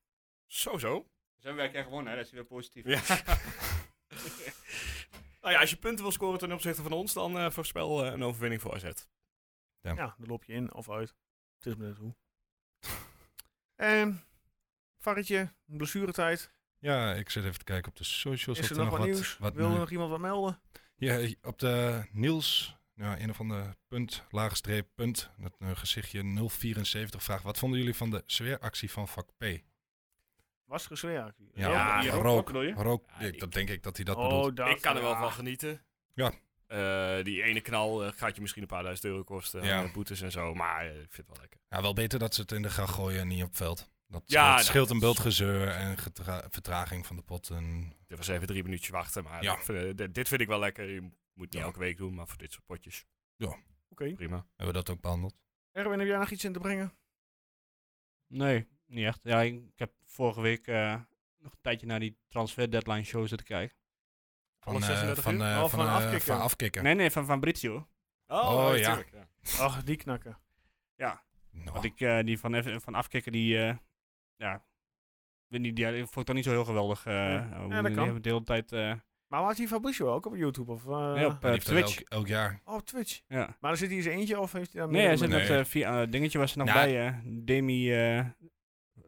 Speaker 4: Zo, zo.
Speaker 5: Zijn Dus werk echt gewonnen, hè? Dat is weer positief. *laughs*
Speaker 4: Ja. nou ja, als je punten wil scoren ten opzichte van ons, dan eh, voorspel eh, een overwinning voor AZ.
Speaker 1: Ja, dan loop je in of uit. Het is me net hoe. *laughs* Ehm varretje, blessuretijd.
Speaker 6: Ja, ik zit even te kijken op de socials.
Speaker 1: Is
Speaker 6: of
Speaker 1: er nog wat nieuws?
Speaker 6: wat
Speaker 1: Wil er
Speaker 6: nieuw-
Speaker 1: nog iemand wat melden?
Speaker 6: Ja, op de Niels, ja, een of ander punt, laagstreep punt, met een gezichtje 074 vraagt. Wat vonden jullie van de sfeeractie van vak P?
Speaker 1: Was gesleerd.
Speaker 6: Ja,
Speaker 5: hier ook, wat
Speaker 6: rook.
Speaker 5: bedoel je?
Speaker 6: Rook,
Speaker 4: Ja,
Speaker 6: ik-
Speaker 4: ik-
Speaker 6: dat denk ik dat hij dat bedoelt.
Speaker 1: oh, dat,
Speaker 4: ik kan er wel
Speaker 1: ja.
Speaker 4: van genieten.
Speaker 6: Ja.
Speaker 4: Eh, die ene knal eh, gaat je misschien een paar duizend euro kosten.
Speaker 6: Ja.
Speaker 4: aan boetes en zo. Maar eh, ik vind het wel lekker.
Speaker 6: Ja, wel beter dat ze het in de gaan gooien en niet op veld. Dat
Speaker 4: Ja,
Speaker 6: scheelt,
Speaker 4: nou,
Speaker 6: scheelt een
Speaker 4: dat is-
Speaker 6: bultgezeur en getra- vertraging van de pot. En...
Speaker 4: Dit was even drie minuutjes wachten. Maar
Speaker 6: Ja.
Speaker 4: ik vind, eh, dit- dit vind ik wel lekker. Je moet niet
Speaker 6: Ja.
Speaker 4: elke week doen, maar voor dit soort potjes.
Speaker 1: Oké.
Speaker 4: Prima.
Speaker 6: Hebben we dat ook behandeld?
Speaker 1: Erwin, heb jij nog iets in te brengen?
Speaker 5: Nee, niet echt. Ja, ik, ik heb vorige week eh, nog een tijdje naar die transfer deadline show zitten kijken.
Speaker 6: Van,
Speaker 4: Alle
Speaker 6: eh,
Speaker 4: 36
Speaker 6: van,
Speaker 4: uur?
Speaker 6: eh,
Speaker 1: Oh,
Speaker 6: van,
Speaker 1: van
Speaker 6: eh,
Speaker 1: afkicken.
Speaker 6: van afkicken.
Speaker 5: Nee, nee, van Fabrizio.
Speaker 6: Oh, ja.
Speaker 4: tuurlijk,
Speaker 1: Ach, die knakken.
Speaker 6: Nou,
Speaker 5: Want ik, eh, die van, F- van afkicken, die, eh, ja, weet niet, die, vond ik toch niet zo heel geweldig. eh
Speaker 1: Ja,
Speaker 5: hoe
Speaker 1: dat
Speaker 5: die
Speaker 1: kan.
Speaker 5: hebben De hele tijd eh,
Speaker 1: Maar was die Fabricio ook op YouTube? Of, eh,
Speaker 5: nee, op eh,
Speaker 6: die heeft dat
Speaker 5: Twitch.
Speaker 6: elk, elk jaar.
Speaker 1: Oh, op Twitch.
Speaker 5: Ja.
Speaker 1: Maar zit hij in zijn eentje of heeft hij daar
Speaker 5: Nee, hij zit
Speaker 6: Nee.
Speaker 5: met eh, via eh, dingetje was er nog
Speaker 6: Nou,
Speaker 5: bij, eh Demi eh,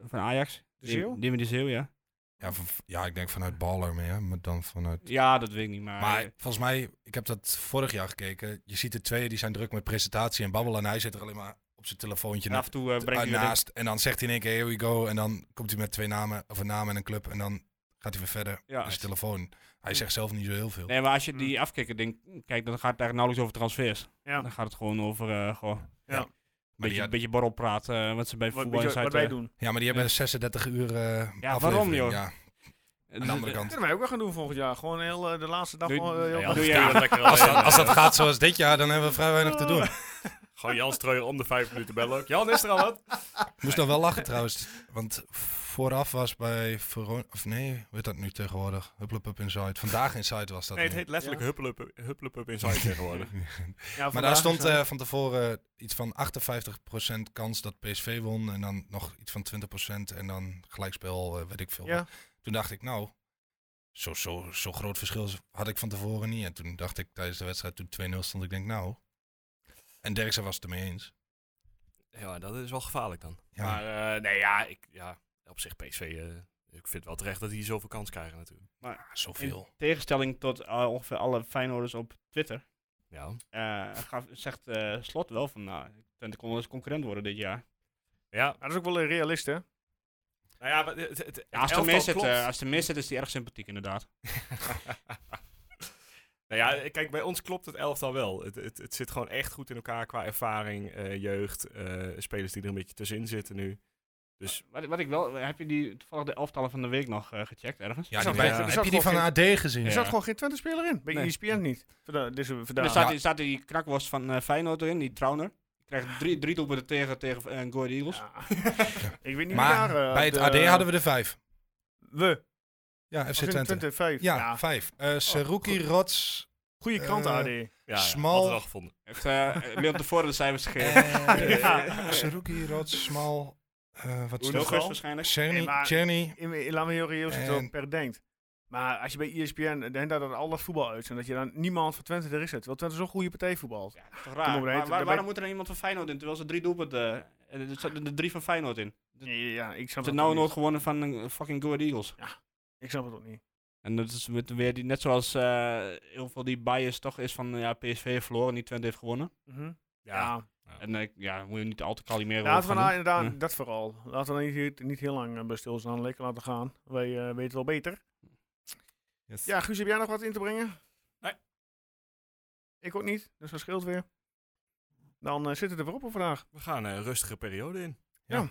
Speaker 5: van Ajax.
Speaker 1: De Zeeuw?
Speaker 5: Demi- Demi de Zeeuw, ja.
Speaker 6: Ja, van- ja, ik denk vanuit Baller meer, maar dan vanuit...
Speaker 5: Ja, dat weet ik niet, maar...
Speaker 6: Maar
Speaker 5: eh,
Speaker 6: volgens mij, ik heb dat vorig jaar gekeken. Je ziet de tweeën, die zijn druk met presentatie en babbelen. En hij zit er alleen maar op zijn telefoontje
Speaker 5: af en toe eh, brengt
Speaker 6: na-
Speaker 5: hij weer
Speaker 6: naast. En dan zegt hij in één keer, here we go. En dan komt hij met twee namen, of een naam en een club. En dan gaat hij weer verder
Speaker 5: Ja,
Speaker 6: op zijn telefoon. Hij
Speaker 1: Hm.
Speaker 6: zegt zelf niet zo heel veel.
Speaker 5: Nee, maar als je
Speaker 1: Mm.
Speaker 5: die afkikken ding kijkt, dan gaat het eigenlijk nauwelijks over transfers.
Speaker 1: Ja.
Speaker 5: Dan gaat het gewoon over eh gewoon
Speaker 6: Maar
Speaker 5: een
Speaker 6: die
Speaker 5: beetje,
Speaker 6: had-
Speaker 5: beetje borrelpraat, eh, wat ze bij
Speaker 1: Wat,
Speaker 5: voetbal
Speaker 1: weet je wat
Speaker 5: insight,
Speaker 1: wij
Speaker 5: eh,
Speaker 1: doen.
Speaker 6: Ja, maar die hebben 36 uur eh aflevering.
Speaker 5: waarom, joh?
Speaker 6: Ja,
Speaker 5: eh,
Speaker 6: aan
Speaker 5: *laughs*
Speaker 6: de andere kant.
Speaker 1: Dat kunnen wij ook wel gaan doen volgend jaar. Gewoon heel, eh, de laatste dag.
Speaker 5: Doe-
Speaker 1: gewoon, eh, heel-
Speaker 4: Ja,
Speaker 5: Wat
Speaker 4: Jan
Speaker 5: doe
Speaker 4: Streuer
Speaker 5: jij dan?
Speaker 4: lekker
Speaker 6: Als dat,
Speaker 4: alleen,
Speaker 6: als dat
Speaker 4: eh,
Speaker 6: gaat zoals dit jaar, dan hebben we vrij weinig te
Speaker 5: Oh.
Speaker 6: doen.
Speaker 4: Gewoon Jan Streuer om de vijf minuten bellen ook. Jan, is er al wat?
Speaker 6: Moest dan wel lachen trouwens. Want vooraf was bij Veron... Of nee, hoe heet dat nu tegenwoordig? Hupplepup Inside. Vandaag Inside was dat.
Speaker 4: Nee, het
Speaker 6: nu.
Speaker 4: heet letterlijk
Speaker 1: Ja.
Speaker 4: Hupplepup Hupplepup Inside tegenwoordig.
Speaker 1: Ja,
Speaker 6: Maar
Speaker 1: vandaag
Speaker 6: daar
Speaker 1: is,
Speaker 6: stond
Speaker 1: eh,
Speaker 6: eh, van tevoren iets van 58% kans dat PSV won. En dan nog iets van 20% en dan gelijkspel, eh, weet ik veel.
Speaker 1: ja.
Speaker 6: Toen dacht ik, nou, zo, zo, zo groot verschil had ik van tevoren niet. En toen dacht ik tijdens de wedstrijd, toen 2-0 stond, ik denk nou... En Derksen was het ermee eens.
Speaker 4: *laughs* ja, dat is wel gevaarlijk dan.
Speaker 6: Ja.
Speaker 4: Maar eh, nee, ja, ik, ja, op zich PSV. eh, ik vind het wel terecht dat die zoveel kans krijgen natuurlijk.
Speaker 6: Ah, Zoveel.
Speaker 5: tegenstelling tot eh, ongeveer alle Feyenoorders op Twitter,
Speaker 4: Ja.
Speaker 5: eh, gaf- zegt eh, Slot wel van, nou, Twente kon wel eens concurrent worden dit jaar.
Speaker 4: Ja,
Speaker 1: Ja, dat is ook wel een realist, hè?
Speaker 4: nou ja, maar het, het, het
Speaker 5: Ja, als, er
Speaker 4: elftal
Speaker 5: meer zit,
Speaker 4: klopt.
Speaker 5: eh, als er meer zit, is die erg sympathiek inderdaad.
Speaker 4: *laughs* nou ja, kijk, bij ons klopt het elftal wel. Het, het, het zit gewoon echt goed in elkaar qua ervaring, eh, jeugd, eh, spelers die er een beetje tussenin zitten nu. Dus
Speaker 5: Wat, wat ik wel, heb je die toevallig de elftallen van de week nog eh, gecheckt ergens?
Speaker 6: Ja,
Speaker 1: zat
Speaker 6: die
Speaker 1: bij-
Speaker 6: ja.
Speaker 1: er
Speaker 6: Heb
Speaker 1: zat
Speaker 6: je die van
Speaker 1: gewoon
Speaker 6: AD gezien?
Speaker 1: Er
Speaker 5: Ja.
Speaker 1: zat gewoon geen Twente-speler in. E Beetje
Speaker 5: Nee.
Speaker 1: ESPN niet. Vandaar, dus, eh,
Speaker 5: En
Speaker 1: vandaar.
Speaker 5: er staat,
Speaker 6: Ja.
Speaker 5: er staat die knakworst van eh, Feyenoord erin, die Trauner. Die krijgt drie, drie doelpunten tegen, tegen eh, Go Ahead Eagles.
Speaker 1: Ja. *laughs* ik weet niet
Speaker 6: Maar
Speaker 1: waar, eh,
Speaker 6: bij het
Speaker 1: de-
Speaker 6: AD hadden we er vijf.
Speaker 1: We,
Speaker 6: Ja,
Speaker 1: als
Speaker 6: FC
Speaker 1: in
Speaker 6: Twente.
Speaker 1: Twente 5.
Speaker 6: Ja, vijf. Eh Seruki, Rots.
Speaker 1: Goede krant,
Speaker 6: Eh,
Speaker 1: AD.
Speaker 4: ja,
Speaker 6: Smal.
Speaker 4: Smal. al gevonden.
Speaker 5: Heeft eh, meer op tevoren de cijfers *laughs* gegeven.
Speaker 6: eh,
Speaker 1: Ja.
Speaker 6: Seruki, Rots, Smal. eh wat is
Speaker 5: Nog
Speaker 6: nog?
Speaker 1: Oenigel.
Speaker 5: waarschijnlijk.
Speaker 1: Nee,
Speaker 6: Czerny,
Speaker 1: maar-
Speaker 6: Czerny.
Speaker 1: In- in- Laat me heel reëel zijn,
Speaker 6: En-
Speaker 1: ook per denkt. Maar als je bij E ESPN denkt dat het al dat voetbal uit is en dat je dan niemand van Twente erin zet. Terwijl Twente zo'n goede partij voetbalt.
Speaker 5: Ja, toch
Speaker 1: Kom
Speaker 5: raar.
Speaker 1: op,
Speaker 5: Maar
Speaker 1: Reet,
Speaker 5: waar-
Speaker 1: daarbij-
Speaker 5: waarom moet er dan iemand van Feyenoord in, terwijl ze drie doelpunten... eh, er zaten er drie van Feyenoord in.
Speaker 1: Ja, ja, ik snap
Speaker 5: Ze
Speaker 1: het
Speaker 5: nou
Speaker 1: ook niet.
Speaker 5: nooit gewonnen van een eh, fucking Go Ahead Eagles.
Speaker 1: Ik snap het ook niet.
Speaker 5: En dat is met weer die, net zoals eh, heel veel die bias toch is van ja, PSV heeft verloren, niet Twente heeft gewonnen.
Speaker 1: Mhm.
Speaker 4: Ja.
Speaker 1: Ja,
Speaker 5: En eh, ja, moet je niet al te kalimeren.
Speaker 1: laten we nou inderdaad,
Speaker 5: Ja.
Speaker 1: dat vooral. Laten we niet, niet heel lang eh, bij stilstaan. Lekker laten gaan. Wij eh, weten wel beter.
Speaker 6: Yes.
Speaker 1: Ja, Guus, heb jij nog wat in te brengen?
Speaker 4: Nee.
Speaker 1: Ik ook niet, dus dat scheelt weer. Dan eh, zitten we er weer op voor vandaag.
Speaker 4: We gaan eh, een rustige periode in.
Speaker 1: Ja.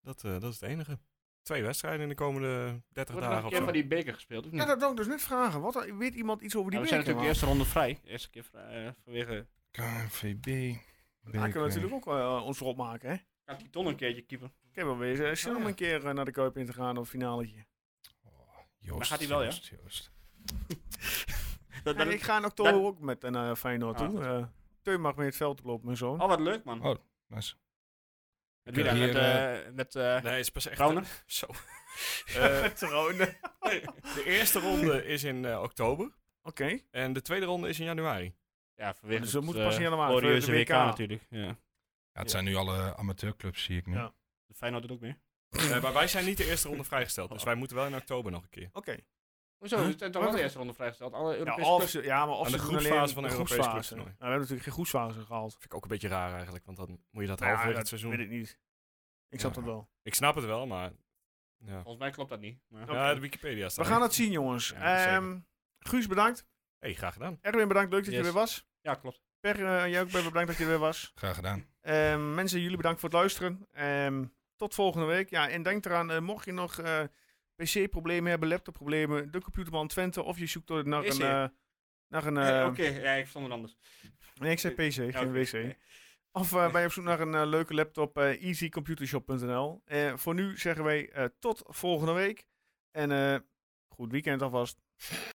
Speaker 4: Dat, eh, dat is het enige. Twee wedstrijden in de komende 30
Speaker 5: Wordt er nog
Speaker 4: dagen
Speaker 5: een
Speaker 4: of
Speaker 5: keer
Speaker 4: zo.
Speaker 5: van die beker gespeeld, of niet?
Speaker 1: Ja, dat wil ik dus net vragen. Wat, weet iemand iets over die
Speaker 5: Ja, Nou, we
Speaker 1: beker,
Speaker 5: zijn natuurlijk de eerste ronde vrij. De eerste keer vrij, eh, vanwege...
Speaker 6: KNVB.
Speaker 1: man? Daar kunnen we natuurlijk ook eh, ons erop maken, hè?
Speaker 5: Kan Titon een keertje keeper?
Speaker 1: Ik heb wel weer eh, zin
Speaker 6: Oh,
Speaker 1: om
Speaker 6: ja.
Speaker 1: een keer eh, naar de Kuip in te gaan op het finaletje.
Speaker 6: Oh, Joost,
Speaker 5: Maar gaat hij wel, ja?
Speaker 6: Joost, Joost.
Speaker 5: Dat,
Speaker 1: En
Speaker 5: dat-
Speaker 1: ik ga in oktober
Speaker 5: dat-
Speaker 1: ook met een eh, Feyenoord
Speaker 5: Ah,
Speaker 1: toe.
Speaker 5: goed.
Speaker 1: Eh Teun mag mee het veld oplopen, mijn zoon.
Speaker 5: Oh, wat leuk, man.
Speaker 6: Oh, nice.
Speaker 5: Met wie dan?
Speaker 6: Hier,
Speaker 5: Met, eh met eh
Speaker 4: Nee, het is pas
Speaker 1: *laughs*
Speaker 4: echt...
Speaker 5: Rauner?
Speaker 4: Zo. Eh,
Speaker 1: Trouwen.
Speaker 4: de eerste ronde is in eh, oktober.
Speaker 1: Oké,
Speaker 4: En de tweede ronde is in januari.
Speaker 5: *laughs* Ja, vanwege
Speaker 1: dus
Speaker 5: het,
Speaker 1: dat moet
Speaker 5: eh,
Speaker 1: pas in januari. voor de
Speaker 5: glorieuze
Speaker 1: WK.
Speaker 5: WK, natuurlijk. Ja.
Speaker 6: Ja, het zijn nu alle amateurclubs, zie ik nu.
Speaker 1: Ja.
Speaker 5: De Feyenoord doet ook mee.
Speaker 4: Eh, maar wij zijn niet de eerste ronde vrijgesteld.
Speaker 5: Oh.
Speaker 4: Dus wij moeten wel in oktober nog een keer.
Speaker 1: Oké.
Speaker 5: Hoezo?
Speaker 1: Huh?
Speaker 5: We zijn toch wel de eerste ronde vrijgesteld? Alle
Speaker 1: Ja,
Speaker 5: Europese
Speaker 1: of
Speaker 5: clubs-
Speaker 1: ze- ja, maar of
Speaker 4: Aan
Speaker 1: ze
Speaker 4: de
Speaker 1: doen
Speaker 4: groepsfase
Speaker 1: alleen
Speaker 4: van de
Speaker 1: de
Speaker 4: Europese
Speaker 1: groepsfase.
Speaker 4: clubtoernooi.
Speaker 1: Nou, we hebben natuurlijk geen groepsfase gehaald.
Speaker 4: Vind ik ook een beetje raar eigenlijk. Want dan moet je dat
Speaker 1: Nou,
Speaker 4: halverwege
Speaker 1: dat
Speaker 4: het seizoen...
Speaker 1: Weet
Speaker 4: Ik.
Speaker 1: ik niet. Ik
Speaker 6: Ja.
Speaker 1: snap dat wel.
Speaker 4: snap het wel, maar... Ja,
Speaker 5: Volgens mij klopt dat niet. Maar...
Speaker 4: ja de Wikipedia staat
Speaker 1: We gaan het zien, jongens.
Speaker 4: Ja, zeker.
Speaker 1: Ehm, Guus, bedankt.
Speaker 4: Hey, graag gedaan.
Speaker 1: Erwin, bedankt. Leuk dat je
Speaker 5: Yes.
Speaker 1: er weer was.
Speaker 5: Ja, klopt.
Speaker 1: Per, eh, jij ook Ben, bedankt dat je er weer was.
Speaker 6: Graag gedaan.
Speaker 1: Ehm, mensen, jullie bedankt voor het luisteren. Ehm, tot volgende week. Ja, en denk eraan, eh, mocht je nog eh, PC-problemen hebben, laptopproblemen, de computerman Twente, of je zoekt er naar
Speaker 5: Is
Speaker 1: een...
Speaker 5: hij?
Speaker 1: eh, naar een
Speaker 5: Eh,
Speaker 1: eh,
Speaker 5: Oké, ja, ik verstond het anders.
Speaker 1: Nee, ik zei PC, geen
Speaker 5: oké.
Speaker 1: WC. Of eh, ben je op zoek naar een eh, leuke laptop, eh, easycomputershop.nl. Eh, voor nu zeggen wij eh, tot volgende week. En eh, goed weekend alvast.